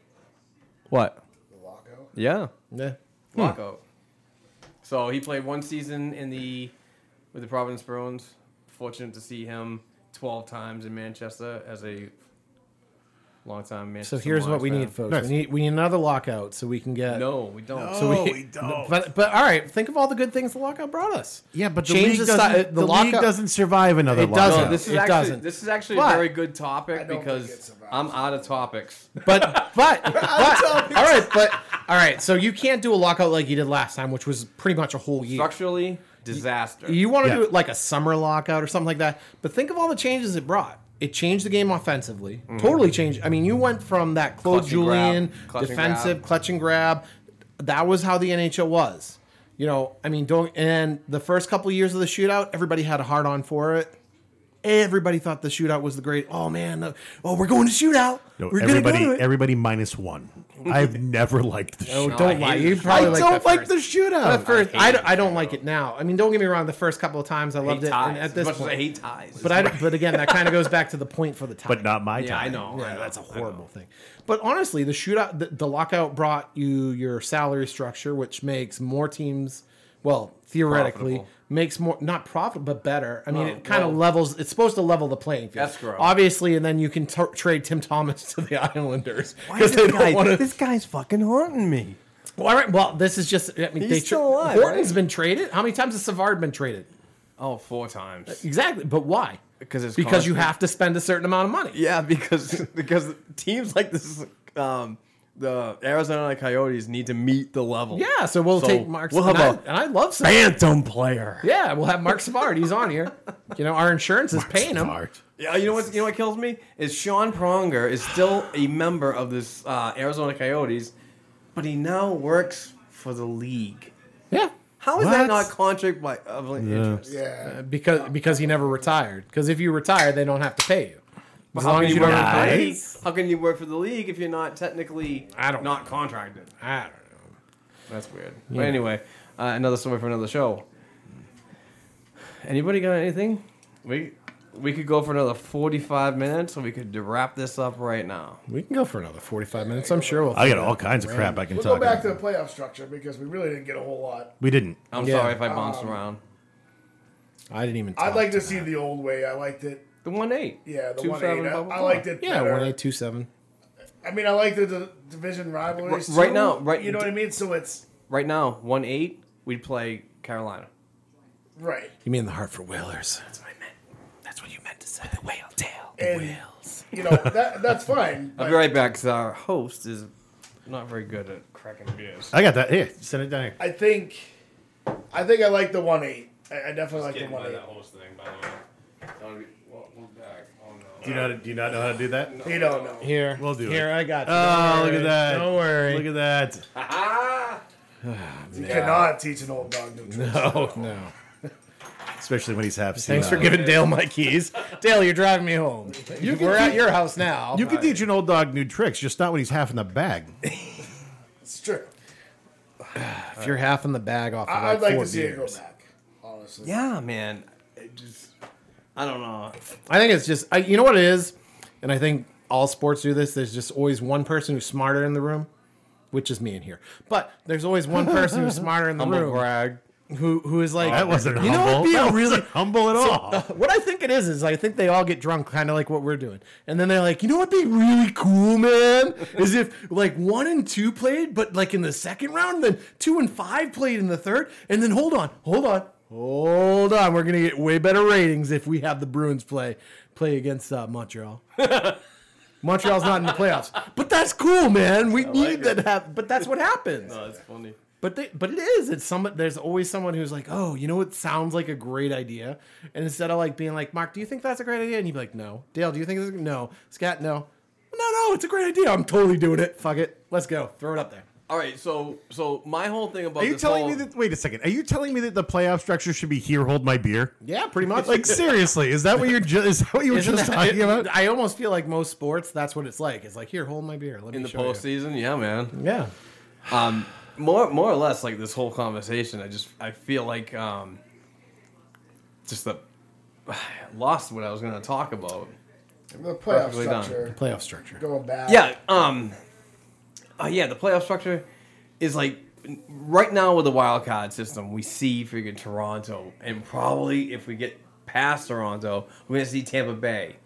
[SPEAKER 5] what? The lockout.
[SPEAKER 9] Yeah.
[SPEAKER 5] Yeah, lockout. So he played one season in the with the Providence Bruins. Fortunate to see him twelve times in Manchester as a long time
[SPEAKER 9] So
[SPEAKER 5] Manchester.
[SPEAKER 9] here's what
[SPEAKER 5] Lions
[SPEAKER 9] we
[SPEAKER 5] fan.
[SPEAKER 9] need, folks.
[SPEAKER 7] Nice.
[SPEAKER 9] We need we need another lockout so we can get.
[SPEAKER 5] No, we don't.
[SPEAKER 9] So we, don't. But but all right, think of all the good things the lockout brought us.
[SPEAKER 7] yeah, but the
[SPEAKER 9] Change
[SPEAKER 7] league,
[SPEAKER 9] the
[SPEAKER 7] doesn't,
[SPEAKER 9] si-
[SPEAKER 7] the
[SPEAKER 9] the
[SPEAKER 7] league
[SPEAKER 9] lockout-
[SPEAKER 7] doesn't survive another.
[SPEAKER 9] It doesn't.
[SPEAKER 7] lockout.
[SPEAKER 5] No, this is
[SPEAKER 9] It
[SPEAKER 5] actually
[SPEAKER 9] doesn't.
[SPEAKER 5] this is actually
[SPEAKER 9] But-
[SPEAKER 5] a very good topic
[SPEAKER 6] don't think it
[SPEAKER 5] because
[SPEAKER 6] survives.
[SPEAKER 5] I'm out of topics.
[SPEAKER 9] But but, but all right, but all right. So you can't do a lockout like you did last time, which was pretty much a whole year.
[SPEAKER 5] Structurally, disaster.
[SPEAKER 9] You want to
[SPEAKER 7] Yeah.
[SPEAKER 9] do it like a summer lockout or something like that. But think of all the changes it brought. It changed the game offensively. Totally changed. I mean, you went from that Claude
[SPEAKER 5] Mm-hmm. Clutch and grab,
[SPEAKER 9] Julian
[SPEAKER 5] clutch and
[SPEAKER 9] defensive
[SPEAKER 5] grab.
[SPEAKER 9] clutch and grab. That was how the NHL was. You know, I mean, don't. And the first couple of years of the shootout, everybody had a hard on for it. Everybody thought the shootout was the great. Oh man, the, oh we're going to shootout.
[SPEAKER 7] No,
[SPEAKER 9] we're going to
[SPEAKER 7] everybody,
[SPEAKER 9] do it.
[SPEAKER 7] everybody minus one. I've never liked the
[SPEAKER 9] Oh,
[SPEAKER 7] show.
[SPEAKER 9] don't lie. You probably
[SPEAKER 7] I
[SPEAKER 9] like
[SPEAKER 7] don't
[SPEAKER 9] that
[SPEAKER 7] like
[SPEAKER 9] first.
[SPEAKER 7] the shootout.
[SPEAKER 5] Oh,
[SPEAKER 9] At first, I, don't- I don't like it now. I mean, don't get me wrong. The first couple of times I
[SPEAKER 5] hate
[SPEAKER 9] loved it,
[SPEAKER 5] ties.
[SPEAKER 9] and at
[SPEAKER 5] As
[SPEAKER 9] this
[SPEAKER 5] much
[SPEAKER 9] point,
[SPEAKER 5] as I hate ties.
[SPEAKER 9] but I, but again, that kind of goes back to the point for the time.
[SPEAKER 7] but not my
[SPEAKER 5] yeah, I
[SPEAKER 7] time.
[SPEAKER 5] know. I
[SPEAKER 9] Yeah,
[SPEAKER 5] know,
[SPEAKER 9] that's a
[SPEAKER 5] I know.
[SPEAKER 9] horrible thing. But honestly, the shootout, the, the lockout brought you your salary structure, which makes more teams, well, theoretically,
[SPEAKER 5] Profitable.
[SPEAKER 9] makes more not profitable but better. I mean,
[SPEAKER 5] Oh,
[SPEAKER 9] it kind of
[SPEAKER 5] well.
[SPEAKER 9] levels. It's supposed to level the playing field,
[SPEAKER 5] Escrow.
[SPEAKER 9] obviously, and then you can t- trade Tim Thomas to the Islanders because they don't want to.
[SPEAKER 5] guy's fucking haunting me.
[SPEAKER 9] Well, all right, well, this is just. I mean,
[SPEAKER 5] He's
[SPEAKER 9] they
[SPEAKER 5] still alive,
[SPEAKER 9] Horton's
[SPEAKER 5] right?
[SPEAKER 9] been traded. How many times has Savard been traded?
[SPEAKER 5] Oh, four times.
[SPEAKER 9] Exactly, but why?
[SPEAKER 5] Because it's
[SPEAKER 9] because you
[SPEAKER 5] constant.
[SPEAKER 9] have to spend a certain amount of money.
[SPEAKER 5] Yeah, because because teams like this, um, the Arizona Coyotes need to meet the level.
[SPEAKER 9] Yeah, so we'll
[SPEAKER 5] So
[SPEAKER 9] take Mark.
[SPEAKER 5] we'll have
[SPEAKER 9] and,
[SPEAKER 5] a
[SPEAKER 9] I, and I love Savard.
[SPEAKER 5] phantom player.
[SPEAKER 9] Yeah, we'll have Mark Savard. He's on here. You know, our insurance is paying him.
[SPEAKER 7] Smart.
[SPEAKER 5] Yeah, you know what? You know what kills me is Sean Pronger is still a member of this uh, Arizona Coyotes, but he now works for the league.
[SPEAKER 9] Yeah,
[SPEAKER 5] How is that
[SPEAKER 7] What?
[SPEAKER 5] not contract by of like, interest?
[SPEAKER 6] Yeah.
[SPEAKER 9] because because he never retired. Because if you retire, they don't have to pay you. As
[SPEAKER 5] How
[SPEAKER 9] long
[SPEAKER 5] can
[SPEAKER 9] as
[SPEAKER 5] you
[SPEAKER 9] you
[SPEAKER 5] work
[SPEAKER 9] don't.
[SPEAKER 5] for
[SPEAKER 7] retire.
[SPEAKER 5] the league?
[SPEAKER 7] Nice.
[SPEAKER 5] How can you work for the league if you're not technically
[SPEAKER 9] I don't
[SPEAKER 5] not contracted?
[SPEAKER 9] I don't know.
[SPEAKER 5] That's weird. But anyway, uh, another story for another show. Anybody got anything? We We could go for another 45 minutes, or we could wrap this up right now.
[SPEAKER 9] We can go for another 45 minutes. I'm sure we'll.
[SPEAKER 7] I got all kinds of crap I can
[SPEAKER 6] We'll
[SPEAKER 7] talk
[SPEAKER 6] go back
[SPEAKER 7] about.
[SPEAKER 6] to the playoff structure because we really didn't get a whole lot.
[SPEAKER 7] we didn't.
[SPEAKER 5] I'm
[SPEAKER 9] Yeah.
[SPEAKER 5] sorry if I bounced around.
[SPEAKER 9] I didn't even.
[SPEAKER 6] I'd
[SPEAKER 9] talk
[SPEAKER 6] like to see the old way. I liked it.
[SPEAKER 5] The one eight.
[SPEAKER 6] Yeah, the
[SPEAKER 5] Two
[SPEAKER 6] one
[SPEAKER 5] seven,
[SPEAKER 6] eight. I,
[SPEAKER 5] blah, blah,
[SPEAKER 6] I
[SPEAKER 5] blah.
[SPEAKER 6] liked it
[SPEAKER 9] Yeah,
[SPEAKER 6] better.
[SPEAKER 9] one eight two seven.
[SPEAKER 6] I mean, I like the, the division rivalries
[SPEAKER 5] R- right
[SPEAKER 6] too.
[SPEAKER 5] now, right-
[SPEAKER 6] You know what I mean? So it's
[SPEAKER 5] Right now, one eight. We'd play Carolina.
[SPEAKER 6] right.
[SPEAKER 9] You mean the Hartford Whalers? That's what I meant. That's what you meant to say. The whale tail.
[SPEAKER 6] And you know that that's fine.
[SPEAKER 5] I'll
[SPEAKER 6] but-
[SPEAKER 5] be right back because our host is not very good at cracking beers.
[SPEAKER 7] I got that. Here, send it down here.
[SPEAKER 6] I think, I think I like the one eight. I, I definitely like the one eight.
[SPEAKER 5] host thing, by the way. back.
[SPEAKER 7] Do you, not, do you not know how to do that?
[SPEAKER 6] You don't know.
[SPEAKER 9] Here,
[SPEAKER 7] We'll do
[SPEAKER 9] Here,
[SPEAKER 7] it.
[SPEAKER 9] I got. You.
[SPEAKER 7] Oh,
[SPEAKER 9] Don't
[SPEAKER 7] look at
[SPEAKER 9] worry.
[SPEAKER 7] that.
[SPEAKER 9] Don't worry.
[SPEAKER 7] Look at that.
[SPEAKER 6] You cannot teach an old dog new tricks.
[SPEAKER 9] Oh no!
[SPEAKER 7] Especially when he's half
[SPEAKER 9] Thanks for
[SPEAKER 7] senile.
[SPEAKER 9] giving Dale my keys. Dale, you're driving me home. We're at your house now.
[SPEAKER 7] You can teach an old dog new tricks, just not when he's half in the bag.
[SPEAKER 6] It's true.
[SPEAKER 9] if you're half in the bag off. Of
[SPEAKER 6] I, I'd like
[SPEAKER 9] four
[SPEAKER 6] to see it go
[SPEAKER 9] beers.
[SPEAKER 6] back. Honestly,
[SPEAKER 5] Yeah, man. It just, I don't know.
[SPEAKER 9] I think it's just I, you know what it is, and I think all sports do this. There's just always one person who's smarter in the room, which is me in here. But there's always one person who's smarter in the
[SPEAKER 5] Humble
[SPEAKER 9] room
[SPEAKER 5] brag.
[SPEAKER 9] who who is like
[SPEAKER 7] Oh, That wasn't
[SPEAKER 9] you know
[SPEAKER 7] humble.
[SPEAKER 9] what'd be a
[SPEAKER 7] That wasn't
[SPEAKER 9] really uh,
[SPEAKER 7] humble at all.
[SPEAKER 9] what I think it is is I think they all get drunk, kind of like what we're doing, and then they're like, you know what'd be really cool, man, is if like one and two played, but like in the second round, then two and five played in the third, and then hold on, hold on, hold on, we're gonna get way better ratings if we have the Bruins play play against uh, Montreal. Montreal's not in the playoffs, but that's cool, man. We need that. Hap- but that's what happens.
[SPEAKER 5] Oh, that's funny.
[SPEAKER 9] But they, but it is. It's some. There's always someone who's like, oh, you know, it sounds like a great idea, and instead of like being like, Mark, do you think that's a great idea? And you'd be like, no. Dale, do you think this? Is, no. Scat, no. No, no, it's a great idea. I'm totally doing it. Fuck it. Let's go. Throw it up there.
[SPEAKER 5] All right, so so my whole thing about
[SPEAKER 7] Are you
[SPEAKER 5] this
[SPEAKER 7] telling
[SPEAKER 5] whole-
[SPEAKER 7] me that? Wait a second. Are you telling me that the playoff structure should be here? Hold my beer.
[SPEAKER 9] Yeah, pretty much.
[SPEAKER 7] Like seriously, is that what you're just? Is that what you were
[SPEAKER 9] Isn't
[SPEAKER 7] just
[SPEAKER 9] that-
[SPEAKER 7] talking about?
[SPEAKER 9] I almost feel like most sports, that's what it's like. It's like, here, hold my beer. Let me
[SPEAKER 5] in the
[SPEAKER 9] show you."
[SPEAKER 5] postseason? Yeah, man.
[SPEAKER 9] Yeah.
[SPEAKER 5] More more or less like this whole conversation. I just I feel like um, just the lost what I was gonna talk about.
[SPEAKER 6] the playoff
[SPEAKER 5] Perfectly done.
[SPEAKER 6] structure
[SPEAKER 9] Playoff structure.
[SPEAKER 6] going back.
[SPEAKER 5] Yeah. Um. Uh, yeah, the playoff structure is like right now with the wild card system. We see freaking Toronto, and probably if we get past Toronto, we're gonna see Tampa Bay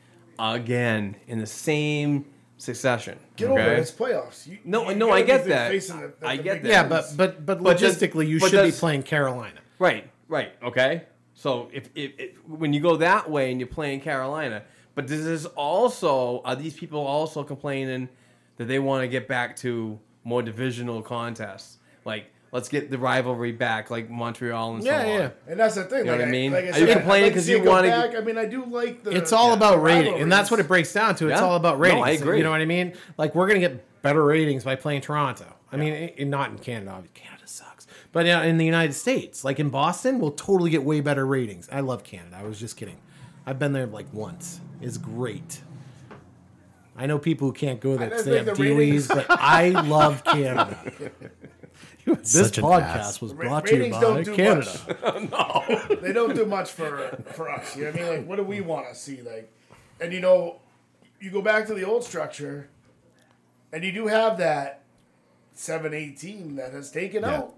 [SPEAKER 5] again in the same succession.
[SPEAKER 6] Get over it. It's playoffs. You,
[SPEAKER 5] No,
[SPEAKER 6] you
[SPEAKER 5] no,
[SPEAKER 6] gotta
[SPEAKER 5] I
[SPEAKER 6] be
[SPEAKER 5] get
[SPEAKER 6] the
[SPEAKER 5] that.
[SPEAKER 6] face of the-
[SPEAKER 5] I
[SPEAKER 6] the
[SPEAKER 5] get
[SPEAKER 6] big
[SPEAKER 5] that.
[SPEAKER 9] Yeah,
[SPEAKER 6] guys.
[SPEAKER 9] but but but
[SPEAKER 5] But does-
[SPEAKER 9] logistically, you
[SPEAKER 5] but
[SPEAKER 9] should be
[SPEAKER 5] does-
[SPEAKER 9] playing Carolina.
[SPEAKER 5] Right, right, okay. So if, if, if when you go that way and you're playing Carolina, but this is also are these people also complaining that they want to get back to more divisional contests? Like let's get the rivalry back, like Montreal and
[SPEAKER 9] Yeah,
[SPEAKER 5] so
[SPEAKER 9] yeah.
[SPEAKER 5] on.
[SPEAKER 6] And that's the thing.
[SPEAKER 5] You know
[SPEAKER 6] like
[SPEAKER 5] what I mean?
[SPEAKER 6] Like I
[SPEAKER 5] Are
[SPEAKER 6] said,
[SPEAKER 5] you
[SPEAKER 6] I'd
[SPEAKER 5] complaining
[SPEAKER 6] like to
[SPEAKER 5] 'cause
[SPEAKER 6] see
[SPEAKER 5] you
[SPEAKER 6] it go
[SPEAKER 5] wanna-
[SPEAKER 6] back. I mean, I do like the.
[SPEAKER 9] It's all about rating, and that's what it
[SPEAKER 6] rivalries.
[SPEAKER 9] breaks down to. It's
[SPEAKER 5] Yeah.
[SPEAKER 9] all about
[SPEAKER 5] No, I
[SPEAKER 9] ratings.
[SPEAKER 5] agree.
[SPEAKER 9] You know what I mean? Like we're gonna get better ratings by playing Toronto. I mean, i i- not in Canada. obvi- Canada sucks, but uh, in the United States, like in Boston, we'll totally get way better ratings. I love Canada. I was just kidding. I've been there like once. It's great. I know people who can't go there because
[SPEAKER 6] don't
[SPEAKER 9] they have
[SPEAKER 6] think the
[SPEAKER 9] DUIs, but I love Canada. this
[SPEAKER 7] Such an
[SPEAKER 9] podcast
[SPEAKER 7] ass.
[SPEAKER 9] was
[SPEAKER 6] Ra-
[SPEAKER 9] brought to you
[SPEAKER 6] ratings don't
[SPEAKER 9] by
[SPEAKER 6] do
[SPEAKER 9] Canada.
[SPEAKER 6] they don't do much for for us. You know what I mean? Like, what do we want to see? Like, and you know, you go back to the old structure, and you do have that seven eighteen that has taken
[SPEAKER 7] Yeah.
[SPEAKER 6] out.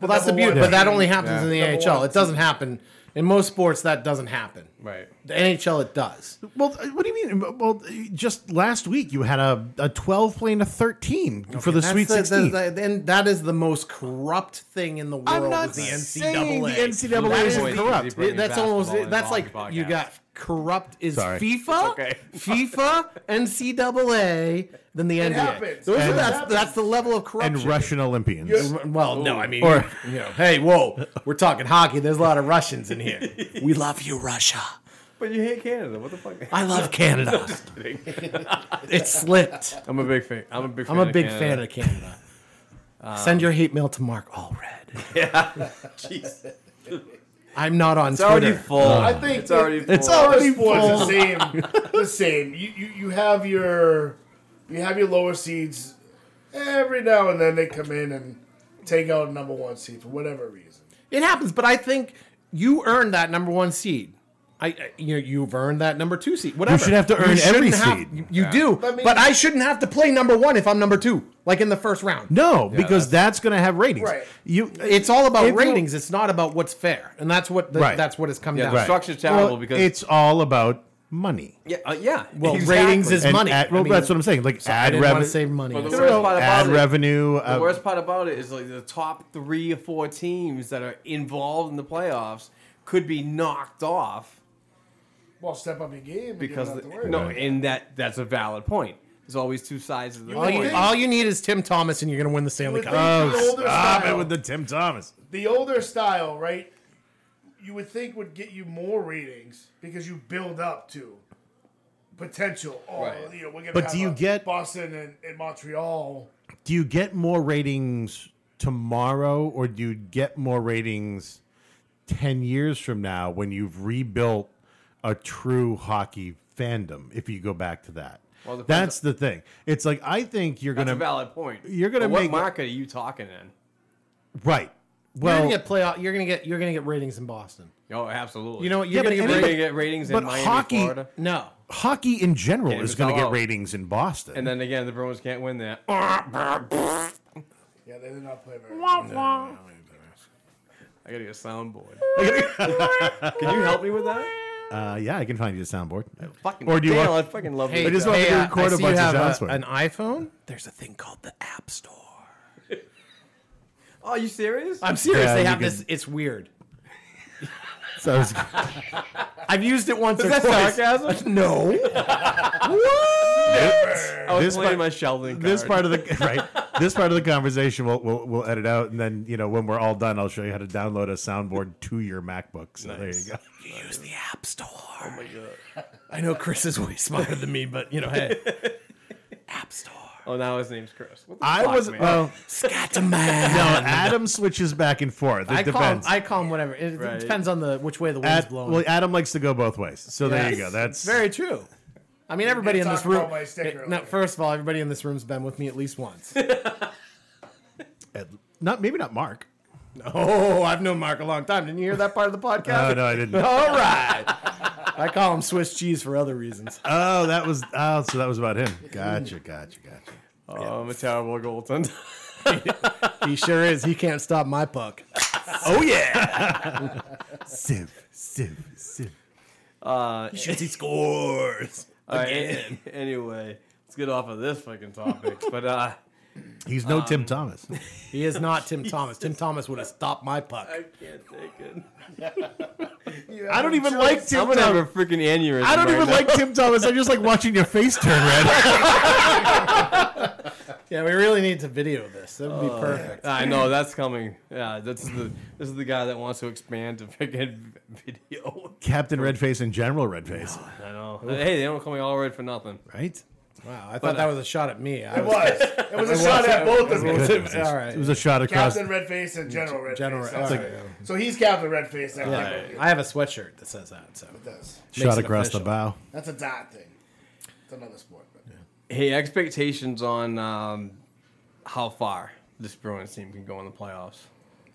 [SPEAKER 9] Well, that's the
[SPEAKER 6] Number one
[SPEAKER 9] beauty, but that
[SPEAKER 6] team.
[SPEAKER 9] only happens in the
[SPEAKER 6] Number
[SPEAKER 9] NHL.
[SPEAKER 6] one
[SPEAKER 9] It doesn't happen in most sports. That doesn't happen.
[SPEAKER 5] Right.
[SPEAKER 9] The NHL, it does.
[SPEAKER 7] Well, uh, what do you mean? Well, uh, just last week you had a, a 12 playing a 13 for the
[SPEAKER 9] That's
[SPEAKER 7] Sweet 16.
[SPEAKER 9] the- the- and that is the most corrupt thing in the world.
[SPEAKER 7] I'm not
[SPEAKER 9] is the
[SPEAKER 7] saying the
[SPEAKER 9] NCAA.
[SPEAKER 7] NCAA
[SPEAKER 9] That
[SPEAKER 7] is
[SPEAKER 9] is the-
[SPEAKER 7] corrupt.
[SPEAKER 5] Bringing
[SPEAKER 9] that's almost
[SPEAKER 5] basketball
[SPEAKER 9] that's like
[SPEAKER 5] involved
[SPEAKER 9] you
[SPEAKER 5] podcast.
[SPEAKER 9] got corrupt is
[SPEAKER 7] Sorry.
[SPEAKER 9] FIFA, FIFA, NCAA, then the NBA.
[SPEAKER 6] happens.
[SPEAKER 9] Those are,
[SPEAKER 6] And-
[SPEAKER 9] that's that's the level of corruption.
[SPEAKER 7] and Russian Olympians.
[SPEAKER 9] Well, no, I mean,
[SPEAKER 7] Oh. Or-
[SPEAKER 9] you know, hey, whoa, we're talking hockey. There's a lot of Russians in here. we love you, Russia.
[SPEAKER 5] But you hate Canada. What the fuck?
[SPEAKER 9] I love Canada. it slipped.
[SPEAKER 5] I'm a big fan. I'm a big.
[SPEAKER 9] I'm
[SPEAKER 5] fan
[SPEAKER 9] a big fan of Canada. Send your hate mail to Mark Allred.
[SPEAKER 5] Jeez.
[SPEAKER 9] I'm not on
[SPEAKER 5] It's already
[SPEAKER 9] Twitter.
[SPEAKER 5] full.
[SPEAKER 6] I think
[SPEAKER 5] it's already.
[SPEAKER 6] that-
[SPEAKER 5] full.
[SPEAKER 7] It's already
[SPEAKER 6] sports
[SPEAKER 7] full.
[SPEAKER 6] the same. the same. You, you you have your you have your lower seeds. Every now and then they come in and take out a number one seed for whatever reason.
[SPEAKER 9] It happens, but I think you earned that number one seed. I, I you know you've earned that number two seed. Whatever
[SPEAKER 7] should have to earn
[SPEAKER 9] shouldn't
[SPEAKER 7] every
[SPEAKER 9] have-
[SPEAKER 7] seed.
[SPEAKER 9] you- You do,
[SPEAKER 6] But I mean-
[SPEAKER 9] but I shouldn't have to play number one if I'm number two, like in the first round.
[SPEAKER 7] No, because that's, going to have ratings.
[SPEAKER 6] Right.
[SPEAKER 7] You,
[SPEAKER 9] It's all about
[SPEAKER 7] If you-
[SPEAKER 9] ratings. It's not about what's fair, and that's what the,
[SPEAKER 7] Right.
[SPEAKER 9] that's what has come
[SPEAKER 5] Yeah,
[SPEAKER 9] down.
[SPEAKER 5] the
[SPEAKER 7] Right.
[SPEAKER 5] structure's terrible
[SPEAKER 7] Well,
[SPEAKER 5] because
[SPEAKER 7] it's all about money.
[SPEAKER 5] yeah, uh, yeah.
[SPEAKER 9] Well, ratings is
[SPEAKER 7] And
[SPEAKER 9] money.
[SPEAKER 7] ad- well,
[SPEAKER 9] I mean,
[SPEAKER 7] that's what I'm saying. Like
[SPEAKER 9] so I
[SPEAKER 7] ad
[SPEAKER 9] didn't want
[SPEAKER 7] revenue,
[SPEAKER 9] to save money.
[SPEAKER 5] Well, the
[SPEAKER 9] It's-
[SPEAKER 5] worst part about
[SPEAKER 7] ad
[SPEAKER 5] it-
[SPEAKER 7] revenue.
[SPEAKER 5] The
[SPEAKER 7] uh,
[SPEAKER 5] worst part about it is like the top three or four teams that are involved in the playoffs could be knocked off
[SPEAKER 6] Well, step up your game and
[SPEAKER 5] because
[SPEAKER 6] you don't have
[SPEAKER 5] the-
[SPEAKER 6] to worry
[SPEAKER 5] no,
[SPEAKER 6] about it.
[SPEAKER 5] and that that's a valid point. There's always two sides of the
[SPEAKER 9] all, you,
[SPEAKER 5] coin.
[SPEAKER 9] all you need is Tim Thomas, and you're going to win the Stanley
[SPEAKER 6] With
[SPEAKER 9] Cup.
[SPEAKER 6] the-
[SPEAKER 7] oh,
[SPEAKER 6] older
[SPEAKER 7] stop
[SPEAKER 6] style.
[SPEAKER 7] it with the Tim Thomas.
[SPEAKER 6] the older style, right? You would think would get you more ratings because you build up to potential. Oh,
[SPEAKER 5] Right.
[SPEAKER 6] you know, we're gonna
[SPEAKER 7] But
[SPEAKER 6] have
[SPEAKER 7] do you
[SPEAKER 6] a
[SPEAKER 7] get-
[SPEAKER 6] Boston and, and Montreal?
[SPEAKER 7] Do you get more ratings tomorrow, or do you get more ratings ten years from now when you've rebuilt a true hockey fandom? If you go back to that,
[SPEAKER 5] Well, it depends
[SPEAKER 7] that's the thing. It's like I think you're
[SPEAKER 5] that's
[SPEAKER 7] gonna
[SPEAKER 5] a valid point.
[SPEAKER 7] you're gonna
[SPEAKER 5] But
[SPEAKER 7] make-
[SPEAKER 5] what market are you talking in?
[SPEAKER 7] right.
[SPEAKER 9] you're
[SPEAKER 7] Well,
[SPEAKER 9] going to get playoff. You're going to get you're going to get ratings in Boston.
[SPEAKER 5] Oh, absolutely.
[SPEAKER 9] You know what?
[SPEAKER 7] Yeah,
[SPEAKER 9] You're going
[SPEAKER 7] but
[SPEAKER 9] to
[SPEAKER 5] you're
[SPEAKER 9] get
[SPEAKER 5] gonna
[SPEAKER 7] anybody-
[SPEAKER 9] ratings.
[SPEAKER 5] get ratings
[SPEAKER 7] but
[SPEAKER 5] in Miami,
[SPEAKER 7] hockey-
[SPEAKER 5] Florida,
[SPEAKER 9] No,
[SPEAKER 7] hockey in general
[SPEAKER 5] Yeah,
[SPEAKER 7] is
[SPEAKER 5] it's
[SPEAKER 7] going
[SPEAKER 5] all
[SPEAKER 7] to get
[SPEAKER 5] out.
[SPEAKER 7] ratings in Boston.
[SPEAKER 5] and then again the Bruins can't win that.
[SPEAKER 6] Yeah, they did not play very.
[SPEAKER 5] I gotta get a soundboard. Can you help me with that?
[SPEAKER 7] uh, yeah, I can find you a soundboard.
[SPEAKER 5] Fucking
[SPEAKER 7] Or do you
[SPEAKER 5] damn,
[SPEAKER 7] want-
[SPEAKER 5] I fucking love
[SPEAKER 9] Hey,
[SPEAKER 5] you.
[SPEAKER 7] I just wanted to
[SPEAKER 9] uh,
[SPEAKER 7] record
[SPEAKER 9] I
[SPEAKER 7] a
[SPEAKER 9] see
[SPEAKER 7] bunch
[SPEAKER 9] you
[SPEAKER 7] of
[SPEAKER 9] have
[SPEAKER 7] sounds for it.
[SPEAKER 9] an iPhone. There's a thing called the App Store.
[SPEAKER 5] Oh, are you serious?
[SPEAKER 9] I'm serious.
[SPEAKER 7] Yeah,
[SPEAKER 9] they
[SPEAKER 7] you
[SPEAKER 9] have
[SPEAKER 7] can-
[SPEAKER 9] this. It's weird.
[SPEAKER 7] So I was-
[SPEAKER 9] I've used it once or
[SPEAKER 5] Is that
[SPEAKER 9] twice.
[SPEAKER 5] sarcasm?
[SPEAKER 9] No.
[SPEAKER 5] I was
[SPEAKER 7] this
[SPEAKER 5] playing
[SPEAKER 7] part-
[SPEAKER 5] my Sheldon card.
[SPEAKER 7] this part of the right, this part of the conversation we'll, we'll we'll edit out, and then you know when we're all done, I'll show you how to download a soundboard to your MacBook. So there you go.
[SPEAKER 9] You use the App Store. Oh my god. I know Chris is way smarter than me, but you know, hey. App Store.
[SPEAKER 5] Oh, now his name's Chris. What the
[SPEAKER 7] I
[SPEAKER 5] fuck,
[SPEAKER 7] was
[SPEAKER 5] man?
[SPEAKER 7] well. No,
[SPEAKER 9] Scatman.
[SPEAKER 7] Adam switches back and forth. It
[SPEAKER 9] I call him,
[SPEAKER 7] depends.
[SPEAKER 9] I call him whatever. It
[SPEAKER 5] Right.
[SPEAKER 9] depends on the which way the wind's
[SPEAKER 7] Ad-
[SPEAKER 9] blowing.
[SPEAKER 7] well, Adam likes to go both ways. So there you
[SPEAKER 9] Yes.
[SPEAKER 7] go. That's
[SPEAKER 9] very true. I mean, everybody in
[SPEAKER 6] talk
[SPEAKER 9] this room.
[SPEAKER 6] about my sticker
[SPEAKER 9] Now,
[SPEAKER 6] earlier.
[SPEAKER 9] first of all, everybody in this room's been with me at least once.
[SPEAKER 7] not maybe not Mark.
[SPEAKER 9] oh, I've known Mark a long time. Didn't you hear that part of the podcast?
[SPEAKER 7] Oh no, I didn't.
[SPEAKER 9] All right. I call him Swiss cheese for other reasons.
[SPEAKER 7] Oh, that was oh, so that was about him. Gotcha, gotcha, gotcha.
[SPEAKER 5] Oh, I'm a terrible goaltender.
[SPEAKER 9] He sure is. He can't stop my puck.
[SPEAKER 7] Oh yeah. Siv, Siv, Siv.
[SPEAKER 9] He shoots, he scores.
[SPEAKER 5] Uh, All right, a- anyway, let's get off of this fucking topic. but uh,
[SPEAKER 7] He's no
[SPEAKER 9] Um,
[SPEAKER 7] Tim Thomas.
[SPEAKER 9] He is not Tim Thomas. Tim Thomas would have stopped my puck.
[SPEAKER 5] I can't take it.
[SPEAKER 7] I don't even like
[SPEAKER 5] I'm
[SPEAKER 7] Tim
[SPEAKER 5] gonna have a
[SPEAKER 7] Thomas.
[SPEAKER 5] freaking aneurysm.
[SPEAKER 7] I don't
[SPEAKER 5] right
[SPEAKER 7] even
[SPEAKER 5] now.
[SPEAKER 7] like Tim Thomas. I just like watching your face turn red.
[SPEAKER 9] Yeah, we really need to video this. That would be perfect.
[SPEAKER 5] I know that's coming. Yeah, that's the this is the guy that wants to expand to freaking video.
[SPEAKER 7] Captain Redface and General Redface,
[SPEAKER 5] I know. Hey, they don't call me all right for nothing.
[SPEAKER 7] right?
[SPEAKER 9] Wow, I thought that was a shot at me. I
[SPEAKER 6] It was. It was a shot at both of them.
[SPEAKER 7] Goodness.
[SPEAKER 9] all right.
[SPEAKER 7] It was a shot across.
[SPEAKER 6] Captain Redface and General Redface.
[SPEAKER 9] General.
[SPEAKER 6] That's
[SPEAKER 9] all
[SPEAKER 6] right.
[SPEAKER 9] right.
[SPEAKER 6] So he's Captain Redface. That
[SPEAKER 9] Yeah.
[SPEAKER 6] yeah.
[SPEAKER 9] I have a sweatshirt that says that. So
[SPEAKER 6] does.
[SPEAKER 9] Makes
[SPEAKER 7] shot
[SPEAKER 9] it
[SPEAKER 7] across the
[SPEAKER 9] official.
[SPEAKER 7] bow.
[SPEAKER 6] That's a dot thing. It's another sport. But.
[SPEAKER 5] Hey, expectations on um, how far this Bruins team can go in the playoffs.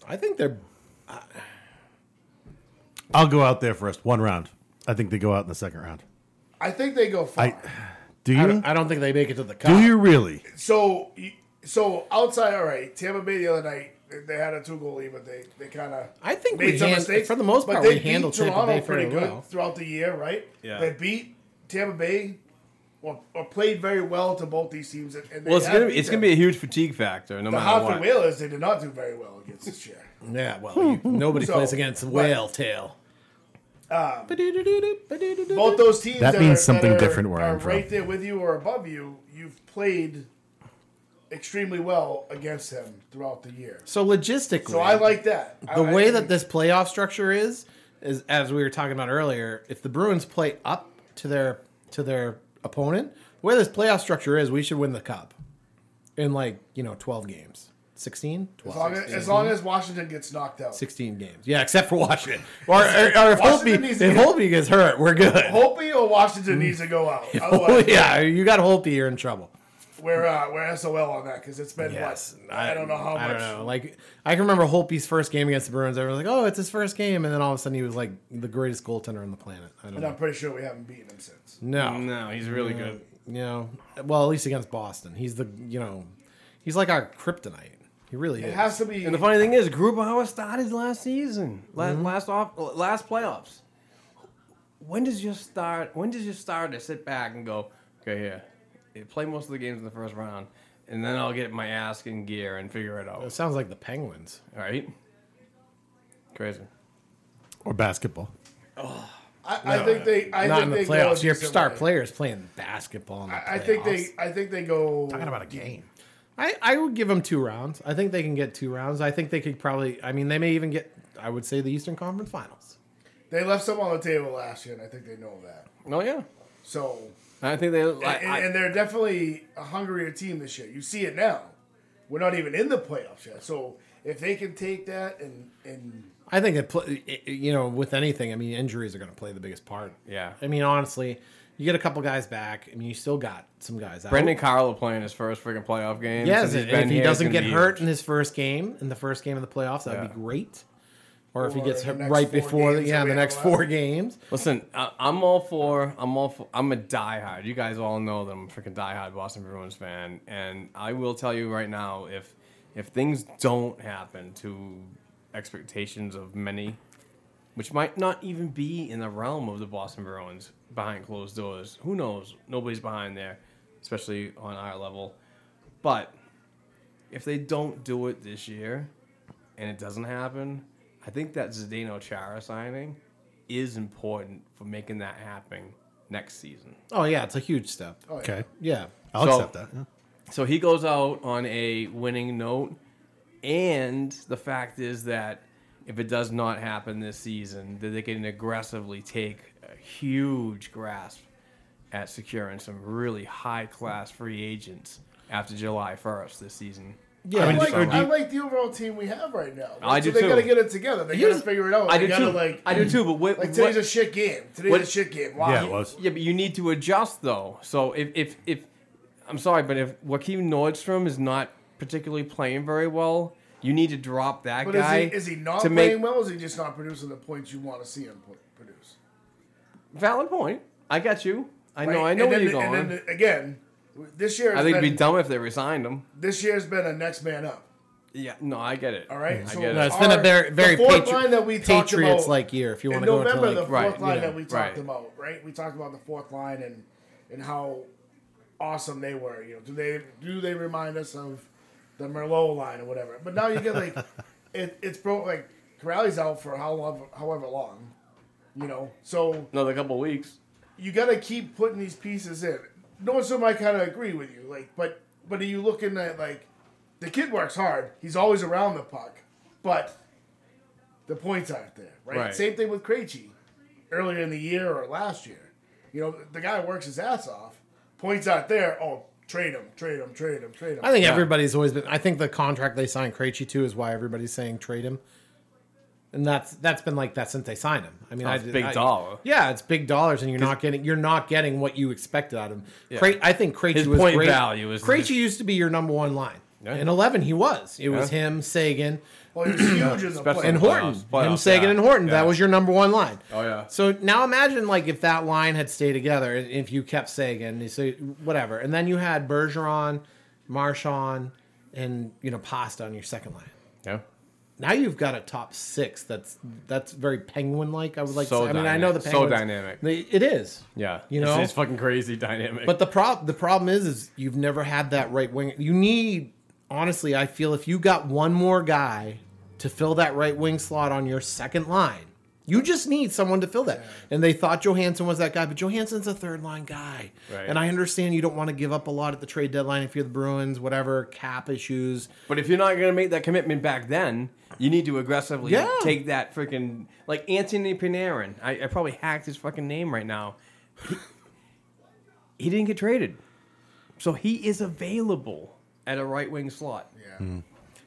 [SPEAKER 9] I think they're.
[SPEAKER 7] I'll go out there first. One round. I think they go out in the second round.
[SPEAKER 6] I think they go far.
[SPEAKER 7] I do
[SPEAKER 9] I
[SPEAKER 7] you?
[SPEAKER 9] don't, I don't think they make it to the cup.
[SPEAKER 7] Do you really?
[SPEAKER 6] So, so outside, all right. Tampa Bay the other night, they- they had a two goal lead, but they, they kind of
[SPEAKER 9] I think we hand- for the most part, we handled Tampa Bay fairly well.
[SPEAKER 6] throughout the year, right?
[SPEAKER 5] Yeah.
[SPEAKER 6] they beat Tampa Bay or, or played very well to both these teams. And and they
[SPEAKER 5] Well, it's
[SPEAKER 6] have
[SPEAKER 5] gonna
[SPEAKER 6] beat
[SPEAKER 5] be, it's
[SPEAKER 6] them.
[SPEAKER 5] gonna be a huge fatigue factor, no
[SPEAKER 6] the
[SPEAKER 5] matter
[SPEAKER 6] Hoffa
[SPEAKER 5] what.
[SPEAKER 6] Whalers. They did not do very well against this year.
[SPEAKER 9] Yeah, well, you- nobody
[SPEAKER 6] Hmm. So, Um,
[SPEAKER 9] plays against the whale tail.
[SPEAKER 6] both those teams
[SPEAKER 7] That means
[SPEAKER 6] are-
[SPEAKER 7] something
[SPEAKER 6] are-
[SPEAKER 7] different where
[SPEAKER 6] are
[SPEAKER 7] I'm from.
[SPEAKER 6] right there with you or above you. You've played extremely well against them throughout the year.
[SPEAKER 9] So logistically,
[SPEAKER 6] So I like that. I-
[SPEAKER 9] the
[SPEAKER 6] I
[SPEAKER 9] way
[SPEAKER 6] think-
[SPEAKER 9] that this playoff structure is is as we were talking about earlier if the bruins play up to their to their opponent the way this playoff structure is we should win the cup in like you know 12 games 16
[SPEAKER 6] as
[SPEAKER 9] 12
[SPEAKER 6] long as, as long as Washington gets knocked out,
[SPEAKER 9] 16 games yeah except for washington or, or, or if
[SPEAKER 6] Washington
[SPEAKER 9] holtby
[SPEAKER 6] needs
[SPEAKER 9] if
[SPEAKER 6] to get-
[SPEAKER 9] holtby gets hurt we're good
[SPEAKER 6] Holpe or Washington needs to go out. Otherwise,
[SPEAKER 9] yeah you got holtby you're in trouble
[SPEAKER 6] We're uh, we're SOL on that because it's been
[SPEAKER 9] Yes,
[SPEAKER 6] what I, don't know how
[SPEAKER 9] I
[SPEAKER 6] much.
[SPEAKER 9] don't know. Like I can remember Holpe's first game against the Bruins. Everyone was like, "Oh, it's his first game," and then all of a sudden he was like the greatest goaltender on the planet. I don't
[SPEAKER 6] And I'm
[SPEAKER 9] know.
[SPEAKER 6] pretty sure we haven't beaten him since.
[SPEAKER 9] No,
[SPEAKER 5] No, he's really
[SPEAKER 9] Yeah.
[SPEAKER 5] good.
[SPEAKER 9] You know, well, at least against Boston, he's the you know, he's like our kryptonite. He really
[SPEAKER 6] It
[SPEAKER 9] is.
[SPEAKER 6] has to be.
[SPEAKER 5] And the funny thing is, Grubauer started last season, last
[SPEAKER 9] Mm-hmm.
[SPEAKER 5] last off, last playoffs. When does your start? When does your starter sit back and go, okay, here, yeah, play most of the games in the first round, and then I'll get my ass in gear and figure it
[SPEAKER 9] It
[SPEAKER 5] out.
[SPEAKER 9] sounds like the Penguins.
[SPEAKER 5] All right, crazy.
[SPEAKER 7] or basketball.
[SPEAKER 6] I, I think they. I
[SPEAKER 9] Not
[SPEAKER 6] think
[SPEAKER 9] in the
[SPEAKER 6] they go a
[SPEAKER 9] playoffs. Your
[SPEAKER 6] decent
[SPEAKER 9] star
[SPEAKER 6] way.
[SPEAKER 9] players playing basketball. In the
[SPEAKER 6] I, I think they.
[SPEAKER 9] playoffs.
[SPEAKER 6] I think they go.
[SPEAKER 7] Talking about a game.
[SPEAKER 9] I, I would give them two rounds. I think they can get two rounds. I think they could probably. I mean, they may even get. I would say the Eastern Conference Finals.
[SPEAKER 6] They left some on the table last year, and I think they know that.
[SPEAKER 5] Oh yeah,
[SPEAKER 6] So
[SPEAKER 5] I think they. I,
[SPEAKER 6] and, and they're definitely a hungrier team this year. You see it now. We're not even in the playoffs yet. So if they can take that and and
[SPEAKER 9] I think it, pl- it- it- you know, with anything, I mean, injuries are going to play the biggest part.
[SPEAKER 5] Yeah.
[SPEAKER 9] I mean, honestly, you get a couple guys back. I mean, you still got some guys out.
[SPEAKER 5] Brendan Carlo playing his first freaking playoff game.
[SPEAKER 9] Yes,
[SPEAKER 5] since he's
[SPEAKER 9] and
[SPEAKER 5] been
[SPEAKER 9] if he
[SPEAKER 5] here, it's
[SPEAKER 9] doesn't
[SPEAKER 5] gonna
[SPEAKER 9] get
[SPEAKER 5] be
[SPEAKER 9] hurt
[SPEAKER 5] huge.
[SPEAKER 9] in his first game, in the first game of the playoffs, that'd
[SPEAKER 5] Yeah.
[SPEAKER 9] be great. Or, if he
[SPEAKER 6] Or
[SPEAKER 9] gets
[SPEAKER 6] the
[SPEAKER 9] hurt
[SPEAKER 6] next
[SPEAKER 9] right
[SPEAKER 6] four
[SPEAKER 9] before, the,
[SPEAKER 6] games
[SPEAKER 9] yeah,
[SPEAKER 6] that
[SPEAKER 9] the
[SPEAKER 6] we
[SPEAKER 9] next
[SPEAKER 6] have
[SPEAKER 9] four
[SPEAKER 6] left.
[SPEAKER 9] games.
[SPEAKER 5] Listen, I, I'm all for. I'm all for. I'm a diehard. You guys all know that I'm a freaking diehard Boston Bruins fan, and I will tell you right now, if if things don't happen to expectations of many, which might not even be in the realm of the Boston Bruins behind closed doors, who knows? Nobody's behind there, especially on our level. But if they don't do it this year, and it doesn't happen, I think that Zdeno Chara signing is important for making that happen next season.
[SPEAKER 9] Oh yeah, it's a huge step.
[SPEAKER 7] Okay,
[SPEAKER 9] Oh, Yeah,
[SPEAKER 7] I'll
[SPEAKER 5] So-
[SPEAKER 7] accept that. yeah.
[SPEAKER 5] So he goes out on a winning note, and the fact is that if it does not happen this season, that they can aggressively take a huge grasp at securing some really high class free agents after July 1st this season.
[SPEAKER 9] yeah.
[SPEAKER 6] I, like,
[SPEAKER 7] or do
[SPEAKER 6] I
[SPEAKER 7] you-
[SPEAKER 6] like the overall team we have right now.
[SPEAKER 5] I do
[SPEAKER 6] so they
[SPEAKER 5] too.
[SPEAKER 6] gotta get it together. They gotta
[SPEAKER 5] Here's-
[SPEAKER 6] figure it out.
[SPEAKER 5] I
[SPEAKER 6] they
[SPEAKER 5] do
[SPEAKER 6] gotta
[SPEAKER 5] too.
[SPEAKER 6] like
[SPEAKER 5] I do too, but what,
[SPEAKER 6] like
[SPEAKER 5] what-
[SPEAKER 6] today's a shit game. Today's
[SPEAKER 5] what-
[SPEAKER 6] a shit game. Wow.
[SPEAKER 7] Yeah, it was.
[SPEAKER 5] Yeah, but you need to adjust though. So if if if I'm sorry, but if Joaquin Nordstrom is not particularly playing very well, you need to drop that
[SPEAKER 6] But
[SPEAKER 5] guy.
[SPEAKER 6] is he is he not
[SPEAKER 5] to
[SPEAKER 6] playing
[SPEAKER 5] make
[SPEAKER 6] well? Or is he just not producing the points you want to see him put, produce?
[SPEAKER 5] valid point? I got you. I know.
[SPEAKER 6] Right?
[SPEAKER 5] I know where
[SPEAKER 6] and then,
[SPEAKER 5] you're going.
[SPEAKER 6] And then again, this year
[SPEAKER 5] I
[SPEAKER 6] has
[SPEAKER 5] think it'd
[SPEAKER 6] been,
[SPEAKER 5] be dumb if they resigned him.
[SPEAKER 6] this year's been a next man up.
[SPEAKER 5] Yeah. No, I get it.
[SPEAKER 6] All right,
[SPEAKER 5] I
[SPEAKER 6] so
[SPEAKER 5] get
[SPEAKER 9] No,
[SPEAKER 5] it.
[SPEAKER 9] it's been a
[SPEAKER 6] Our-
[SPEAKER 9] very,
[SPEAKER 6] the
[SPEAKER 9] very
[SPEAKER 6] fourth
[SPEAKER 9] Patri-
[SPEAKER 6] line that we talked
[SPEAKER 9] Patriots
[SPEAKER 6] about
[SPEAKER 9] like year. If you
[SPEAKER 6] in
[SPEAKER 9] want to go into
[SPEAKER 6] November, the
[SPEAKER 9] like,
[SPEAKER 6] fourth
[SPEAKER 5] Right,
[SPEAKER 6] line
[SPEAKER 5] yeah,
[SPEAKER 6] that we talked
[SPEAKER 5] right.
[SPEAKER 6] about, right? We talked about the fourth line and and how awesome they were. You know, do they do they remind us of the Merlot line or whatever? But now you get like it, it's bro like Corrali's out for how long, however long, you know. So
[SPEAKER 5] Another couple weeks.
[SPEAKER 6] you got to keep putting these pieces in. Nordstrom, I kind of agree with you. Like, but but are you looking at like the kid works hard? He's always around the puck, but the points aren't there, right?
[SPEAKER 5] Right.
[SPEAKER 6] Same thing with Krejci earlier in the year or last year. You know, the guy works his ass off. Points aren't there. Oh, trade him, trade him, trade him, trade him.
[SPEAKER 9] I think everybody's always been. I think the contract they signed Krejci to is why everybody's saying trade him, and that's that's been like that since they signed him. I mean,
[SPEAKER 5] Oh,
[SPEAKER 9] I,
[SPEAKER 5] it's big
[SPEAKER 9] I-
[SPEAKER 5] dollar.
[SPEAKER 9] Yeah, it's big dollars, and you're not getting you're not getting what you expected out of him. Kre- I think Krejci
[SPEAKER 5] His
[SPEAKER 9] was
[SPEAKER 5] point
[SPEAKER 9] great.
[SPEAKER 5] value is-
[SPEAKER 9] Krejci used to be your number one line.
[SPEAKER 5] Yeah.
[SPEAKER 9] In eleven, he was. It was
[SPEAKER 5] Yeah.
[SPEAKER 9] him, Sagan,
[SPEAKER 6] well, he was huge in the
[SPEAKER 5] Especially-
[SPEAKER 6] playoffs.
[SPEAKER 9] and Horton.
[SPEAKER 5] Playoffs, playoffs,
[SPEAKER 9] him, Sagan,
[SPEAKER 5] yeah.
[SPEAKER 9] and Horton.
[SPEAKER 5] Yeah.
[SPEAKER 9] That was your number one line.
[SPEAKER 5] Oh, yeah.
[SPEAKER 9] So now imagine like if that line had stayed together, and if you kept Sagan, so whatever, and then you had Bergeron, Marchand, and you know Pasta on your second line.
[SPEAKER 5] Yeah.
[SPEAKER 9] Now you've got a top six that's that's very penguin like. I would like.
[SPEAKER 5] So
[SPEAKER 9] to say. I mean, I know the
[SPEAKER 5] dynamic. So
[SPEAKER 9] penguins.
[SPEAKER 5] dynamic.
[SPEAKER 9] They, it is.
[SPEAKER 5] Yeah.
[SPEAKER 9] You
[SPEAKER 5] It's-
[SPEAKER 9] know?
[SPEAKER 5] it's, fucking crazy dynamic.
[SPEAKER 9] But the problem the problem is is you've never had that right wing. You need honestly, I feel if you got one more guy to fill that right wing slot on your second line, you just need someone to fill that. And they thought Johansson was that guy, but Johansson's a third line guy.
[SPEAKER 5] Right.
[SPEAKER 9] And I understand you don't want to give up a lot at the trade deadline if you're the Bruins, whatever cap issues.
[SPEAKER 5] But if you're not going to make that commitment back then, you need to aggressively
[SPEAKER 9] Yeah.
[SPEAKER 5] take that freaking like Anthony Panarin. I, I probably hacked his fucking name right now. He, he didn't get traded, so he is available at a right wing slot.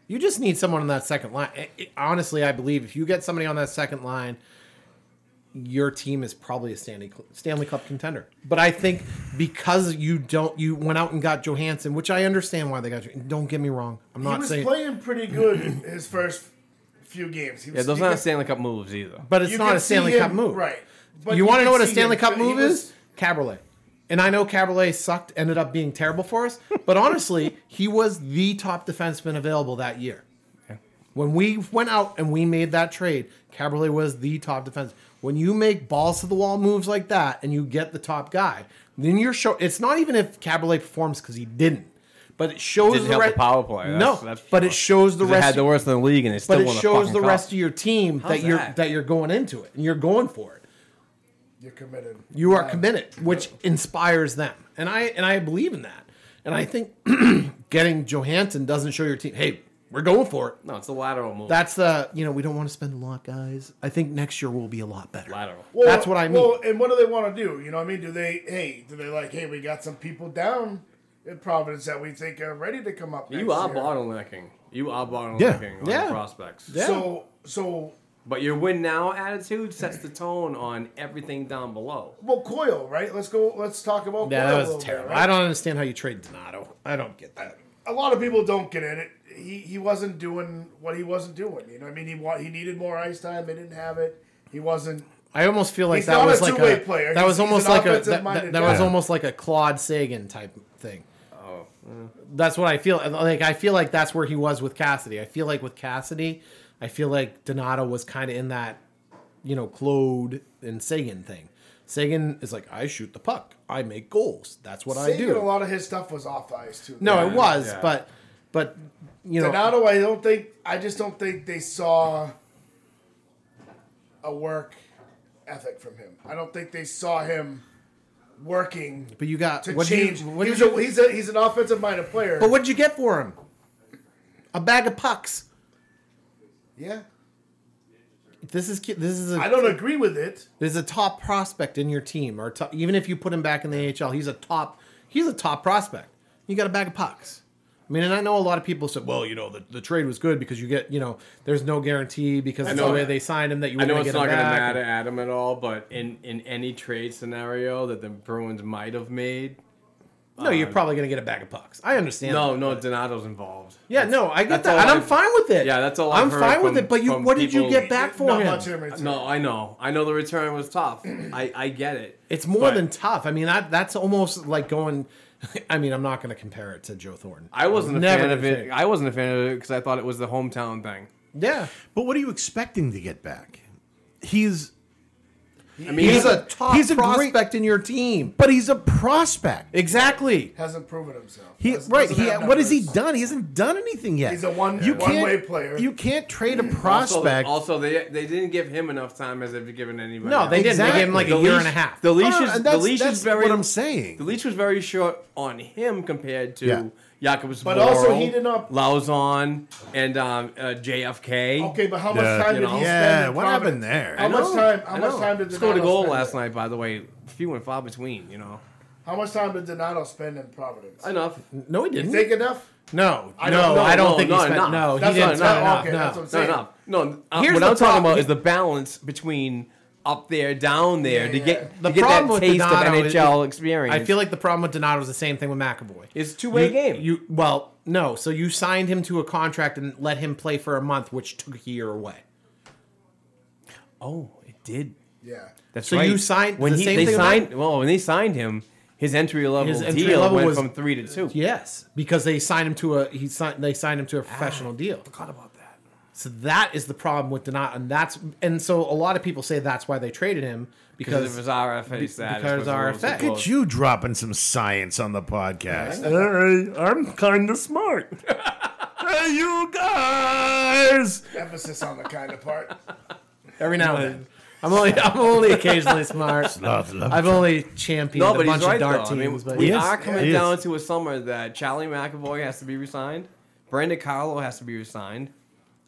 [SPEAKER 9] You just need someone on that second line. I- I- honestly, I believe if you get somebody on that second line, your team is probably a Stanley Stanley Cup contender. But I think because you don't, you went out and got Johansson, which I understand why they got you. Don't get me wrong. I'm
[SPEAKER 6] He
[SPEAKER 9] not
[SPEAKER 6] was
[SPEAKER 9] saying,
[SPEAKER 6] playing pretty good in his first few games. He was,
[SPEAKER 5] Yeah, those
[SPEAKER 6] you
[SPEAKER 5] aren't
[SPEAKER 6] could-
[SPEAKER 5] Stanley Cup moves either.
[SPEAKER 9] but it's
[SPEAKER 6] you
[SPEAKER 9] not
[SPEAKER 6] could
[SPEAKER 9] a Stanley
[SPEAKER 6] see
[SPEAKER 9] Cup
[SPEAKER 6] him-
[SPEAKER 9] move,
[SPEAKER 6] right? But
[SPEAKER 9] you, want to
[SPEAKER 6] could
[SPEAKER 9] know what a
[SPEAKER 6] see
[SPEAKER 9] Stanley
[SPEAKER 6] him-
[SPEAKER 9] Cup
[SPEAKER 6] he
[SPEAKER 9] move
[SPEAKER 6] was-
[SPEAKER 9] is? Cabaret. And I know Cabaret sucked, ended up being terrible for us, but honestly, he was the top defenseman available that year. When we went out and we made that trade, Cabaret was the top defense. When you make balls to the wall moves like that and you get the top guy, then you're show. It's not even if Cabaret performs because he didn't, but it shows
[SPEAKER 5] Didn't
[SPEAKER 9] the
[SPEAKER 5] help
[SPEAKER 9] re-
[SPEAKER 5] the power play. That's-
[SPEAKER 9] no,
[SPEAKER 5] that's-
[SPEAKER 9] but it shows the
[SPEAKER 5] They
[SPEAKER 9] rest.
[SPEAKER 5] had the worst in the league, and they still
[SPEAKER 9] but it
[SPEAKER 5] won the
[SPEAKER 9] shows
[SPEAKER 5] fucking
[SPEAKER 9] the
[SPEAKER 5] cup.
[SPEAKER 9] rest of your team that you're
[SPEAKER 5] that?
[SPEAKER 9] that you're going into it and you're going for it
[SPEAKER 6] You're committed.
[SPEAKER 9] you are
[SPEAKER 6] Yeah.
[SPEAKER 9] committed which inspires them and i and i believe in that and i think getting johansson doesn't show your team hey we're going for it
[SPEAKER 5] No, it's a lateral move.
[SPEAKER 9] that's the you know we don't want to spend a lot guys i think next year will be a lot better
[SPEAKER 5] lateral.
[SPEAKER 6] Well,
[SPEAKER 9] that's what i mean
[SPEAKER 6] Well, and what do they want to do? You know what I mean? Do they? Hey, do they like? Hey, we got some people down in Providence that we think are ready to come up.
[SPEAKER 5] You
[SPEAKER 6] next
[SPEAKER 5] are
[SPEAKER 6] year.
[SPEAKER 5] bottlenecking. You are bottlenecking on
[SPEAKER 9] Yeah.
[SPEAKER 5] your prospects.
[SPEAKER 9] Yeah.
[SPEAKER 6] So, so
[SPEAKER 5] But your win now attitude sets the tone on everything down below.
[SPEAKER 6] well, Coil, right? Let's go. Let's talk about. Coyle a
[SPEAKER 9] yeah that
[SPEAKER 6] little
[SPEAKER 9] was
[SPEAKER 6] bit,
[SPEAKER 9] terrible
[SPEAKER 6] right?
[SPEAKER 9] i don't understand how you trade donato i don't get that
[SPEAKER 6] a lot of people don't get in it. He he wasn't doing what he wasn't doing. You know, what I mean, he wa- he needed more ice time. They didn't have it. He wasn't.
[SPEAKER 9] I almost feel like
[SPEAKER 6] He's
[SPEAKER 9] that
[SPEAKER 6] not
[SPEAKER 9] was
[SPEAKER 6] a
[SPEAKER 9] like
[SPEAKER 6] two-way
[SPEAKER 9] a
[SPEAKER 6] player.
[SPEAKER 9] that
[SPEAKER 6] He's-
[SPEAKER 9] was
[SPEAKER 6] he's
[SPEAKER 9] almost
[SPEAKER 6] an
[SPEAKER 9] like a that,
[SPEAKER 6] offensive-minded
[SPEAKER 9] that- that was
[SPEAKER 6] guy.
[SPEAKER 9] almost like a Claude Sagan type thing. Oh, that's what I feel like. I feel like that's where he was with Cassidy. I feel like with Cassidy, I feel like Donato was kind of in that you know Claude and Sagan thing. Sagan is like I shoot the puck, I make goals. That's what I
[SPEAKER 6] Sagan,
[SPEAKER 9] do.
[SPEAKER 6] A lot of his stuff was off ice too.
[SPEAKER 9] no, it was,
[SPEAKER 5] yeah.
[SPEAKER 9] but but you know,
[SPEAKER 6] Donato, I don't think. I just don't think they saw a work ethic from him. I don't think they saw him working
[SPEAKER 9] but you got
[SPEAKER 6] to
[SPEAKER 9] what do
[SPEAKER 6] change.
[SPEAKER 9] you, what
[SPEAKER 6] he was
[SPEAKER 9] did you
[SPEAKER 6] a, he's a, he's an offensive minded player.
[SPEAKER 9] but what did you get for him? A bag of pucks.
[SPEAKER 6] yeah,
[SPEAKER 9] This is ki- this is a
[SPEAKER 6] I don't agree with it.
[SPEAKER 9] There's a top prospect in your team, or to- even if you put him back in the AHL, he's a top. He's a top prospect. You got a bag of pucks. I mean, and I know a lot of people said, "Well, you know, the, the trade was good because you get, you know, there's no guarantee because of the
[SPEAKER 5] know-
[SPEAKER 9] way they signed him that you
[SPEAKER 5] I
[SPEAKER 9] were
[SPEAKER 5] know
[SPEAKER 9] going to
[SPEAKER 5] it's
[SPEAKER 9] get
[SPEAKER 5] not
[SPEAKER 9] him
[SPEAKER 5] going to
[SPEAKER 9] back."
[SPEAKER 5] matter at him at all, but in, in any trade scenario that the Bruins might have made,
[SPEAKER 9] no, you're
[SPEAKER 5] Um,
[SPEAKER 9] probably going to get a bag of pucks. I understand.
[SPEAKER 5] no,
[SPEAKER 9] that.
[SPEAKER 5] no, Donato's involved.
[SPEAKER 9] yeah, no, I get
[SPEAKER 5] that's
[SPEAKER 9] that,
[SPEAKER 5] all
[SPEAKER 9] and I'm
[SPEAKER 5] I've-
[SPEAKER 9] fine with it.
[SPEAKER 5] Yeah, that's all
[SPEAKER 9] I'm
[SPEAKER 5] I've heard
[SPEAKER 9] fine with
[SPEAKER 5] from-
[SPEAKER 9] it. But you,
[SPEAKER 5] from
[SPEAKER 9] what did you
[SPEAKER 5] people-
[SPEAKER 9] get back for
[SPEAKER 6] Not
[SPEAKER 9] him?
[SPEAKER 6] much in return.
[SPEAKER 5] No, I know. I know the return was tough. I, I get it.
[SPEAKER 9] It's more
[SPEAKER 5] But
[SPEAKER 9] than tough. I mean, that that's almost like going. I mean, I'm not going to compare it to Joe Thornton.
[SPEAKER 5] I wasn't a
[SPEAKER 9] Never
[SPEAKER 5] fan of it.
[SPEAKER 9] say.
[SPEAKER 5] I wasn't a fan of it because I thought it was the hometown thing.
[SPEAKER 9] yeah,
[SPEAKER 7] But what are you expecting to get back? He's
[SPEAKER 5] I mean,
[SPEAKER 9] he's a top
[SPEAKER 7] he's a great-
[SPEAKER 9] prospect in your team.
[SPEAKER 7] but he's a prospect.
[SPEAKER 9] Exactly.
[SPEAKER 6] Hasn't proven himself.
[SPEAKER 7] He,
[SPEAKER 6] Doesn't-
[SPEAKER 7] right.
[SPEAKER 6] doesn't
[SPEAKER 7] He,
[SPEAKER 6] have
[SPEAKER 7] what has he
[SPEAKER 6] numbers.
[SPEAKER 7] done? He hasn't done anything yet.
[SPEAKER 6] He's a one-
[SPEAKER 7] you
[SPEAKER 6] one-way
[SPEAKER 7] can't-
[SPEAKER 6] player.
[SPEAKER 7] You can't trade a
[SPEAKER 5] also,
[SPEAKER 7] prospect.
[SPEAKER 5] also they they didn't give him enough time as they've given anybody.
[SPEAKER 9] No,
[SPEAKER 5] else.
[SPEAKER 9] they didn't. They gave him like a
[SPEAKER 5] The
[SPEAKER 9] year
[SPEAKER 5] leash-
[SPEAKER 9] and a half.
[SPEAKER 5] The leash
[SPEAKER 7] No, no,
[SPEAKER 5] is
[SPEAKER 7] that's-
[SPEAKER 5] the leash
[SPEAKER 7] that's
[SPEAKER 5] is very.
[SPEAKER 7] what I'm saying.
[SPEAKER 5] The leash was very short on him compared to
[SPEAKER 7] Yeah.
[SPEAKER 5] Jakobs,
[SPEAKER 6] But also he did not-
[SPEAKER 5] Lauzon and um, uh, JFK.
[SPEAKER 6] Okay, but how much
[SPEAKER 7] Yeah.
[SPEAKER 6] time
[SPEAKER 5] You
[SPEAKER 6] did
[SPEAKER 5] know?
[SPEAKER 6] he spend?
[SPEAKER 7] Yeah,
[SPEAKER 6] in
[SPEAKER 7] what happened
[SPEAKER 6] Providence?
[SPEAKER 7] there?
[SPEAKER 6] How
[SPEAKER 7] I
[SPEAKER 6] much
[SPEAKER 5] know,
[SPEAKER 6] time?
[SPEAKER 5] I
[SPEAKER 6] How much
[SPEAKER 5] know.
[SPEAKER 6] time did
[SPEAKER 5] scored a
[SPEAKER 6] Donato
[SPEAKER 5] goal
[SPEAKER 6] spend
[SPEAKER 5] last
[SPEAKER 6] there?
[SPEAKER 5] night? By the way, few and far between. You know,
[SPEAKER 6] How much time did Donato spend in Providence?
[SPEAKER 5] enough.
[SPEAKER 9] No, he
[SPEAKER 6] You
[SPEAKER 9] didn't.
[SPEAKER 6] think enough?
[SPEAKER 9] no,
[SPEAKER 6] I
[SPEAKER 9] no,
[SPEAKER 6] don't know.
[SPEAKER 9] I don't
[SPEAKER 5] No,
[SPEAKER 9] think he
[SPEAKER 5] not
[SPEAKER 9] spent.
[SPEAKER 5] enough.
[SPEAKER 9] No,
[SPEAKER 6] That's
[SPEAKER 9] he didn't
[SPEAKER 6] not enough.
[SPEAKER 9] spend enough.
[SPEAKER 6] Okay,
[SPEAKER 9] no.
[SPEAKER 6] that's what I'm
[SPEAKER 5] No,
[SPEAKER 6] saying.
[SPEAKER 5] enough. No, uh,
[SPEAKER 9] Here's
[SPEAKER 5] what
[SPEAKER 9] the
[SPEAKER 5] I'm
[SPEAKER 9] problem.
[SPEAKER 5] talking about
[SPEAKER 9] He-
[SPEAKER 5] is the balance between up there, down there to
[SPEAKER 6] yeah.
[SPEAKER 5] get
[SPEAKER 9] The
[SPEAKER 5] to get
[SPEAKER 9] problem
[SPEAKER 5] that
[SPEAKER 9] with
[SPEAKER 5] taste of
[SPEAKER 9] Donato is-
[SPEAKER 5] NHL experience.
[SPEAKER 9] I feel like the problem with Donato is the same thing with McAvoy.
[SPEAKER 5] it's a two way
[SPEAKER 9] you,
[SPEAKER 5] game.
[SPEAKER 9] You well, no. So you signed him to a contract and let him play for a month, which took a year away.
[SPEAKER 5] oh, it did.
[SPEAKER 6] Yeah.
[SPEAKER 5] That's
[SPEAKER 9] So
[SPEAKER 5] right.
[SPEAKER 9] you signed-
[SPEAKER 5] when
[SPEAKER 9] the
[SPEAKER 5] he
[SPEAKER 9] same
[SPEAKER 5] they
[SPEAKER 9] thing about-
[SPEAKER 5] signed. Well, when they signed him, his entry level
[SPEAKER 9] His
[SPEAKER 5] deal
[SPEAKER 9] entry level
[SPEAKER 5] went
[SPEAKER 9] was-
[SPEAKER 5] from three to two.
[SPEAKER 9] Yes, because they signed him to a he signed they signed him to a professional deal.
[SPEAKER 5] Ah, Forgot about that.
[SPEAKER 9] So that is the problem with Donato, and that's and so a lot of people say that's why they traded him
[SPEAKER 5] Because of
[SPEAKER 9] because
[SPEAKER 5] his RFA status.
[SPEAKER 9] because
[SPEAKER 5] was a little
[SPEAKER 9] RFA.
[SPEAKER 5] too
[SPEAKER 7] Look
[SPEAKER 5] close.
[SPEAKER 7] at you dropping some science on the podcast. Hey, I'm kind of smart. hey, you guys.
[SPEAKER 6] Emphasis on the kind of part.
[SPEAKER 9] every now and then. I'm only I'm only occasionally smart.
[SPEAKER 7] Love, love.
[SPEAKER 9] I've only championed
[SPEAKER 5] No,
[SPEAKER 9] a
[SPEAKER 5] but
[SPEAKER 9] bunch
[SPEAKER 5] he's right
[SPEAKER 9] of dart
[SPEAKER 5] though. I mean,
[SPEAKER 9] teams. but
[SPEAKER 5] we
[SPEAKER 7] Yes,
[SPEAKER 5] are coming
[SPEAKER 7] yes.
[SPEAKER 5] down to a summer that Charlie McAvoy has to be resigned. Brandon Carlo has to be resigned.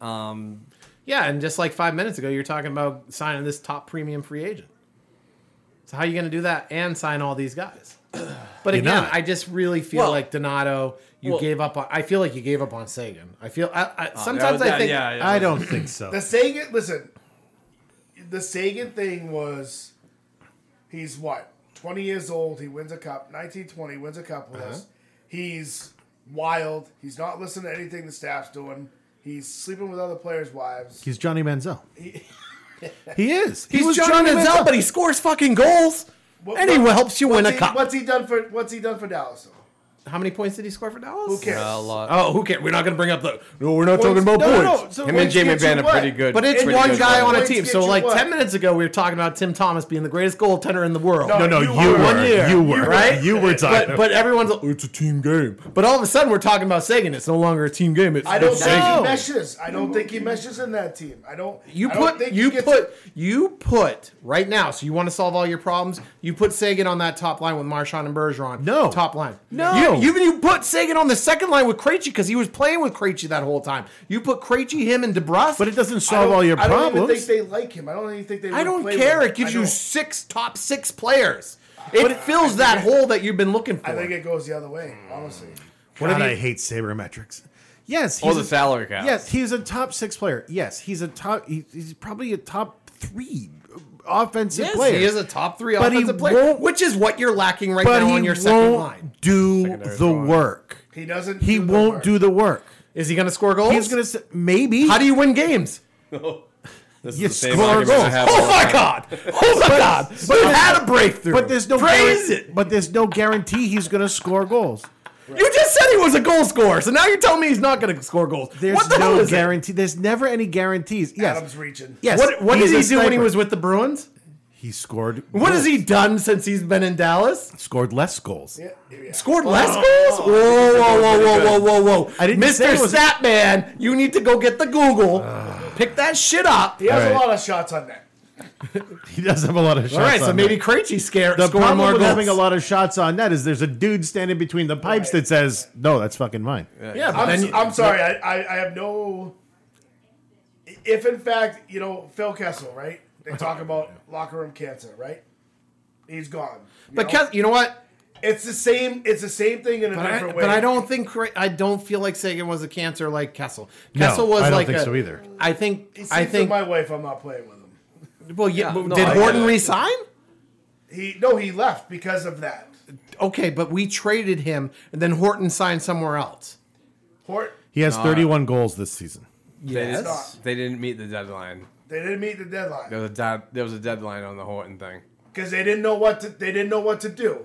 [SPEAKER 5] Um,
[SPEAKER 9] Yeah, and just like five minutes ago, you're talking about signing this top premium free agent. So how are you going to do that and sign all these guys? But again,
[SPEAKER 7] not.
[SPEAKER 9] I just really feel
[SPEAKER 5] Well-
[SPEAKER 9] like Donato. You
[SPEAKER 5] Well-
[SPEAKER 9] gave up on. I feel like you gave up on Sagan. I feel. I, I,
[SPEAKER 5] that
[SPEAKER 9] sometimes
[SPEAKER 5] was-
[SPEAKER 9] I think.
[SPEAKER 5] Oh, yeah, yeah,
[SPEAKER 7] I don't think so.
[SPEAKER 6] The Sagan, listen, the Sagan thing was, he's what twenty years old. He wins a cup. Nineteen twenty wins a cup
[SPEAKER 9] Uh-huh.
[SPEAKER 6] with us. He's wild. He's not listening to anything the staff's doing. He's sleeping with other players' wives.
[SPEAKER 7] He's Johnny Manziel. He is. He
[SPEAKER 9] He's
[SPEAKER 7] was
[SPEAKER 9] Johnny Manziel,
[SPEAKER 7] Manziel.
[SPEAKER 9] but he scores fucking goals.
[SPEAKER 6] What-
[SPEAKER 9] and he
[SPEAKER 6] what-
[SPEAKER 9] helps you
[SPEAKER 6] what's
[SPEAKER 9] win a
[SPEAKER 6] he-
[SPEAKER 9] cup.
[SPEAKER 6] What's he done for? What's he done for Dallas?
[SPEAKER 9] How many points did he score for Dallas?
[SPEAKER 6] Who cares?
[SPEAKER 5] a lot.
[SPEAKER 9] Oh, who cares? We're not going to bring up the. No, we're not
[SPEAKER 6] Points-
[SPEAKER 9] talking about
[SPEAKER 6] no,
[SPEAKER 9] points.
[SPEAKER 6] no, no, so
[SPEAKER 5] Him and
[SPEAKER 6] points
[SPEAKER 5] Jamie
[SPEAKER 6] get you
[SPEAKER 5] Benn are
[SPEAKER 6] what?
[SPEAKER 5] pretty good.
[SPEAKER 9] But it's
[SPEAKER 5] pretty
[SPEAKER 9] one
[SPEAKER 5] good
[SPEAKER 9] guy
[SPEAKER 5] players.
[SPEAKER 9] on a
[SPEAKER 6] Points
[SPEAKER 9] team.
[SPEAKER 6] get
[SPEAKER 9] So,
[SPEAKER 6] you
[SPEAKER 9] like,
[SPEAKER 6] what?
[SPEAKER 9] 10 minutes ago, we were talking about Tim Thomas being the greatest goaltender in the world.
[SPEAKER 6] No,
[SPEAKER 11] No, no,
[SPEAKER 6] you
[SPEAKER 11] you
[SPEAKER 6] were.
[SPEAKER 9] One year.
[SPEAKER 11] were. You were.
[SPEAKER 9] Right?
[SPEAKER 11] You were talking.
[SPEAKER 9] But, but everyone's like, it's a team game. But all of a sudden, we're talking about Sagan. It's no longer a team game. It's
[SPEAKER 6] I don't
[SPEAKER 9] it's
[SPEAKER 6] think
[SPEAKER 9] Sagan.
[SPEAKER 6] he meshes. I don't think he meshes in that team. I don't.
[SPEAKER 9] You
[SPEAKER 6] I don't
[SPEAKER 9] put
[SPEAKER 6] think he
[SPEAKER 9] you
[SPEAKER 6] gets-
[SPEAKER 9] put you put right now. So you want to solve all your problems? You put Sagan on that top line with Marshawn and Bergeron.
[SPEAKER 7] No.
[SPEAKER 9] top line.
[SPEAKER 7] No.
[SPEAKER 9] you you, you put Sagan on the second line with Krejci because he was playing with Krejci that whole time. You put Krejci, him, and DeBrus.
[SPEAKER 7] But it doesn't
[SPEAKER 6] I don't-
[SPEAKER 7] solve all your
[SPEAKER 6] I don't even think
[SPEAKER 7] problems.
[SPEAKER 6] they like him. I don't even think they.
[SPEAKER 9] I
[SPEAKER 6] would
[SPEAKER 9] don't
[SPEAKER 6] play
[SPEAKER 9] care.
[SPEAKER 6] with
[SPEAKER 9] It gives
[SPEAKER 6] him. I
[SPEAKER 9] you
[SPEAKER 6] don't-
[SPEAKER 9] six top six players. It fills that hole that you've been looking for.
[SPEAKER 6] I think it goes the other way. Honestly,
[SPEAKER 7] What God, I hate sabermetrics. Yes,
[SPEAKER 5] All
[SPEAKER 7] he's
[SPEAKER 5] the
[SPEAKER 7] a-
[SPEAKER 5] salary cap.
[SPEAKER 7] Yes, he's a top six player. Yes, he's a top. he- He's probably a top three offensive
[SPEAKER 9] Yes,
[SPEAKER 7] player.
[SPEAKER 9] he is a top three
[SPEAKER 7] But he
[SPEAKER 9] offensive player,
[SPEAKER 7] won't-
[SPEAKER 9] which is what you're lacking right
[SPEAKER 7] but
[SPEAKER 9] now
[SPEAKER 7] he
[SPEAKER 9] on your
[SPEAKER 7] won't
[SPEAKER 9] second line.
[SPEAKER 7] do
[SPEAKER 5] Secondary
[SPEAKER 7] the
[SPEAKER 5] line.
[SPEAKER 7] work.
[SPEAKER 6] he doesn't.
[SPEAKER 7] He
[SPEAKER 6] do the
[SPEAKER 7] won't
[SPEAKER 6] work.
[SPEAKER 7] do the work.
[SPEAKER 9] Is he going to score goals?
[SPEAKER 7] He's gonna say, maybe.
[SPEAKER 9] How do you win games?
[SPEAKER 5] This
[SPEAKER 7] You
[SPEAKER 5] is the same
[SPEAKER 7] score
[SPEAKER 5] argument I
[SPEAKER 7] goals.
[SPEAKER 5] have
[SPEAKER 7] Oh
[SPEAKER 5] all the
[SPEAKER 7] my
[SPEAKER 5] time.
[SPEAKER 9] God! Oh my God! But you had a breakthrough.
[SPEAKER 7] But there's no
[SPEAKER 9] praise
[SPEAKER 7] guaran-
[SPEAKER 9] it.
[SPEAKER 7] But there's no guarantee he's gonna score goals.
[SPEAKER 9] You just said he was a goal scorer, so now you're telling me he's not going to score goals.
[SPEAKER 7] There's
[SPEAKER 9] what the hell
[SPEAKER 7] no
[SPEAKER 9] is that?
[SPEAKER 7] guarantee. There's never any guarantees. Yes.
[SPEAKER 6] Adam's reaching.
[SPEAKER 7] Yes.
[SPEAKER 9] What, what
[SPEAKER 7] he's
[SPEAKER 9] did he
[SPEAKER 7] a
[SPEAKER 9] do when he
[SPEAKER 7] sniper.
[SPEAKER 9] was with the Bruins?
[SPEAKER 7] He scored.
[SPEAKER 9] What
[SPEAKER 7] goals.
[SPEAKER 9] has he done since he's been in Dallas?
[SPEAKER 7] Scored less goals.
[SPEAKER 6] Yeah, Oh, yeah.
[SPEAKER 9] Scored less goals? Whoa, whoa, whoa, whoa, whoa, whoa, whoa!
[SPEAKER 7] I didn't say
[SPEAKER 9] Mr.
[SPEAKER 7] it was-
[SPEAKER 9] Statman, you need to go get the Google,
[SPEAKER 7] Ah.
[SPEAKER 9] pick that shit up.
[SPEAKER 6] He has
[SPEAKER 7] All
[SPEAKER 6] a
[SPEAKER 7] right.
[SPEAKER 6] lot of shots on net.
[SPEAKER 11] He does have a lot of shots.
[SPEAKER 9] All right, so
[SPEAKER 11] on
[SPEAKER 9] maybe
[SPEAKER 11] net.
[SPEAKER 9] Krejci scared
[SPEAKER 7] The
[SPEAKER 9] scoring
[SPEAKER 7] problem
[SPEAKER 9] more
[SPEAKER 7] with
[SPEAKER 9] goals.
[SPEAKER 7] having a lot of shots on net is there's a dude standing between the pipes
[SPEAKER 6] Right.
[SPEAKER 7] that says, "No, that's fucking mine."
[SPEAKER 9] yeah, but
[SPEAKER 6] I'm,
[SPEAKER 9] then
[SPEAKER 6] s-
[SPEAKER 9] you-
[SPEAKER 6] I'm sorry. I, I, I have no. If in fact you know Phil Kessel, right? They talk about locker room cancer, right? He's gone. you
[SPEAKER 9] But
[SPEAKER 6] know?
[SPEAKER 9] Kes- you know what?
[SPEAKER 6] it's the same. It's the same thing in a
[SPEAKER 9] But
[SPEAKER 6] different
[SPEAKER 9] I,
[SPEAKER 6] way.
[SPEAKER 9] but I don't think Cra- I don't feel like Sagan was a cancer like Kessel.
[SPEAKER 7] No,
[SPEAKER 9] Kessel was
[SPEAKER 7] I don't
[SPEAKER 9] like
[SPEAKER 7] think
[SPEAKER 9] a-
[SPEAKER 7] so either.
[SPEAKER 9] I think
[SPEAKER 6] He sleeps
[SPEAKER 9] I think
[SPEAKER 6] with my wife. I'm not playing with him.
[SPEAKER 9] well yeah. but
[SPEAKER 5] no,
[SPEAKER 9] did
[SPEAKER 5] I get
[SPEAKER 9] Horton
[SPEAKER 5] it.
[SPEAKER 9] resign?
[SPEAKER 6] He no, he left because of that.
[SPEAKER 9] Okay, but we traded him and then Horton signed somewhere else.
[SPEAKER 6] Hort,
[SPEAKER 7] He
[SPEAKER 9] Ah.
[SPEAKER 7] has 31 goals this season.
[SPEAKER 5] They,
[SPEAKER 6] Yes.
[SPEAKER 5] didn't, they didn't meet the deadline.
[SPEAKER 6] they didn't meet the
[SPEAKER 5] There
[SPEAKER 6] deadline
[SPEAKER 5] was a dead, there was a deadline on the Horton thing.
[SPEAKER 6] because they didn't know what to, they didn't know what to do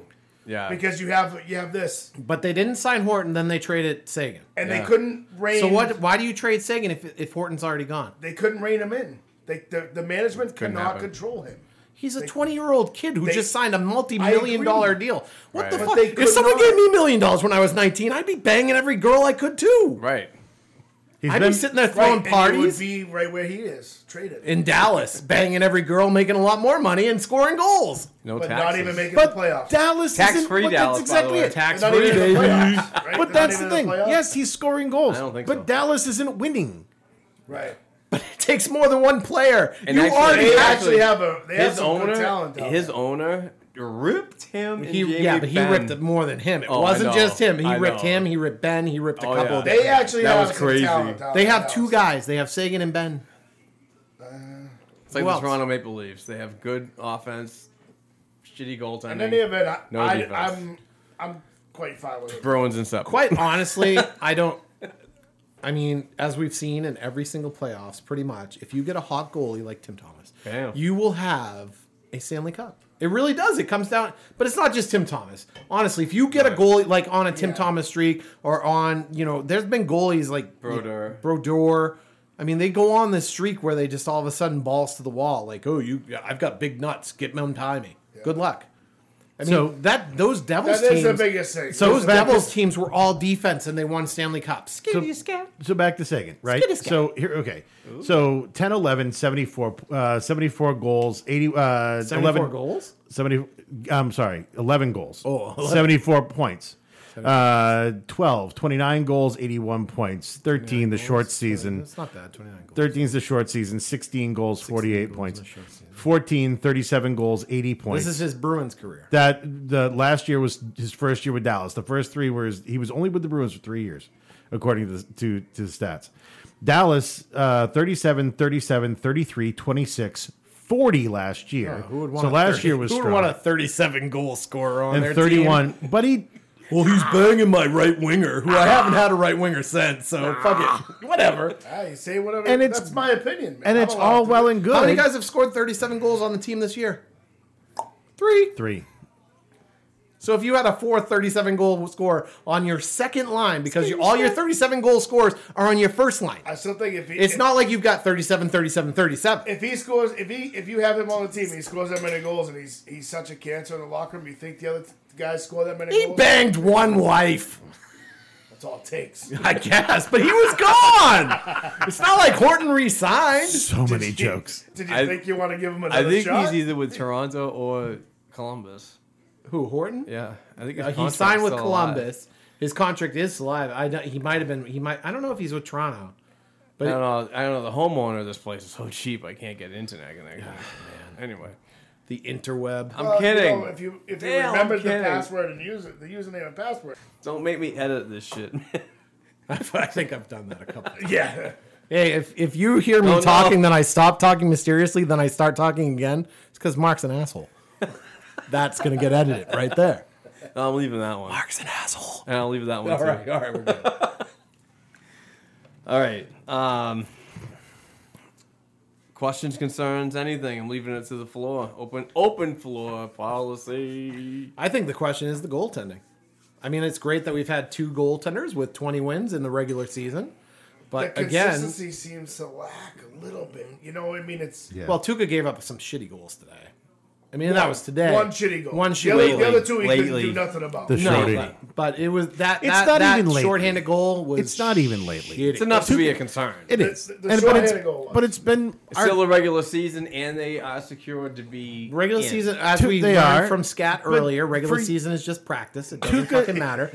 [SPEAKER 5] Yeah.
[SPEAKER 6] because you have you have this
[SPEAKER 9] But they didn't sign Horton, then they traded Sagan.
[SPEAKER 6] and
[SPEAKER 5] Yeah.
[SPEAKER 6] they couldn't rein.
[SPEAKER 9] So what? Why do you trade Sagan if if Horton's already gone?
[SPEAKER 6] They couldn't rein him in. They the, the management
[SPEAKER 5] Couldn't
[SPEAKER 6] cannot
[SPEAKER 5] happen.
[SPEAKER 6] control him.
[SPEAKER 9] He's a 20 year old kid who
[SPEAKER 6] they-
[SPEAKER 9] just signed a multi
[SPEAKER 6] I
[SPEAKER 9] million
[SPEAKER 6] agree.
[SPEAKER 9] dollar deal. What the
[SPEAKER 5] Right. But
[SPEAKER 9] fuck?
[SPEAKER 6] they
[SPEAKER 9] If
[SPEAKER 6] could
[SPEAKER 9] someone
[SPEAKER 6] not-
[SPEAKER 9] gave me a million dollars when I was 19, I'd be banging every girl I could too.
[SPEAKER 5] right.
[SPEAKER 7] He's
[SPEAKER 9] I'd
[SPEAKER 7] been,
[SPEAKER 9] be sitting there
[SPEAKER 6] Right,
[SPEAKER 9] throwing
[SPEAKER 6] and
[SPEAKER 9] parties.
[SPEAKER 6] he would be right where he is, traded,
[SPEAKER 9] in Dallas, banging every girl, making a lot more money, and scoring goals.
[SPEAKER 5] No
[SPEAKER 6] but
[SPEAKER 5] taxes.
[SPEAKER 6] not even making
[SPEAKER 7] but
[SPEAKER 6] the playoffs.
[SPEAKER 7] Dallas
[SPEAKER 5] Tax
[SPEAKER 7] isn't,
[SPEAKER 5] free
[SPEAKER 7] but
[SPEAKER 5] Dallas,
[SPEAKER 7] That's exactly
[SPEAKER 5] by the way.
[SPEAKER 7] it.
[SPEAKER 5] Tax
[SPEAKER 6] They're not
[SPEAKER 5] free,
[SPEAKER 6] even in
[SPEAKER 5] baby.
[SPEAKER 6] the playoffs, right?
[SPEAKER 7] But
[SPEAKER 6] They're not
[SPEAKER 7] that's
[SPEAKER 6] even
[SPEAKER 7] the
[SPEAKER 6] in
[SPEAKER 7] thing.
[SPEAKER 6] playoffs.
[SPEAKER 7] yes, he's scoring goals.
[SPEAKER 5] I don't think
[SPEAKER 7] but
[SPEAKER 5] so.
[SPEAKER 7] Dallas isn't winning.
[SPEAKER 6] right.
[SPEAKER 9] It takes more than one player.
[SPEAKER 5] And
[SPEAKER 9] you
[SPEAKER 5] actually-
[SPEAKER 9] already
[SPEAKER 6] They
[SPEAKER 9] have.
[SPEAKER 6] actually have a they have
[SPEAKER 5] His
[SPEAKER 6] some
[SPEAKER 5] owner,
[SPEAKER 6] good talent. down
[SPEAKER 5] his
[SPEAKER 6] there.
[SPEAKER 5] owner ripped him. and
[SPEAKER 9] He,
[SPEAKER 5] Jamie
[SPEAKER 9] yeah, but he
[SPEAKER 5] Benn.
[SPEAKER 9] ripped it more than him. It
[SPEAKER 5] Oh, I
[SPEAKER 9] wasn't
[SPEAKER 5] know.
[SPEAKER 9] just him. He
[SPEAKER 5] I
[SPEAKER 9] ripped
[SPEAKER 5] know.
[SPEAKER 9] him. He ripped Ben. He ripped a
[SPEAKER 5] Oh,
[SPEAKER 9] couple.
[SPEAKER 5] yeah.
[SPEAKER 9] of
[SPEAKER 6] They actually
[SPEAKER 5] That
[SPEAKER 6] have
[SPEAKER 5] was
[SPEAKER 6] some
[SPEAKER 5] crazy.
[SPEAKER 6] talent. down
[SPEAKER 9] They
[SPEAKER 6] there,
[SPEAKER 9] have two
[SPEAKER 6] Dallas.
[SPEAKER 9] guys. They have Sagan and Ben.
[SPEAKER 5] It's like
[SPEAKER 9] Who
[SPEAKER 5] the
[SPEAKER 9] else?
[SPEAKER 5] Toronto Maple Leafs. They have good offense, shitty goaltending.
[SPEAKER 6] In any event, I,
[SPEAKER 5] No
[SPEAKER 6] I,
[SPEAKER 5] defense.
[SPEAKER 6] I'm I'm quite fine with it.
[SPEAKER 5] Bruins and stuff.
[SPEAKER 9] Quite honestly, I don't. I mean, as we've seen in every single playoffs, pretty much, if you get a hot goalie like Tim Thomas,
[SPEAKER 5] Bam.
[SPEAKER 9] you will have a Stanley Cup. It really does. It comes down, but it's not just Tim Thomas. Honestly, if you get a goalie like on a Tim Thomas streak or on, you know, there's been goalies like
[SPEAKER 5] Brodeur.
[SPEAKER 9] Brodeur. I mean, they go on this streak where they just all of a sudden balls to the wall. Like, oh, you, I've got big nuts. Get them time me. Good luck. I mean,
[SPEAKER 7] So-
[SPEAKER 9] that those Devils
[SPEAKER 6] That is
[SPEAKER 9] teams.
[SPEAKER 6] the biggest thing.
[SPEAKER 9] So those
[SPEAKER 6] Those Devils-
[SPEAKER 9] Devils teams were all defense and they won Stanley Cups. Skitty scat.
[SPEAKER 7] So back to Sagan, right?
[SPEAKER 9] Skitty scat.
[SPEAKER 7] So here, okay. So 10, 11, 74, uh, 74 goals, 80, uh,
[SPEAKER 9] 74
[SPEAKER 7] 11
[SPEAKER 9] goals?
[SPEAKER 7] 70 I'm sorry, 11 goals.
[SPEAKER 9] Oh, 11.
[SPEAKER 7] 74 points. Uh, 12, 29 goals, 81 points. 13 the short season.
[SPEAKER 9] That's not bad, 29 goals.
[SPEAKER 7] 13 is the short season, 16 goals, 48 points. 14, 37 goals, 80 points.
[SPEAKER 9] This is his Bruins career.
[SPEAKER 7] that the last year was his first year with Dallas. The first three were his, he was only with the Bruins for three years, according to the, to, to the stats. Dallas, uh, 37, 37, 33, 26, 40 last year.
[SPEAKER 9] Who would want
[SPEAKER 7] so
[SPEAKER 9] a
[SPEAKER 7] last
[SPEAKER 9] 30
[SPEAKER 7] year was
[SPEAKER 9] who would
[SPEAKER 7] strong.
[SPEAKER 9] want a 37 goal scorer on
[SPEAKER 7] and
[SPEAKER 9] their
[SPEAKER 7] 31.
[SPEAKER 9] Team?
[SPEAKER 7] But he
[SPEAKER 9] Well, he's banging my right winger, who I haven't had a right winger since. So fuck it, whatever.
[SPEAKER 6] Ah, you say whatever.
[SPEAKER 7] And
[SPEAKER 6] And
[SPEAKER 7] it's-
[SPEAKER 6] it's, that's my opinion, man.
[SPEAKER 7] and
[SPEAKER 6] I'm
[SPEAKER 7] it's
[SPEAKER 6] allowed
[SPEAKER 7] all
[SPEAKER 6] to-
[SPEAKER 7] well and good.
[SPEAKER 9] How many guys have scored 37 goals on the team this year? Three.
[SPEAKER 7] Three.
[SPEAKER 9] So if you had a four 37 goal scorer on your second line, because you, all your 37 goal scores are on your first line,
[SPEAKER 6] I still think if he,
[SPEAKER 9] it's
[SPEAKER 6] if,
[SPEAKER 9] not like you've got 37, 37, 37.
[SPEAKER 6] If he scores, if he if you have him on the team, and he scores that many goals, and he's he's such a cancer in the locker room. You think the other t- guys score that many
[SPEAKER 9] He
[SPEAKER 6] goals?
[SPEAKER 9] banged one wife.
[SPEAKER 6] That's all it takes.
[SPEAKER 9] I guess, but he was gone. It's not like Horton resigned.
[SPEAKER 7] So many jokes.
[SPEAKER 6] Did you
[SPEAKER 5] I-
[SPEAKER 6] think you want to give him
[SPEAKER 5] I
[SPEAKER 6] another
[SPEAKER 5] think
[SPEAKER 6] shot?
[SPEAKER 5] he's either with Toronto or Columbus.
[SPEAKER 9] Who Horton?
[SPEAKER 5] Yeah, I think his
[SPEAKER 9] Uh, he
[SPEAKER 5] contract's
[SPEAKER 9] signed with
[SPEAKER 5] still alive.
[SPEAKER 9] Columbus. His contract is still alive. I don't- he might have been. He might. I don't know if he's with Toronto.
[SPEAKER 5] I don't know. I don't know. The homeowner of this place is so cheap. I can't get internet connection. Anyway,
[SPEAKER 9] The interweb.
[SPEAKER 5] I'm
[SPEAKER 6] Well, you
[SPEAKER 5] kidding.
[SPEAKER 6] know, if you if you
[SPEAKER 5] Damn, I'm
[SPEAKER 6] remembered the
[SPEAKER 5] kidding.
[SPEAKER 6] password and use it, the username and password.
[SPEAKER 5] Don't make me edit this shit.
[SPEAKER 9] I think I've done that a couple. times.
[SPEAKER 6] Yeah.
[SPEAKER 9] hey, if if you hear me
[SPEAKER 5] Oh, no.
[SPEAKER 9] talking, then I stop talking mysteriously, then I start talking again. It's because Mark's an asshole. That's gonna get edited right there.
[SPEAKER 5] I'm leaving that one.
[SPEAKER 9] Mark's an asshole.
[SPEAKER 5] And I'll leave that one
[SPEAKER 9] All
[SPEAKER 5] too.
[SPEAKER 9] right, all right, we're good.
[SPEAKER 5] All right. Um, questions, concerns, anything? I'm leaving it to the floor. Open, open floor policy.
[SPEAKER 9] I think the question is the goaltending. I mean, it's great that we've had two goaltenders with 20 wins in the regular season,
[SPEAKER 6] The
[SPEAKER 9] but again,
[SPEAKER 6] consistency seems to lack a little bit. You know, I mean, it's
[SPEAKER 7] Yeah.
[SPEAKER 9] well, Tuca gave up some shitty goals today. I mean, that was today.
[SPEAKER 6] one shitty goal.
[SPEAKER 9] One
[SPEAKER 6] the, other,
[SPEAKER 9] shitty
[SPEAKER 6] the
[SPEAKER 9] goal.
[SPEAKER 6] other two he
[SPEAKER 5] Lately.
[SPEAKER 6] couldn't do nothing about.
[SPEAKER 7] The
[SPEAKER 9] No,
[SPEAKER 7] shorty.
[SPEAKER 9] but, but it was that.
[SPEAKER 7] It's
[SPEAKER 9] that,
[SPEAKER 7] not
[SPEAKER 9] that
[SPEAKER 7] even lately.
[SPEAKER 9] shorthanded goal was.
[SPEAKER 7] It's not even lately.
[SPEAKER 9] shitty.
[SPEAKER 5] It's enough to be a concern.
[SPEAKER 7] It is.
[SPEAKER 6] The- the
[SPEAKER 7] And- but,
[SPEAKER 6] shorthand
[SPEAKER 7] it's,
[SPEAKER 6] goal was-
[SPEAKER 7] but it's been.
[SPEAKER 5] It's still a regular season, and they are secured to be
[SPEAKER 9] regular
[SPEAKER 5] in.
[SPEAKER 9] season, as
[SPEAKER 7] Two-
[SPEAKER 9] we
[SPEAKER 7] they
[SPEAKER 9] learned
[SPEAKER 7] are,
[SPEAKER 9] from Scat
[SPEAKER 7] but
[SPEAKER 9] earlier, regular
[SPEAKER 7] for-
[SPEAKER 9] season is just practice. It doesn't
[SPEAKER 7] Tuca-
[SPEAKER 9] fucking matter.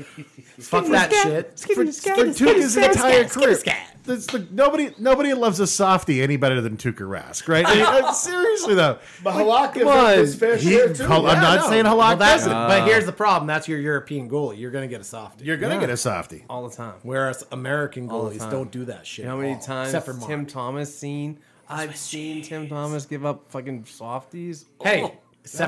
[SPEAKER 9] Fuck that shit.
[SPEAKER 7] for, for Tuca's entire career. That's the, nobody, nobody loves a softie any better than Tuka Rask, right? Uh, Seriously though,
[SPEAKER 6] but Halak
[SPEAKER 7] come on.
[SPEAKER 6] is his fair
[SPEAKER 7] He-
[SPEAKER 6] share too.
[SPEAKER 7] Hal- I'm
[SPEAKER 9] Yeah,
[SPEAKER 7] not
[SPEAKER 9] no.
[SPEAKER 7] saying Halak
[SPEAKER 9] Well, that's- Uh,
[SPEAKER 7] doesn't.
[SPEAKER 9] but here's the problem: that's your European goalie. You're gonna get a soft.
[SPEAKER 7] you're gonna get a softie.
[SPEAKER 5] all the time.
[SPEAKER 9] Whereas American
[SPEAKER 5] All the
[SPEAKER 9] goalies
[SPEAKER 5] time.
[SPEAKER 9] don't do that
[SPEAKER 5] You
[SPEAKER 9] shit.
[SPEAKER 5] know how
[SPEAKER 9] at
[SPEAKER 5] many
[SPEAKER 9] all,
[SPEAKER 5] times
[SPEAKER 9] Except for Mark.
[SPEAKER 5] Tim Thomas seen? I've seen Tim Thomas give up fucking softies.
[SPEAKER 9] Hey,
[SPEAKER 5] Oh.
[SPEAKER 9] except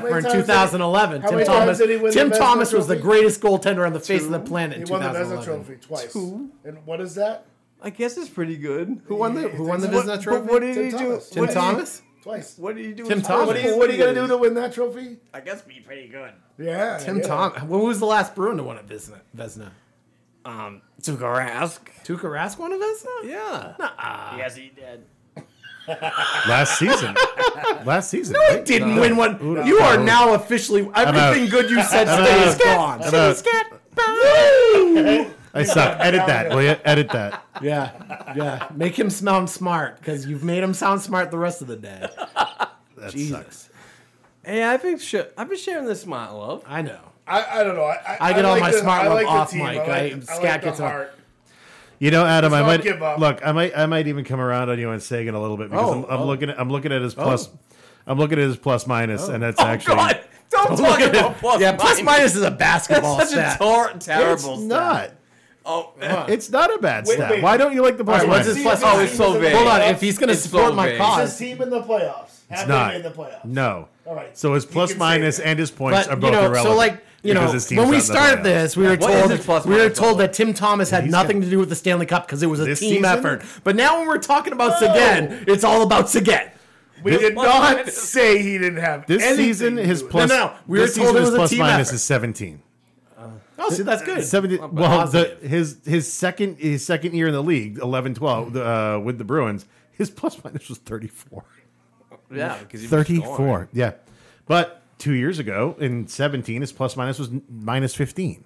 [SPEAKER 6] How
[SPEAKER 9] for
[SPEAKER 6] many
[SPEAKER 9] in
[SPEAKER 6] times did he-
[SPEAKER 9] 2011,
[SPEAKER 6] how
[SPEAKER 9] Tim
[SPEAKER 6] many times
[SPEAKER 9] Thomas.
[SPEAKER 6] did he win the
[SPEAKER 9] Tim
[SPEAKER 6] Vesna
[SPEAKER 9] Thomas was the
[SPEAKER 6] Trophy?
[SPEAKER 9] greatest goaltender on the face of the planet in
[SPEAKER 6] He won the Vesna
[SPEAKER 9] 2011.
[SPEAKER 6] Trophy twice.
[SPEAKER 5] Two.
[SPEAKER 6] And what is that?
[SPEAKER 5] I guess it's pretty good.
[SPEAKER 9] Who won the Who won the
[SPEAKER 6] What-
[SPEAKER 9] Vesna
[SPEAKER 6] but
[SPEAKER 9] Trophy?
[SPEAKER 5] what did
[SPEAKER 6] Tim
[SPEAKER 5] he
[SPEAKER 6] Thomas.
[SPEAKER 5] do?
[SPEAKER 9] Tim
[SPEAKER 5] what did he-
[SPEAKER 9] Thomas.
[SPEAKER 6] Twice.
[SPEAKER 5] What do you do?
[SPEAKER 9] Tim
[SPEAKER 5] with-
[SPEAKER 9] Thomas.
[SPEAKER 6] What are you, what are you gonna do to win that trophy?
[SPEAKER 5] I guess be pretty good.
[SPEAKER 6] Yeah.
[SPEAKER 9] Tim
[SPEAKER 6] yeah.
[SPEAKER 9] Thomas. Who was the last Bruin to win a Vesna? Vesna.
[SPEAKER 5] Um, to Garask.
[SPEAKER 9] Tuukka Rask won a Vesna.
[SPEAKER 5] Yeah. Yes, he did.
[SPEAKER 7] Last season, last season, uh,
[SPEAKER 9] No, he
[SPEAKER 7] right?
[SPEAKER 9] didn't win one.
[SPEAKER 7] No.
[SPEAKER 9] You are
[SPEAKER 7] No.
[SPEAKER 9] now officially everything good you said
[SPEAKER 7] I'm
[SPEAKER 9] today
[SPEAKER 7] out.
[SPEAKER 9] is gone.
[SPEAKER 7] I'm out.
[SPEAKER 9] Woo!
[SPEAKER 7] I suck. Edit that, will you? Edit that.
[SPEAKER 9] Yeah, yeah. Make him sound smart because you've made him sound smart the rest of the day.
[SPEAKER 7] That sucks.
[SPEAKER 5] Hey, I've been sh- I've been sharing this smart love.
[SPEAKER 9] I know.
[SPEAKER 6] I, I don't know. I, I,
[SPEAKER 9] I get
[SPEAKER 6] I
[SPEAKER 9] all
[SPEAKER 6] like
[SPEAKER 9] my
[SPEAKER 6] the,
[SPEAKER 9] smart
[SPEAKER 6] I
[SPEAKER 9] love
[SPEAKER 6] like the
[SPEAKER 9] off
[SPEAKER 6] team.
[SPEAKER 9] mic.
[SPEAKER 6] I like,
[SPEAKER 9] I-
[SPEAKER 6] I
[SPEAKER 9] Scat
[SPEAKER 6] like the
[SPEAKER 9] gets it off.
[SPEAKER 6] heart.
[SPEAKER 7] You know, Adam, I
[SPEAKER 6] not
[SPEAKER 7] might
[SPEAKER 6] give up.
[SPEAKER 7] look. I might, I might even come around on you on Sagan a little bit because
[SPEAKER 9] Oh,
[SPEAKER 7] I'm, I'm
[SPEAKER 9] oh.
[SPEAKER 7] looking, at, I'm looking at his plus, I'm looking at his plus minus, and that's actually
[SPEAKER 5] God, don't talk about plus.
[SPEAKER 9] yeah, plus minus is a basketball
[SPEAKER 5] That's such
[SPEAKER 9] stat.
[SPEAKER 5] a tor-
[SPEAKER 7] it's
[SPEAKER 5] terrible. stat.
[SPEAKER 7] not.
[SPEAKER 5] Oh,
[SPEAKER 7] It's not a bad
[SPEAKER 6] Wait,
[SPEAKER 7] stat.
[SPEAKER 6] wait.
[SPEAKER 7] Why don't you like the plus
[SPEAKER 9] All right,
[SPEAKER 7] minus?
[SPEAKER 9] what's his plus?
[SPEAKER 5] oh, it's so vague.
[SPEAKER 9] Hold on, if he's gonna
[SPEAKER 5] It's
[SPEAKER 9] support
[SPEAKER 5] so
[SPEAKER 9] my
[SPEAKER 5] vague.
[SPEAKER 9] cause,
[SPEAKER 6] His team in the playoffs. Have they
[SPEAKER 7] not.
[SPEAKER 6] made the playoffs?
[SPEAKER 7] No.
[SPEAKER 6] All right.
[SPEAKER 7] So his
[SPEAKER 6] You
[SPEAKER 7] plus
[SPEAKER 6] can say
[SPEAKER 7] minus
[SPEAKER 6] that.
[SPEAKER 7] and his
[SPEAKER 9] but
[SPEAKER 7] points are
[SPEAKER 9] you
[SPEAKER 7] both
[SPEAKER 9] know,
[SPEAKER 7] irrelevant.
[SPEAKER 9] so like you
[SPEAKER 7] because
[SPEAKER 9] know,
[SPEAKER 7] his team's
[SPEAKER 9] when
[SPEAKER 7] not in
[SPEAKER 9] we
[SPEAKER 7] the
[SPEAKER 9] started
[SPEAKER 7] playoffs.
[SPEAKER 9] this, we were
[SPEAKER 5] what is
[SPEAKER 9] told
[SPEAKER 5] his plus
[SPEAKER 9] we were
[SPEAKER 5] minus,
[SPEAKER 9] told
[SPEAKER 5] though?
[SPEAKER 9] that Tim Thomas had
[SPEAKER 7] he's
[SPEAKER 9] nothing
[SPEAKER 7] got-
[SPEAKER 9] to do with the Stanley Cup because it was a team
[SPEAKER 7] This season?
[SPEAKER 9] effort. But now when we're talking about Sagan, it's all about Sagan.
[SPEAKER 6] We did
[SPEAKER 5] Plus
[SPEAKER 6] not
[SPEAKER 5] minus.
[SPEAKER 6] say he didn't have
[SPEAKER 7] this
[SPEAKER 6] anything
[SPEAKER 7] season,
[SPEAKER 6] to
[SPEAKER 7] his
[SPEAKER 6] do with
[SPEAKER 7] plus
[SPEAKER 9] No, no, no. We were
[SPEAKER 7] this
[SPEAKER 9] told
[SPEAKER 7] season
[SPEAKER 9] it
[SPEAKER 7] his
[SPEAKER 9] was a
[SPEAKER 7] plus
[SPEAKER 9] team
[SPEAKER 7] minus
[SPEAKER 9] effort.
[SPEAKER 7] is seventeen.
[SPEAKER 9] Oh, see, that's good.
[SPEAKER 7] 70,
[SPEAKER 5] Not bad.
[SPEAKER 7] well, the,
[SPEAKER 9] Positive.
[SPEAKER 7] his his second his second year in the league, 11-12 the, uh, with the Bruins, his plus minus was thirty four.
[SPEAKER 5] yeah, because
[SPEAKER 7] 34. Yeah. But two years ago in 17, his plus minus was n- minus 15.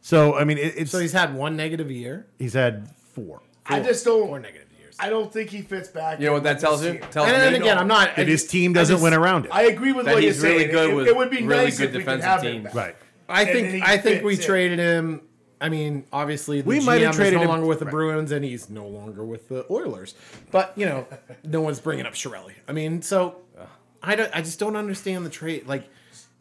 [SPEAKER 7] So, I mean, it, it's
[SPEAKER 9] So he's had one negative year
[SPEAKER 7] he's had four.
[SPEAKER 6] I just
[SPEAKER 9] or
[SPEAKER 6] don't.
[SPEAKER 9] negative years.
[SPEAKER 6] I don't think he fits back.
[SPEAKER 5] You know what that
[SPEAKER 6] this
[SPEAKER 5] tells you?
[SPEAKER 6] year.
[SPEAKER 5] Tells
[SPEAKER 9] and
[SPEAKER 5] me
[SPEAKER 9] then again, I'm not.
[SPEAKER 7] And his team doesn't win around it.
[SPEAKER 6] I agree with
[SPEAKER 5] That
[SPEAKER 6] what you're
[SPEAKER 5] he's really
[SPEAKER 6] saying.
[SPEAKER 5] good
[SPEAKER 6] it,
[SPEAKER 5] with
[SPEAKER 6] it would be
[SPEAKER 5] really
[SPEAKER 6] nice
[SPEAKER 5] good
[SPEAKER 6] if we could
[SPEAKER 5] defensive
[SPEAKER 6] have
[SPEAKER 5] teams.
[SPEAKER 6] him back.
[SPEAKER 7] right.
[SPEAKER 9] I
[SPEAKER 6] And
[SPEAKER 9] think
[SPEAKER 6] he
[SPEAKER 9] I think
[SPEAKER 6] fits
[SPEAKER 9] we
[SPEAKER 6] in.
[SPEAKER 9] traded him. I mean, obviously the
[SPEAKER 7] We
[SPEAKER 9] GM
[SPEAKER 7] might have traded
[SPEAKER 9] is no
[SPEAKER 7] him-
[SPEAKER 9] longer with the Bruins and he's no longer with the Oilers. But you know, no one's bringing up Shirelli. I mean, so I don't. I just don't understand the trade. Like,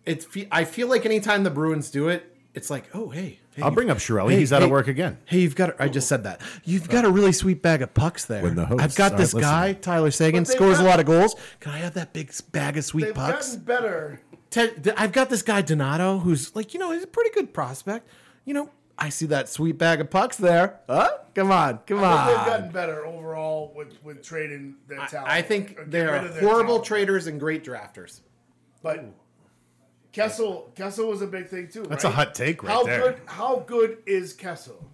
[SPEAKER 9] it's. fe- I feel like anytime the Bruins do it, it's like, oh hey,
[SPEAKER 7] I'll bring up Shirelli. He's out of work again.
[SPEAKER 9] Hey, you've got. I just said that. You've got a really sweet bag of pucks there.
[SPEAKER 7] When the hosts
[SPEAKER 9] I've got
[SPEAKER 7] aren't
[SPEAKER 9] this
[SPEAKER 7] listening.
[SPEAKER 9] guy, Tyler Sagan,
[SPEAKER 6] But they've
[SPEAKER 9] scores a lot
[SPEAKER 6] gotten-
[SPEAKER 9] of goals. Can I have that big s- bag of sweet
[SPEAKER 6] They've
[SPEAKER 9] pucks?
[SPEAKER 6] gotten better.
[SPEAKER 9] Ted, th- I've got this guy Donato, who's like, you know, he's a pretty good prospect. You know, I see that sweet bag of pucks there. Huh? Come on, come
[SPEAKER 6] I think they've
[SPEAKER 9] on.
[SPEAKER 6] gotten better overall with, with trading their talent.
[SPEAKER 9] I, I think
[SPEAKER 6] Or get
[SPEAKER 9] they're
[SPEAKER 6] rid of their
[SPEAKER 9] horrible
[SPEAKER 6] talent.
[SPEAKER 9] traders and great drafters.
[SPEAKER 6] But Kessel, Kessel was a big thing too.
[SPEAKER 7] That's
[SPEAKER 6] right?
[SPEAKER 7] a hot take right
[SPEAKER 6] how
[SPEAKER 7] there.
[SPEAKER 6] good? How good is Kessel?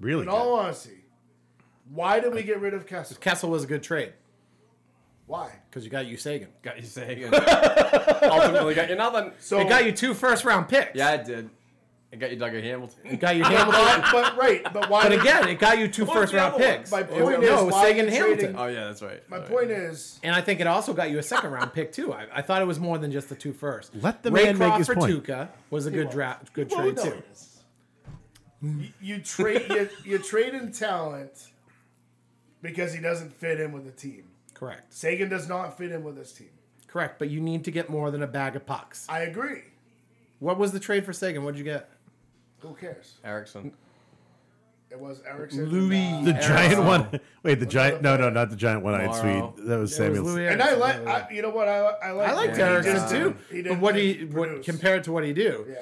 [SPEAKER 7] Really?
[SPEAKER 6] In all
[SPEAKER 7] good.
[SPEAKER 6] honesty, why did we get rid of Kessel?
[SPEAKER 9] Kessel was a good trade
[SPEAKER 6] Why?
[SPEAKER 9] because you got you Sagan.
[SPEAKER 5] Got you saying. Ultimately, got you nothing.
[SPEAKER 6] So
[SPEAKER 9] It got you two first round picks.
[SPEAKER 5] Yeah, it did. It got you Doug Hamilton.
[SPEAKER 9] It got you Hamilton.
[SPEAKER 6] but right, but why?
[SPEAKER 9] but
[SPEAKER 6] did-
[SPEAKER 9] again, it got you two first round
[SPEAKER 5] other one?
[SPEAKER 9] picks.
[SPEAKER 6] My point
[SPEAKER 9] no,
[SPEAKER 6] is, why
[SPEAKER 9] Sagan
[SPEAKER 6] are you
[SPEAKER 9] Hamilton.
[SPEAKER 6] trading-
[SPEAKER 5] Oh yeah, that's right.
[SPEAKER 6] my
[SPEAKER 5] Sorry.
[SPEAKER 6] point is,
[SPEAKER 9] And I think it also got you a second round pick too. I, I thought it was more than just the two first.
[SPEAKER 7] Let the
[SPEAKER 9] Ray
[SPEAKER 7] man make his
[SPEAKER 9] Kroc for
[SPEAKER 7] point.
[SPEAKER 9] Tuca was a good draft, good trade
[SPEAKER 6] no,
[SPEAKER 9] too.
[SPEAKER 6] you, you trade you, you trade in talent because he doesn't fit in with the team.
[SPEAKER 9] Correct,
[SPEAKER 6] Sagan does not fit in with this team.
[SPEAKER 9] correct. But you need to get more than a bag of pucks.
[SPEAKER 6] I agree.
[SPEAKER 9] What was the trade for Sagan? What'd you get?
[SPEAKER 6] Who cares?
[SPEAKER 5] Erickson.
[SPEAKER 6] It was Erickson.
[SPEAKER 9] Louis.
[SPEAKER 7] The giant one. Wait, the giant. No, no, not the giant one-eyed
[SPEAKER 5] Morrow.
[SPEAKER 7] Swede. That was
[SPEAKER 9] It was
[SPEAKER 7] Samuel.
[SPEAKER 9] Louis
[SPEAKER 6] And I
[SPEAKER 9] Erickson.
[SPEAKER 6] like, I, you know what? I, I like.
[SPEAKER 9] I liked
[SPEAKER 6] He
[SPEAKER 9] Erickson
[SPEAKER 6] just
[SPEAKER 9] too.
[SPEAKER 6] didn't- He didn't
[SPEAKER 9] but what he what
[SPEAKER 6] produce.
[SPEAKER 9] compared to what he do?
[SPEAKER 6] Yeah.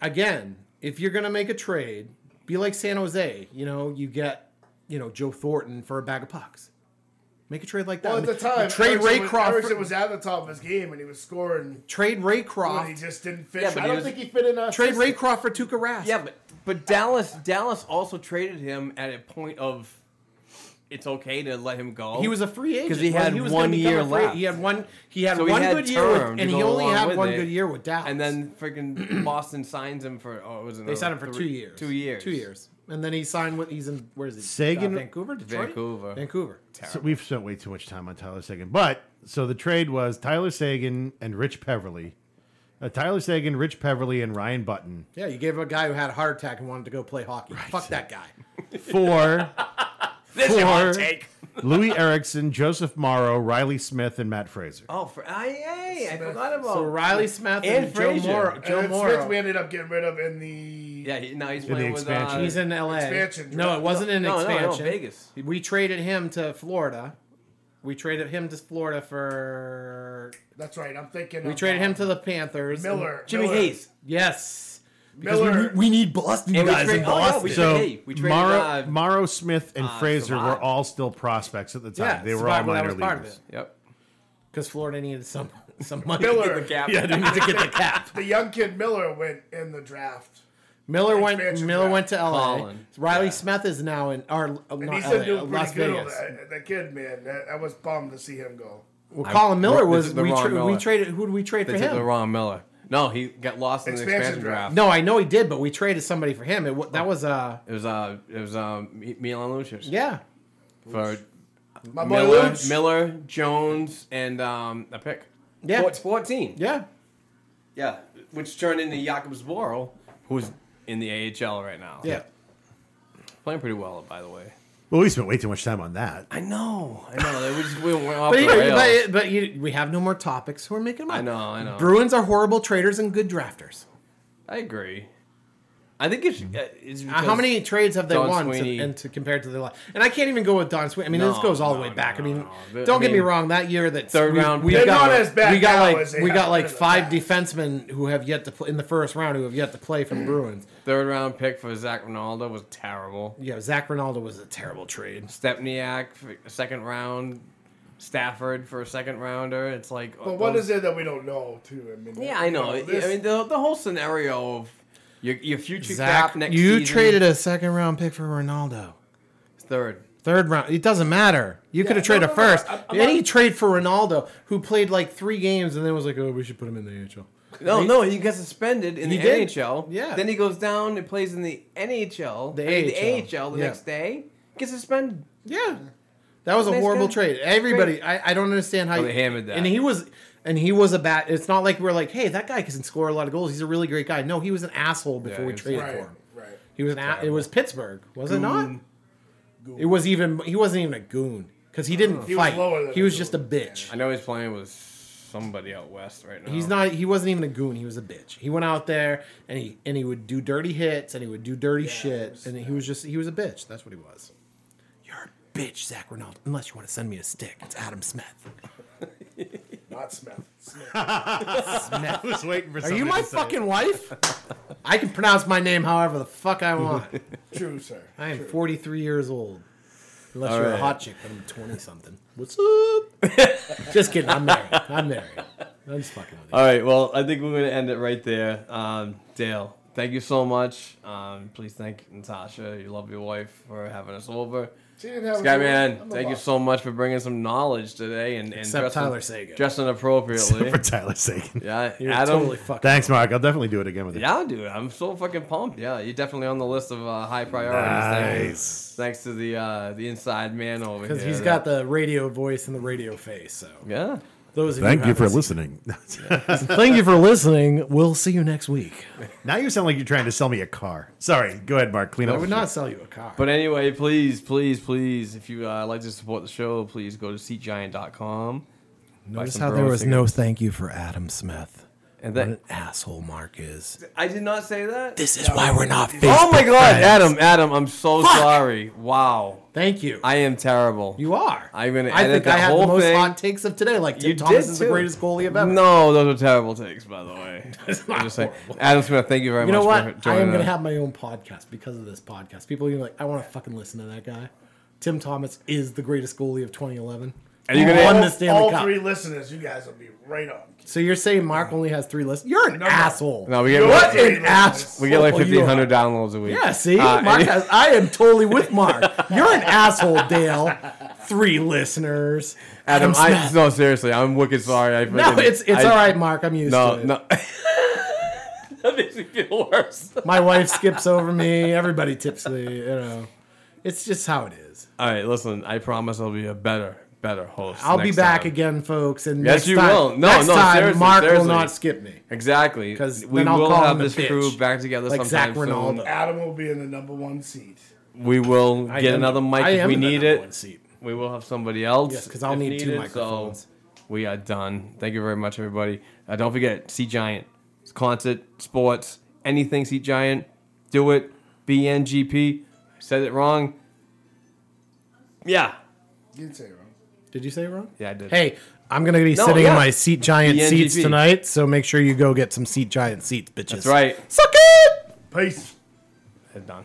[SPEAKER 9] Again, if you're gonna make a trade, be like San Jose. You know, you get you know Joe Thornton for a bag of pucks. Make a trade like that.
[SPEAKER 6] Well, at the
[SPEAKER 9] Make-
[SPEAKER 6] time,
[SPEAKER 9] trade
[SPEAKER 6] Erickson
[SPEAKER 9] Ray
[SPEAKER 6] was,
[SPEAKER 9] Kroc.
[SPEAKER 6] Erickson
[SPEAKER 9] for-
[SPEAKER 6] was at the top of his game, and he was scoring.
[SPEAKER 9] trade Ray
[SPEAKER 6] And he
[SPEAKER 9] Kroc.
[SPEAKER 6] just didn't fit.
[SPEAKER 5] Yeah, but
[SPEAKER 6] I
[SPEAKER 5] he
[SPEAKER 6] don't
[SPEAKER 5] was-
[SPEAKER 6] think he fit in. Our
[SPEAKER 9] Trade
[SPEAKER 6] system.
[SPEAKER 9] Ray Kroc for Tuukka Rask.
[SPEAKER 5] Yeah, but but Dallas Dallas also traded him at a point of it's okay to let him go.
[SPEAKER 9] He was a free agent
[SPEAKER 5] 'Cause he
[SPEAKER 9] Well,
[SPEAKER 5] had
[SPEAKER 9] was
[SPEAKER 5] one
[SPEAKER 9] gonna become
[SPEAKER 5] year
[SPEAKER 9] a free-
[SPEAKER 5] left.
[SPEAKER 9] He had one. He had
[SPEAKER 5] So he
[SPEAKER 9] one
[SPEAKER 5] had
[SPEAKER 9] good year, with,
[SPEAKER 5] term to
[SPEAKER 9] and he
[SPEAKER 5] go
[SPEAKER 9] only
[SPEAKER 5] along
[SPEAKER 9] had
[SPEAKER 5] with
[SPEAKER 9] one
[SPEAKER 5] it.
[SPEAKER 9] good year with Dallas.
[SPEAKER 5] and then freaking Boston signs him for oh, it was
[SPEAKER 9] they signed him for two years.
[SPEAKER 5] Two years.
[SPEAKER 9] Two years. And then he signed with he's in where is he?
[SPEAKER 7] Sagan-
[SPEAKER 9] Uh, Vancouver, Detroit,
[SPEAKER 5] Vancouver.
[SPEAKER 9] Vancouver.
[SPEAKER 7] So we've spent way too much time on Tyler Sagan. But so the trade was Tyler Sagan and Rich Peverly. Uh, Tyler Sagan, Rich Peverly, and Ryan Button
[SPEAKER 9] Yeah, you gave a guy who had a heart attack and wanted to go play hockey. Fuck that guy.
[SPEAKER 7] for
[SPEAKER 5] This is
[SPEAKER 7] Four.
[SPEAKER 5] hot take.
[SPEAKER 7] Louis Erickson, Joseph Morrow, Riley Smith, and Matt Fraser.
[SPEAKER 5] Oh, for, I, I, I forgot about
[SPEAKER 9] So Riley Smith and,
[SPEAKER 5] And
[SPEAKER 9] Joe
[SPEAKER 5] Frazier.
[SPEAKER 9] Morrow.
[SPEAKER 6] And
[SPEAKER 9] Joe
[SPEAKER 6] then
[SPEAKER 9] Morrow.
[SPEAKER 6] Smith, we ended up getting rid of in the.
[SPEAKER 5] Yeah, he, now he's
[SPEAKER 7] the
[SPEAKER 5] playing
[SPEAKER 7] expansion.
[SPEAKER 5] with. Uh,
[SPEAKER 9] He's in LA.
[SPEAKER 6] Expansion.
[SPEAKER 9] No, it wasn't an
[SPEAKER 5] No, no, no,
[SPEAKER 9] expansion.
[SPEAKER 5] Vegas.
[SPEAKER 9] We traded him to Florida. We traded him to Florida for.
[SPEAKER 6] That's right. I'm thinking.
[SPEAKER 9] We
[SPEAKER 6] of,
[SPEAKER 9] traded him
[SPEAKER 6] uh,
[SPEAKER 9] to the Panthers.
[SPEAKER 6] Miller.
[SPEAKER 5] Jimmy
[SPEAKER 6] Miller,
[SPEAKER 5] Hayes.
[SPEAKER 9] Yes.
[SPEAKER 6] Miller.
[SPEAKER 9] need Boston
[SPEAKER 5] And we guys trade- in oh, yeah, we Boston.
[SPEAKER 7] So
[SPEAKER 5] hey, we traded,
[SPEAKER 7] Morrow,
[SPEAKER 5] uh,
[SPEAKER 7] Morrow, Smith, and Fraser
[SPEAKER 5] Savant.
[SPEAKER 7] were all still prospects at the time.
[SPEAKER 9] yeah,
[SPEAKER 7] they were all minor
[SPEAKER 9] that was part of
[SPEAKER 7] leaguers.
[SPEAKER 9] it.
[SPEAKER 5] Yep.
[SPEAKER 9] Because Florida needed some some money.
[SPEAKER 6] Miller.
[SPEAKER 5] The cap.
[SPEAKER 9] Yeah, they needed to get the cap.
[SPEAKER 6] the young kid Miller went in the draft.
[SPEAKER 9] Miller went.
[SPEAKER 6] Expansion
[SPEAKER 9] Miller
[SPEAKER 6] draft.
[SPEAKER 9] went to LA.
[SPEAKER 5] Colin.
[SPEAKER 9] Riley Smith is now in our
[SPEAKER 6] And
[SPEAKER 9] not
[SPEAKER 6] he's
[SPEAKER 9] LA,
[SPEAKER 6] been doing
[SPEAKER 9] Las
[SPEAKER 6] pretty good. over
[SPEAKER 9] Vegas.
[SPEAKER 6] there. That kid, man, that, I was bummed to see him go.
[SPEAKER 9] Well, Colin Miller
[SPEAKER 5] This
[SPEAKER 9] was
[SPEAKER 5] is the
[SPEAKER 9] we,
[SPEAKER 5] wrong
[SPEAKER 9] tra- we
[SPEAKER 5] Miller.
[SPEAKER 9] traded. Who did we trade
[SPEAKER 5] They
[SPEAKER 9] for
[SPEAKER 5] took
[SPEAKER 9] him?
[SPEAKER 5] the wrong Miller. No, he got lost in the
[SPEAKER 6] Expansion
[SPEAKER 5] expansion draft.
[SPEAKER 6] draft.
[SPEAKER 9] No, I know he did, but we traded somebody for him. It wa- that was uh
[SPEAKER 5] It was uh, it was um, Mi- Milan Lucic.
[SPEAKER 9] yeah.
[SPEAKER 5] For
[SPEAKER 6] My boy
[SPEAKER 5] Miller,
[SPEAKER 6] Luch.
[SPEAKER 5] Miller, Jones, and um, a pick.
[SPEAKER 9] Yeah.
[SPEAKER 5] Four- fourteen.
[SPEAKER 9] Yeah.
[SPEAKER 5] Yeah, which turned into Jakob Zboril, who's in the AHL right now.
[SPEAKER 9] Yeah.
[SPEAKER 5] playing pretty well, by the way.
[SPEAKER 7] Well, we spent way too much time on that.
[SPEAKER 5] I know, I know. They just we went off
[SPEAKER 9] But,
[SPEAKER 5] the
[SPEAKER 9] you,
[SPEAKER 5] rails.
[SPEAKER 9] but, but you, we have no more topics. We're making them up.
[SPEAKER 5] I know, I know.
[SPEAKER 9] Bruins are horrible traders and good drafters.
[SPEAKER 5] I agree. I think it's, uh, it's
[SPEAKER 9] Uh, how
[SPEAKER 5] because-
[SPEAKER 9] many trades have they
[SPEAKER 5] Don
[SPEAKER 9] won to,
[SPEAKER 5] Sweeney-
[SPEAKER 9] and to compared to their life? And I can't even go with Don Sweeney. I mean, this
[SPEAKER 5] No,
[SPEAKER 9] goes all the
[SPEAKER 5] no,
[SPEAKER 9] way
[SPEAKER 5] no,
[SPEAKER 9] back. I
[SPEAKER 5] no,
[SPEAKER 9] mean,
[SPEAKER 5] no.
[SPEAKER 9] don't
[SPEAKER 5] I
[SPEAKER 9] get me
[SPEAKER 5] mean,
[SPEAKER 9] wrong. That year, that
[SPEAKER 5] Third
[SPEAKER 9] we,
[SPEAKER 5] round
[SPEAKER 9] we
[SPEAKER 5] pick.
[SPEAKER 9] got
[SPEAKER 6] They're not as bad
[SPEAKER 9] we got
[SPEAKER 6] now
[SPEAKER 9] like
[SPEAKER 6] as they
[SPEAKER 9] we
[SPEAKER 6] have
[SPEAKER 9] got like
[SPEAKER 6] been in the
[SPEAKER 9] five
[SPEAKER 6] past.
[SPEAKER 9] defensemen who have yet to play in the first round who have yet to play for the Bruins.
[SPEAKER 5] Third round pick for Zach Ronaldo was terrible.
[SPEAKER 9] Yeah, Zach Ronaldo was a terrible trade.
[SPEAKER 5] Stepniak for a second round. Stafford for a second rounder. It's like,
[SPEAKER 6] But what is it that we don't know, too? I mean,
[SPEAKER 5] Yeah, I know.
[SPEAKER 6] you this-
[SPEAKER 5] I mean, the, the whole scenario of your, your future
[SPEAKER 9] Zach,
[SPEAKER 5] cap next
[SPEAKER 9] you
[SPEAKER 5] season-
[SPEAKER 9] traded a second round pick for Ronaldo.
[SPEAKER 5] third.
[SPEAKER 9] Third round, it doesn't matter. You could have traded
[SPEAKER 6] no,
[SPEAKER 9] a
[SPEAKER 6] no, no,
[SPEAKER 9] first.
[SPEAKER 6] I'm- I'm
[SPEAKER 9] Any
[SPEAKER 6] not-
[SPEAKER 9] trade for Ronaldo, who played like three games and then was like, "Oh, we should put him in the AHL."
[SPEAKER 5] No, no, he got suspended in
[SPEAKER 9] He
[SPEAKER 5] the
[SPEAKER 9] did?
[SPEAKER 5] NHL.
[SPEAKER 9] Yeah.
[SPEAKER 5] Then he goes down and plays in the NHL.
[SPEAKER 9] The
[SPEAKER 5] I mean, the
[SPEAKER 9] AHL,
[SPEAKER 5] AHL the
[SPEAKER 9] yeah.
[SPEAKER 5] next day. Gets suspended.
[SPEAKER 9] Yeah, that was a
[SPEAKER 5] Nice
[SPEAKER 9] horrible
[SPEAKER 5] guy.
[SPEAKER 9] trade. Everybody, I, I don't understand how
[SPEAKER 5] Well, they hammered that.
[SPEAKER 9] And he was, and he was a bat. It's not like we're like, hey, that guy can score a lot of goals. He's a really great guy. No, he was an asshole
[SPEAKER 5] Yeah,
[SPEAKER 9] before we
[SPEAKER 5] he was-
[SPEAKER 9] traded
[SPEAKER 6] right,
[SPEAKER 9] for him.
[SPEAKER 6] right.
[SPEAKER 9] He was an. A, it was Pittsburgh, was it not? It was even. He wasn't even a goon because he didn't
[SPEAKER 6] He was
[SPEAKER 9] fight.
[SPEAKER 6] lower than
[SPEAKER 9] he
[SPEAKER 6] a
[SPEAKER 9] was
[SPEAKER 6] goon,
[SPEAKER 9] just a bitch.
[SPEAKER 5] I know he's playing with somebody out west right now.
[SPEAKER 9] He's not. He wasn't even a goon. He was a bitch. He went out there and he and he would do dirty hits and he would do dirty shit and he was just he was a bitch. That's what he was. You're a bitch, Zach Renault. Unless you want to send me a stick, it's Adam Smith.
[SPEAKER 6] Not Smith. Smith.
[SPEAKER 7] I was waiting for.
[SPEAKER 9] Are you my fucking wife? I can pronounce my name however the fuck I want.
[SPEAKER 6] True, sir.
[SPEAKER 9] I am 43 years old. Unless
[SPEAKER 5] All
[SPEAKER 9] you're a
[SPEAKER 5] right.
[SPEAKER 9] hot chick, but I'm 20 something. What's up? just kidding. I'm married. I'm married. I'm just fucking with you.
[SPEAKER 5] All right. Well, I think we're going to end it right there. Um, Dale, thank you so much. Um, please thank Natasha. You love your wife for having us over.
[SPEAKER 6] She didn't have
[SPEAKER 5] Skyman,
[SPEAKER 6] I'm a
[SPEAKER 5] thank you
[SPEAKER 6] boss.
[SPEAKER 5] so much for bringing some knowledge today and, and
[SPEAKER 9] Except
[SPEAKER 5] dressing,
[SPEAKER 9] Tyler Sagan.
[SPEAKER 5] dressing appropriately.
[SPEAKER 7] for Tyler's sake.
[SPEAKER 5] yeah,
[SPEAKER 9] You're
[SPEAKER 5] Adam.
[SPEAKER 9] totally fucking.
[SPEAKER 7] Thanks, Mark. I'll definitely do it again with you.
[SPEAKER 5] yeah, dude, I'm so fucking pumped. Yeah, you're definitely on the list of uh, high priorities.
[SPEAKER 7] Nice.
[SPEAKER 5] Thanks, thanks to the uh, the inside man over here.
[SPEAKER 9] Because he's
[SPEAKER 5] that-
[SPEAKER 9] got the radio voice and the radio face. So
[SPEAKER 5] yeah.
[SPEAKER 9] those. Of
[SPEAKER 7] Thank
[SPEAKER 9] who
[SPEAKER 7] you for
[SPEAKER 9] haven't
[SPEAKER 7] listening.
[SPEAKER 9] seen- Thank you for listening. We'll see you next week.
[SPEAKER 7] now you sound like you're trying to sell me a car. Sorry. Go ahead, Mark. Clean
[SPEAKER 9] I
[SPEAKER 7] up.
[SPEAKER 9] would not sell you a car.
[SPEAKER 5] But anyway, please, please, please, if you uh, like to support the show, please go to seatgiant.com. Buy
[SPEAKER 9] notice
[SPEAKER 5] some
[SPEAKER 9] how there
[SPEAKER 5] Burrow
[SPEAKER 9] was
[SPEAKER 5] tickets.
[SPEAKER 9] no thank you for Adam Smith.
[SPEAKER 5] And
[SPEAKER 9] What
[SPEAKER 5] that,
[SPEAKER 9] an asshole Mark is.
[SPEAKER 5] I did not say that.
[SPEAKER 9] This is why we're not. Facebook
[SPEAKER 5] oh my God,
[SPEAKER 9] friends.
[SPEAKER 5] Adam, Adam, I'm so sorry. Wow,
[SPEAKER 9] Thank you.
[SPEAKER 5] I am terrible.
[SPEAKER 9] you are.
[SPEAKER 5] I'm gonna
[SPEAKER 9] I
[SPEAKER 5] edit
[SPEAKER 9] think
[SPEAKER 5] that
[SPEAKER 9] I have
[SPEAKER 5] whole
[SPEAKER 9] the most
[SPEAKER 5] thing.
[SPEAKER 9] hot takes of today. Like Tim
[SPEAKER 5] You
[SPEAKER 9] Thomas
[SPEAKER 5] did
[SPEAKER 9] is the
[SPEAKER 5] too.
[SPEAKER 9] greatest goalie of ever.
[SPEAKER 5] No, those are terrible takes, by the way.
[SPEAKER 9] not
[SPEAKER 5] I'm just saying.
[SPEAKER 9] horrible.
[SPEAKER 5] Adam Smith, thank you very
[SPEAKER 9] You know
[SPEAKER 5] much for
[SPEAKER 9] what? I
[SPEAKER 5] joining
[SPEAKER 9] am going to
[SPEAKER 5] us.
[SPEAKER 9] have my own podcast because of this podcast. People are gonna be like, I want to fucking listen to that guy. Tim Thomas is the greatest goalie of 2011.
[SPEAKER 5] Are you
[SPEAKER 9] Who
[SPEAKER 5] gonna-
[SPEAKER 9] won
[SPEAKER 6] All,
[SPEAKER 9] the Stanley
[SPEAKER 6] all
[SPEAKER 9] Cup?
[SPEAKER 6] three listeners, you guys will be right on.
[SPEAKER 9] So you're saying Mark only has three listeners? You're an
[SPEAKER 6] No, no.
[SPEAKER 9] asshole.
[SPEAKER 5] no, we get
[SPEAKER 6] What
[SPEAKER 5] like,
[SPEAKER 6] an
[SPEAKER 5] we
[SPEAKER 9] asshole.
[SPEAKER 5] get like
[SPEAKER 9] you are.
[SPEAKER 5] 1,500 downloads a week.
[SPEAKER 9] Yeah, see,
[SPEAKER 5] Uh,
[SPEAKER 9] Mark
[SPEAKER 5] any-
[SPEAKER 9] has, I am totally with Mark. You're an asshole, Dale. Three listeners.
[SPEAKER 5] Adam,
[SPEAKER 9] Adam
[SPEAKER 5] I,
[SPEAKER 9] Smith.
[SPEAKER 5] no, seriously, I'm wicked sorry. I
[SPEAKER 9] No,
[SPEAKER 5] freaking-
[SPEAKER 9] it's it's
[SPEAKER 5] I-
[SPEAKER 9] all right, Mark. I'm used
[SPEAKER 5] No,
[SPEAKER 9] to it.
[SPEAKER 5] no. that makes me feel worse.
[SPEAKER 9] My wife skips over me. Everybody tips me. You know, it's just how it is.
[SPEAKER 5] All right, listen. I promise I'll be a better, better host.
[SPEAKER 9] I'll be
[SPEAKER 5] next
[SPEAKER 9] back
[SPEAKER 5] time.
[SPEAKER 9] again, folks. And
[SPEAKER 5] Yes,
[SPEAKER 9] next
[SPEAKER 5] you
[SPEAKER 9] time,
[SPEAKER 5] will. No,
[SPEAKER 9] next
[SPEAKER 5] no,
[SPEAKER 9] time,
[SPEAKER 5] seriously,
[SPEAKER 9] Mark
[SPEAKER 5] seriously.
[SPEAKER 9] will not skip me.
[SPEAKER 5] Exactly,
[SPEAKER 9] 'Cause
[SPEAKER 5] we
[SPEAKER 9] then I'll
[SPEAKER 5] will
[SPEAKER 9] call
[SPEAKER 5] have
[SPEAKER 9] him a
[SPEAKER 5] this crew
[SPEAKER 9] bitch.
[SPEAKER 5] back together
[SPEAKER 9] Like
[SPEAKER 5] sometime
[SPEAKER 9] Zach
[SPEAKER 5] soon.
[SPEAKER 9] Ronaldo.
[SPEAKER 6] Adam will be in the number one seat.
[SPEAKER 5] We will
[SPEAKER 9] I
[SPEAKER 5] get
[SPEAKER 9] am-
[SPEAKER 5] another mic
[SPEAKER 9] I
[SPEAKER 5] if
[SPEAKER 9] am
[SPEAKER 5] we
[SPEAKER 9] in the
[SPEAKER 5] need
[SPEAKER 9] number
[SPEAKER 5] it.
[SPEAKER 9] one seat.
[SPEAKER 5] We will have somebody else.
[SPEAKER 9] Yes, 'cause I'll
[SPEAKER 5] if
[SPEAKER 9] need two
[SPEAKER 5] needed,
[SPEAKER 9] microphones.
[SPEAKER 5] So we are done. Thank you very much, everybody. Uh, don't forget, Sea Giant It's concert, sports, anything. Sea Giant, do it. BNGP. I said it wrong. Yeah,
[SPEAKER 6] You didn't say it wrong.
[SPEAKER 9] Did you say it wrong?
[SPEAKER 5] yeah, I did.
[SPEAKER 9] Hey, I'm gonna be
[SPEAKER 5] No,
[SPEAKER 9] sitting
[SPEAKER 5] yeah.
[SPEAKER 9] in my seat giant
[SPEAKER 5] The
[SPEAKER 9] seats
[SPEAKER 5] NGP.
[SPEAKER 9] tonight, so make sure you go get some seat giant seats, bitches.
[SPEAKER 5] that's right.
[SPEAKER 9] Suck it.
[SPEAKER 6] Peace.
[SPEAKER 5] It's done.